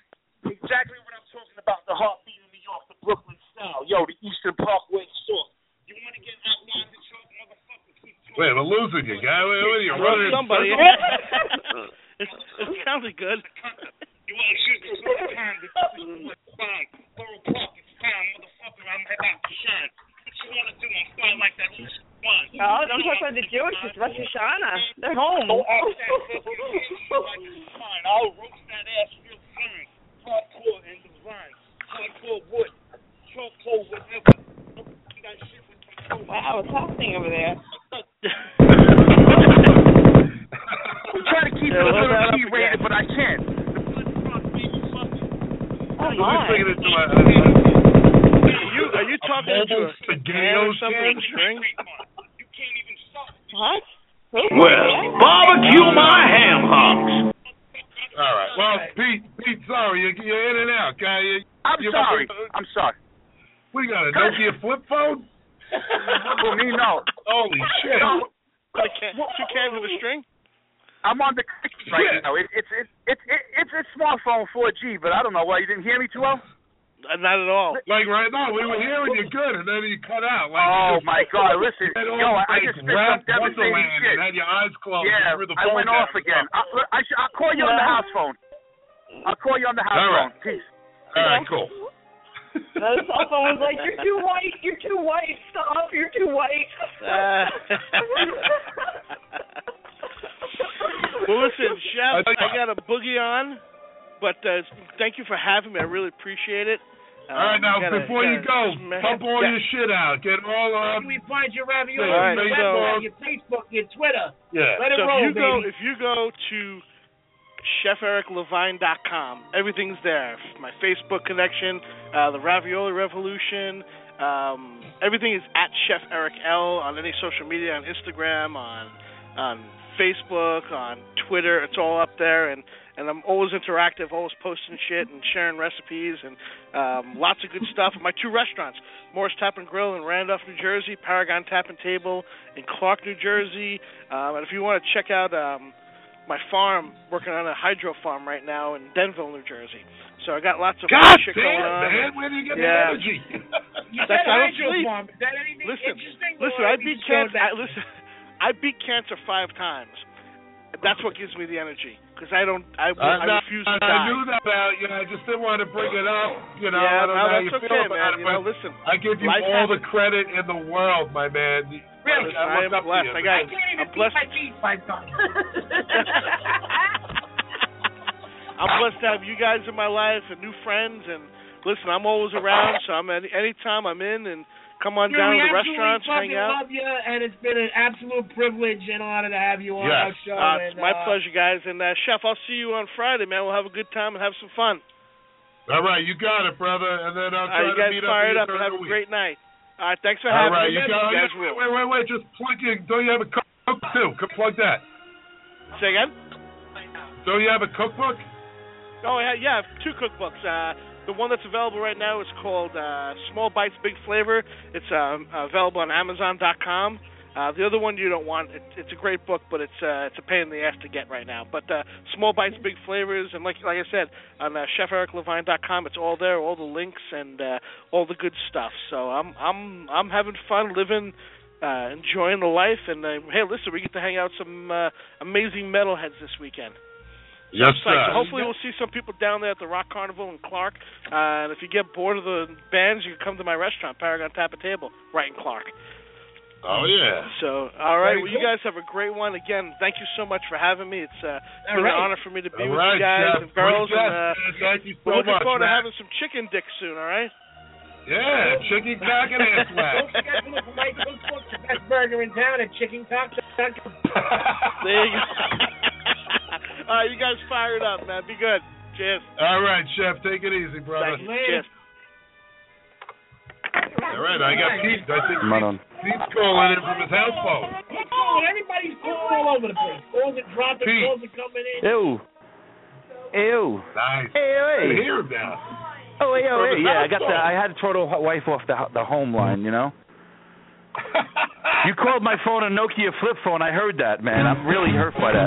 Exactly what I'm talking about. The heartbeat of New York, the Brooklyn style. Yo, the Eastern Parkway sauce. You wanna get outlined in sauce, motherfucker? Keep Wait, we're losing you, guy. Wait, wait, you're running in (laughs) Somebody. (laughs) circles. it's, (laughs) it (laughs) sounded good. You want to shoot this all the time? This is what's fine. Four o'clock is fine, motherfucker. I'm about to shine. What you want to do? I'm starting like that. Who's one? Oh, don't talk about the Jewish. It's Rosh Hashanah. They're home. Don't ask that fucking bitch like it's fine. I'll roast that ass real fine. Hardcore and divine. Hardcore wood. Charcoal, whatever. That shit with the coat. (laughs) Wow, it's happening over (laughs) there. I'm trying to keep it Yeah, a well, little that- key rated, but I can't. Oh We're my. taking it to a- a- You are you talking to mobile a, spaghetti Getting or those something, cans? string? What? Well, barbecue my ham hocks. All right. Well, Pete, Pete, sorry, you're, you're in and out, guy. You, I'm you- sorry. I'm sorry. We got a Nokia flip phone. For me, no. (laughs) Holy shit! No, Like can, two cans of a string? I'm on the cookies right Shit. now. It, it's it's it's it's it's smartphone 4G, but I don't know why you didn't hear me too well. Uh, Not at all. Like right now, we were hearing you good, and then you cut out. Like Oh, you just- my God, listen, Had all yo, I- I this, just like, picked rap up devastating Wonderland shit. And had your eyes closed. yeah, threw the I phone went down. off again. I, look, I, sh- I'll call you on the Yeah. house phone. I'll call you on the house All phone. right. Peace. All right, cool. No cell phone was like, you're too white, you're too white, stop, you're too white. Uh. Well, listen, Chef, (laughs) I- I got a boogie on, but uh, thank you for having me. I really appreciate it. Um, All right, now gotta- before you go, gotta smash- pump all Yeah. your shit out. Get all Where up. can we find your ravioli? All right, your so- website, your Facebook, your Twitter. Yeah. Let it so roll, if you go baby. if you go to chefericlevine.com, everything's there. My Facebook connection, uh, the Ravioli Revolution, um, everything is at Chef Eric L on any social media, on Instagram, on on Facebook, on Twitter. It's all up there, and and I'm always interactive, always posting shit and sharing recipes and um, lots of good stuff. My two restaurants, Morris Tap and Grill in Randolph, New Jersey, Paragon Tap and Table in Clark, New Jersey. Um, and if you want to check out um, my farm, working on a hydro farm right now in Denville, New Jersey. So I got lots of God shit damn, going on. man, where do you get the yeah. energy? (laughs) You That's- said I don't hydro sleep. farm. Is that anything Listen, interesting? Listen, or I we beat just going cancer. back I, listen, I beat cancer five times. That's what gives me the energy because I don't. I, will- I, I know- refuse Uh, I to die. knew that about you. I just didn't want to bring it up. You know, yeah, I don't no, know how you that's feel okay, about man. it, You but know, listen, I give you Life all happens. the credit in the world, my man. Really? I I, look am up to blessed. I you. got- I can't even I'm beat blessed. my teeth five times. (laughs) (laughs) I'm blessed to have you guys in my life and new friends. And listen, I'm always around, so I'm at any time I'm in and come on Dude, we down to the absolutely restaurants, fucking hang out. love you, and it's been an absolute privilege and honor to have you on our Yes. show. Uh, it's and, my uh, pleasure, guys. And uh, Chef, I'll see you on Friday, man. We'll have a good time and have some fun. All right, you got it, brother. And then I'll All right, try you guys to meet fire it up up and with you during have a the week. great night. All right, thanks for All having right, me. you man. You got guys it. rule. Wait, wait, wait. Just plug your. Don't you have a cookbook too? Could plug that. Say again? Don't you have a cookbook? Oh yeah, yeah, I have two cookbooks. Uh, the one that's available right now is called uh, Small Bites, Big Flavor. It's um, available on Amazon.com. Uh, the other one you don't want. It, it's a great book, but it's uh, it's a pain in the ass to get right now. But uh, Small Bites, Big Flavors, and like like I said, on uh, ChefEricLevine.com, it's all there, all the links and uh, all the good stuff. So I'm I'm I'm having fun living. Uh, enjoying the life, and uh, hey, listen, we get to hang out with some uh, amazing metalheads this weekend. Yes, Psyched. sir. Hopefully, (laughs) we'll see some people down there at the Rock Carnival in Clark. Uh, and if you get bored of the bands, you can come to my restaurant, Paragon Tap a Table, right in Clark. Oh yeah. So, all right. Very Well, you cool. guys have a great one. Again, thank you so much for having me. It's uh, it's All been right. an honor for me to be All with you right, guys Chef. and girls. What a And, uh, blessing. Thank you so we're looking much, forward to man. having some chicken dick soon. All right. Yeah, chicken cock and (laughs) ass whack. Don't forget to look for my cookbook, the best burger in town at Chicken Cock. (laughs) There you go. all right, you guys (laughs) fire it up, man. Be good. Cheers. All right, chef. Take it easy, brother. Thank you. Cheers. All right, I got Pete. I think Come on. Pete's calling in from his house phone. Oh, everybody's calling all over the place. Calls are dropping, Pete. calls are coming in. Ew. Ew. Nice. Hey, I hey. hear him now. Oh, hey, oh, hey. Yeah, I got the. that. I had to throw the ho- wife off the ho- the home line. You know. you called my phone a Nokia flip phone. I heard that, man. I'm really hurt by that.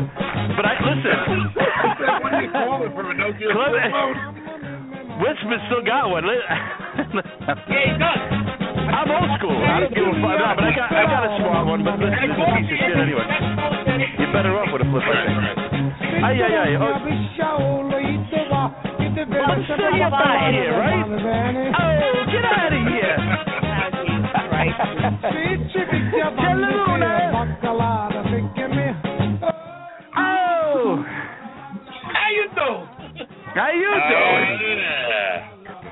But I What are you listen. calling from a Nokia Clever- (laughs) flip phone? Richmond still got one. Li- (laughs) Yeah, he does. I'm old school. I don't give a fuck. No, but I got I got a smart one. But listen, it's a piece of shit anyway. You're better off with a flip, I think. Ay, ay, ay. Oh, I'm still your body here, right? Oh, get out of here. Oh, How you doing? how you doing?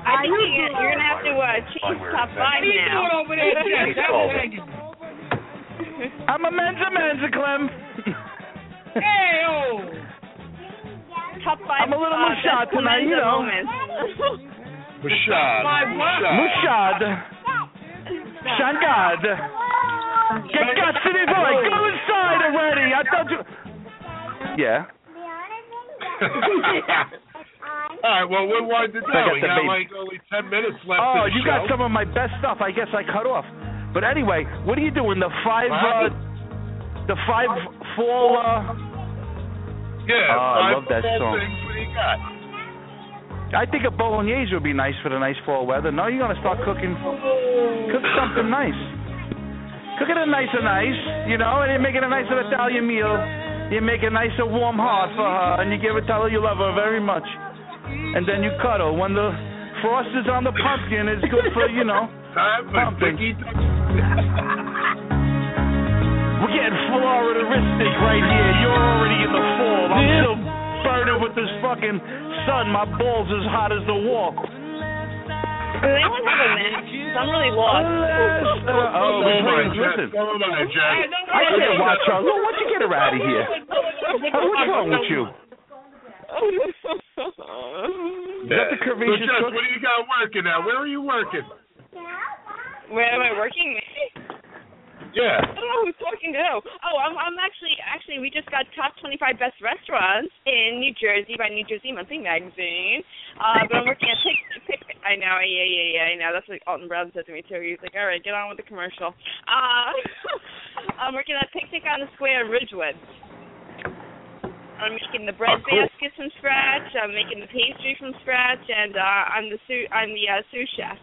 I can't. (laughs) You're gonna have to uh, change top five What are you now. doing over there, Jeff? That was hanging. I'm a men's a men's a Clem. Hey, oh. Top five. I'm a little uh, Moshad best tonight, you women's know. moments. Mushad. (laughs) My what? Mushad. Shankad. Get guts in it, boy. Go inside already. I told you. Yeah. All right, well, we're winding I got down. We the got baby. like only 10 minutes left. Oh, in the you show. got some of my best stuff. I guess I cut off. But anyway, what are you doing? The five, uh, the five fall. Uh, Yeah, Oh, I five love that football song. Things. What do you got? I think a bolognese would be nice for the nice fall weather. No, you're gonna start cooking. Cook something nice. Cook it a nicer nice, you know, and you make it a nicer Italian meal. You make a nicer warm heart for her, and you give it tell her you love her very much. And then you cuddle. When the frost is on the pumpkin, it's good for you know. (laughs) Time for pumpkin. (laughs) Dickie Duck. We're getting Florida-ristic right here. You're already in the fall. I'm still burning with this fucking sun. My balls as hot as the wall. Does anyone have a minute? 'Cause I'm really lost. Oh, we playing. Listen. I can't watch her. Lou, why don't you get her out of here? Hey, What's wrong with you? Is that the curvaceous so, Jess, cook? what do you got working now? Where are you working? (laughs) Where am I working? (laughs) Yeah. I don't know who's talking to who. Oh, I'm I'm actually actually we just got top 25 best restaurants in New Jersey by New Jersey Monthly Magazine. Uh, but I'm working at Pick, Pick I know, yeah, yeah, yeah, I know. That's what Alton Brown said to me too. He's like, all right, get on with the commercial. Uh, (laughs) I'm working at Picnic on the Square in Ridgewood. I'm making the Oh, bread cool. baskets from scratch. I'm making the pastry from scratch, and uh, I'm the sous I'm the uh, sous chef.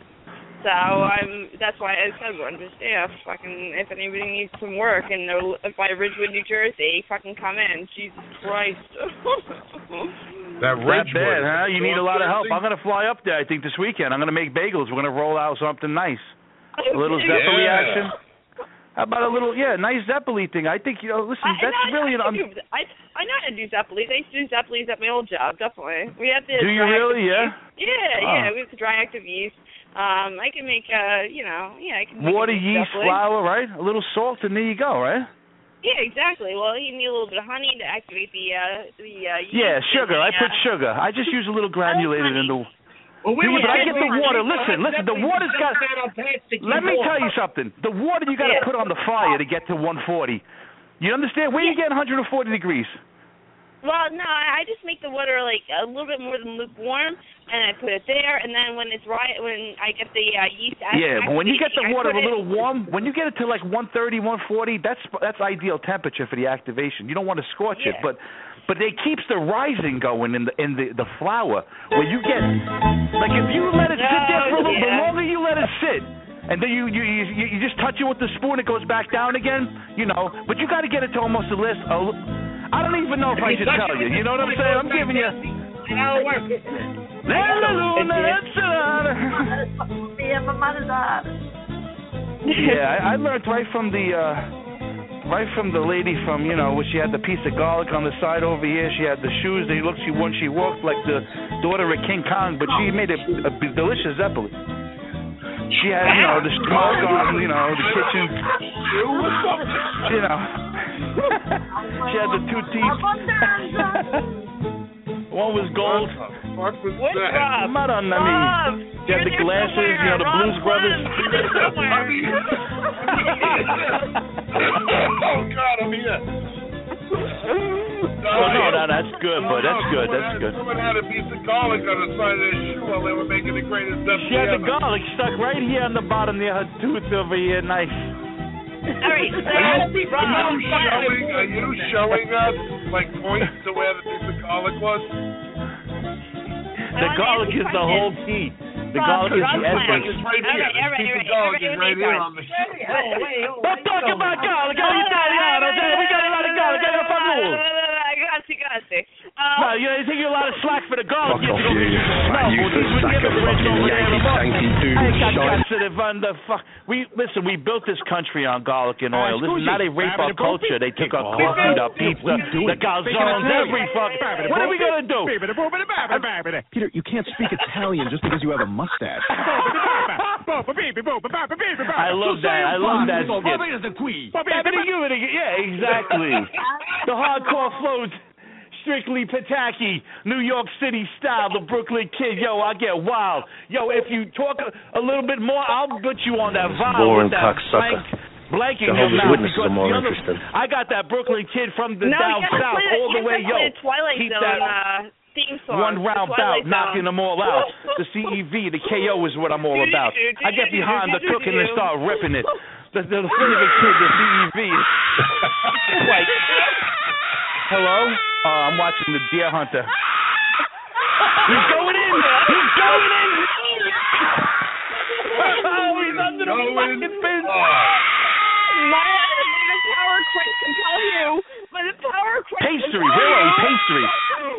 So I'm. That's why I said one. Just yeah, fucking. If anybody needs some work and they're by Ridgewood, New Jersey, fucking come in. Jesus Christ. (laughs) That Not Ridgewood. bad, huh? You need a lot of help. Jersey? I'm gonna fly up there. I think this weekend. I'm gonna make bagels. We're gonna roll out something nice. A little Yeah. Zeppeli action. How about a little, yeah, nice Zeppeli thing? I think you know. Listen, I, that's I, know- really I, an. can do- I I know how to do Zeppelis. I used to do Zeppelis at my old job. Definitely. We have to. do you really? Yeah. Yeah, Ah. yeah. We have to dry active yeast. Um, I can make uh, you know, yeah, I can. make a Water, good yeast, Zeppelin. flour, right? A little salt, and there you go, right? Yeah, exactly. Well, you need a little bit of honey to activate the uh, the uh, yeast. Yeah, sugar. I and, put uh, sugar. I just use a (laughs) Oh, little granulated in the. Well, we Yeah, were but I talking get the about water. honey, so Listen, that's listen. The definitely water's got. something on plastic Let me before. tell you something. The water you got to Yeah. put on the fire to get to 140. You understand? Where you getting 140 degrees? Well, no, I I just make the water like a little bit more than lukewarm, and I put it there, and then when it's right, when I get the uh, yeast act- yeah. but When you get the activating, water I a put it- (laughs) little warm, when you get it to like 130, 140, that's that's ideal temperature for the activation. You don't want to scorch it, Yeah. but but it keeps the rising going in the in the the flour where you get like if you let it sit there for a little. The Oh, yeah. longer you let it sit. And then you you, you you you just touch it with the spoon, it goes back down again, you know. But you got to get it to almost the list. a li- I don't even know if I should tell you. You know what I'm saying? I'm giving you. Now it (laughs) works. Yeah, my mother's eyes. yeah, I, I learned right from the uh right from the lady from you know where she had the piece of garlic on the side over here. She had the shoes. They looked she when she walked like the daughter of King Kong, but she made a, a b- delicious zeppelin. She had you know the smoke on you know the kitchen. You know she had the two teeth. One was gold. What's Rob? Mud on I mean, she had the glasses. You know the Blues Brothers. (laughs) (laughs) oh, God, I'm here. Oh, no, no, that's good, but that's good, that's good. Someone had a piece of garlic on the side of their shoe while they were making the greatest step She had the ever. garlic stuck right here on the bottom near her tooth over here. Nice. All right, so Are you, Rob, are you showing, are you showing us, like, points to where the piece of garlic was? The garlic is the whole key. The garlic is the essence. It's right All right, all here. right, This piece of all garlic right, is all right, right here all on the We're talking about garlic. Are you Italiano? Okay, we got a lot of garlic. I got rules. Grazie, grazie. Uh, No, you, know, you think you're a lot of slack for the garlic. Fuck you off you, No, fat well, these useless were sack of given rich fucking over there in the Yankee box. tanky dude. I ain't got Shite. sensitive under fuck. We listen. We built this country on garlic and oil. This is excuse not a me, rape Barbara our culture. They took our coffee, our pizza, the calzones, every fuck. What are we gonna do? Peter, you can't speak Italian just because you have a mustache. I love that. I love that skit. Yeah, but you- yeah, exactly. the hardcore flows. strictly Pataki, New York City style, the Brooklyn kid. Yo, I get wild. Yo, if you talk a, a little bit more, I'll put you on that vibe Boring with that cocksucker. blank, blanking your Jehovah's mouth Witnesses because are the more other- interesting. I got that Brooklyn kid from the no, down you gotta south, play the, all the you way. gotta Yo, play the Twilight keep Zone that uh, theme song. one round the bout, Twilight Zone. knocking them all out. (laughs) The CEV, the KO is what I'm all about. I get behind the cooking and start ripping it. The, the favorite kid, the E CEV. is like, (laughs) hello? Uh, I'm watching the Deer Hunter. He's going in. He's going in. oh, (laughs) he's under the (laughs) fucking fence. My, the power of Christ compel you. By the power of Christ Pastry, compel where are we? you. Pastry.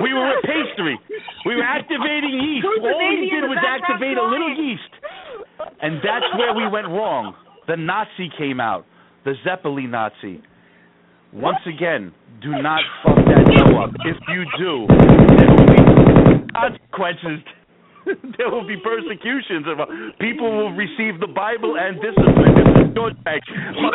We were at (laughs) pastry. We were activating yeast. All we did was activate a little yeast. And that's where we went wrong. The Nazi came out. The Zeppelin Nazi. Once again, do not fuck that dough up. If you do, there will be consequences. there will be persecutions. and People will receive the Bible and discipline. This is your track. I'll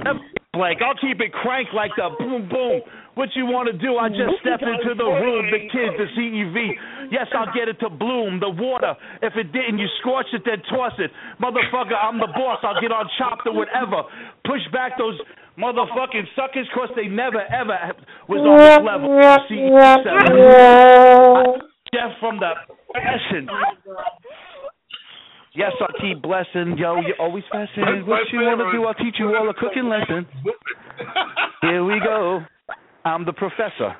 never be Blank. I'll keep it crank like the boom boom. What you want to do? I just step into the room, the kids, the CEV. Yes, I'll get it to bloom, the water. If it didn't, you scorch it, then toss it. Motherfucker, I'm the boss. I'll get on chopped or whatever. Push back those motherfucking suckers, cause they never ever was on this level. E CEV seven. Jeff from the Fashion. Yes, I'll keep blessing. Yo, you're always fascinated. What you want to do, I'll teach you all a cooking lesson. Here we go. I'm the professor.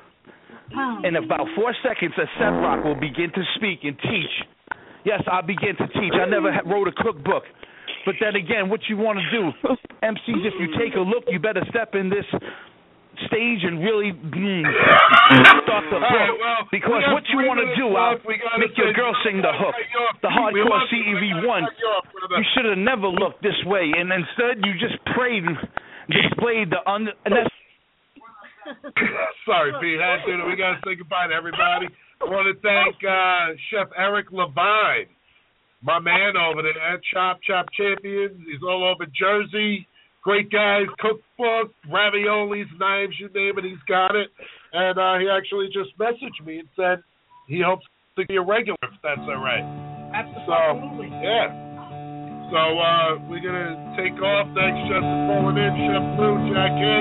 In about four seconds, a Seprock will begin to speak and teach. Yes, I begin to teach. I never ha- wrote a cookbook. But then again, what you want to do, MCs, if you take a look, you better step in this stage and really mm, start the All right, hook. well, we because got what you three want to minutes do, I'll left. We gotta make your say- girl sing the hook. The We hardcore love you. CEV1. We love you, brother. You should have never looked this way, and instead you just prayed and displayed the un. And that's (laughs) Sorry, Pete. Had to. We got to say goodbye to everybody. I want to thank uh, Chef Eric Levine, my man over there at Chop Chop Champions. He's all over Jersey. Great guys, cookbook, raviolis, knives, you name it, he's got it. And uh, he actually just messaged me and said he hopes to be a regular if that's all right. Absolutely. Yeah. So uh, we're gonna take off. Thanks, Justin Fallen in, Chef Blue, Jack A,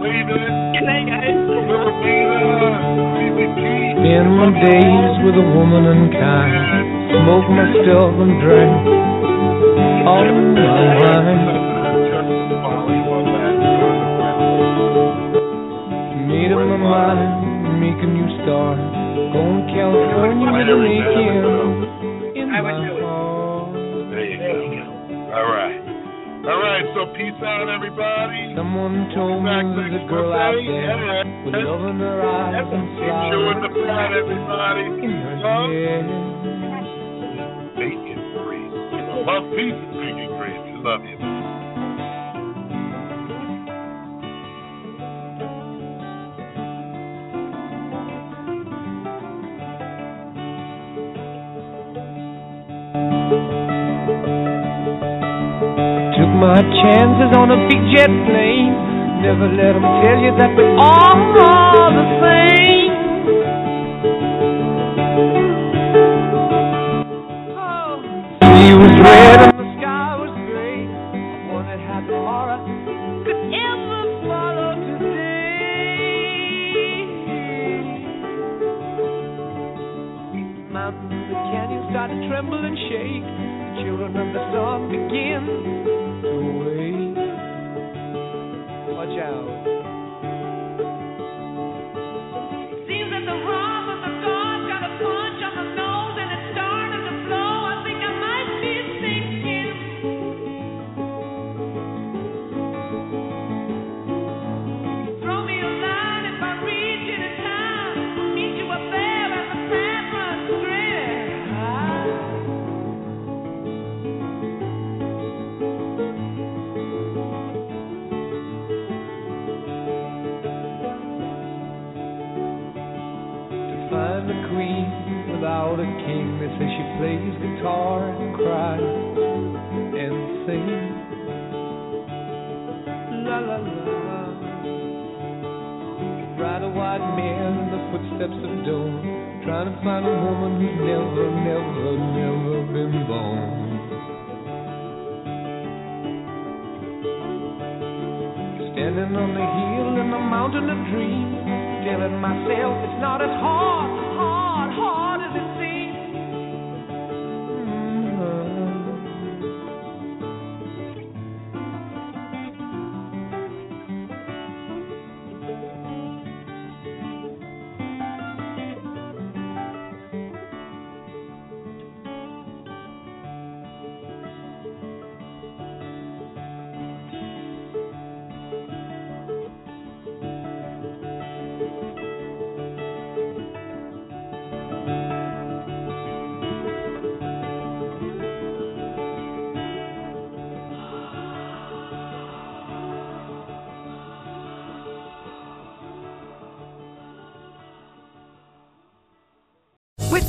Leaving. Good night, guys. Little Beta, Leaving Key. Spend my days with a woman unkind. Smoke my stuff and drink all my wine. Made up my mind, make a new start. Going to California for the weekend. I would do it. There you go. All right. All right. So peace out, everybody. Someone told me there's a girl out there with love in her eyes and Enjoying flowers. the pride, everybody. Love, bacon, grease. Love, peace, and bacon, grease. We love you. Took my chances on a big jet plane. Never let 'em tell you that we're all the same. Sea was red and the sky was gray. I wondered how tomorrow could ever follow today. Mountains and canyons start to tremble and shake. The children of the sun begin to wake. Watch out. Seems that the wrong of the dog got a punch on the nose and it's starting to blow. I think I might be sinking. Throw me a line if I reach it in time. Meet you up there at the San Francisco. Ah. to find the queen without a king. They say she plays guitar and cries and sings. La la la. Ride a wild eyed man in the footsteps of dawn, trying to find a woman who's never, never, never been born. Standing on the hill in the mountain of dreams, telling myself it's not as hard, hard, hard as it seems. With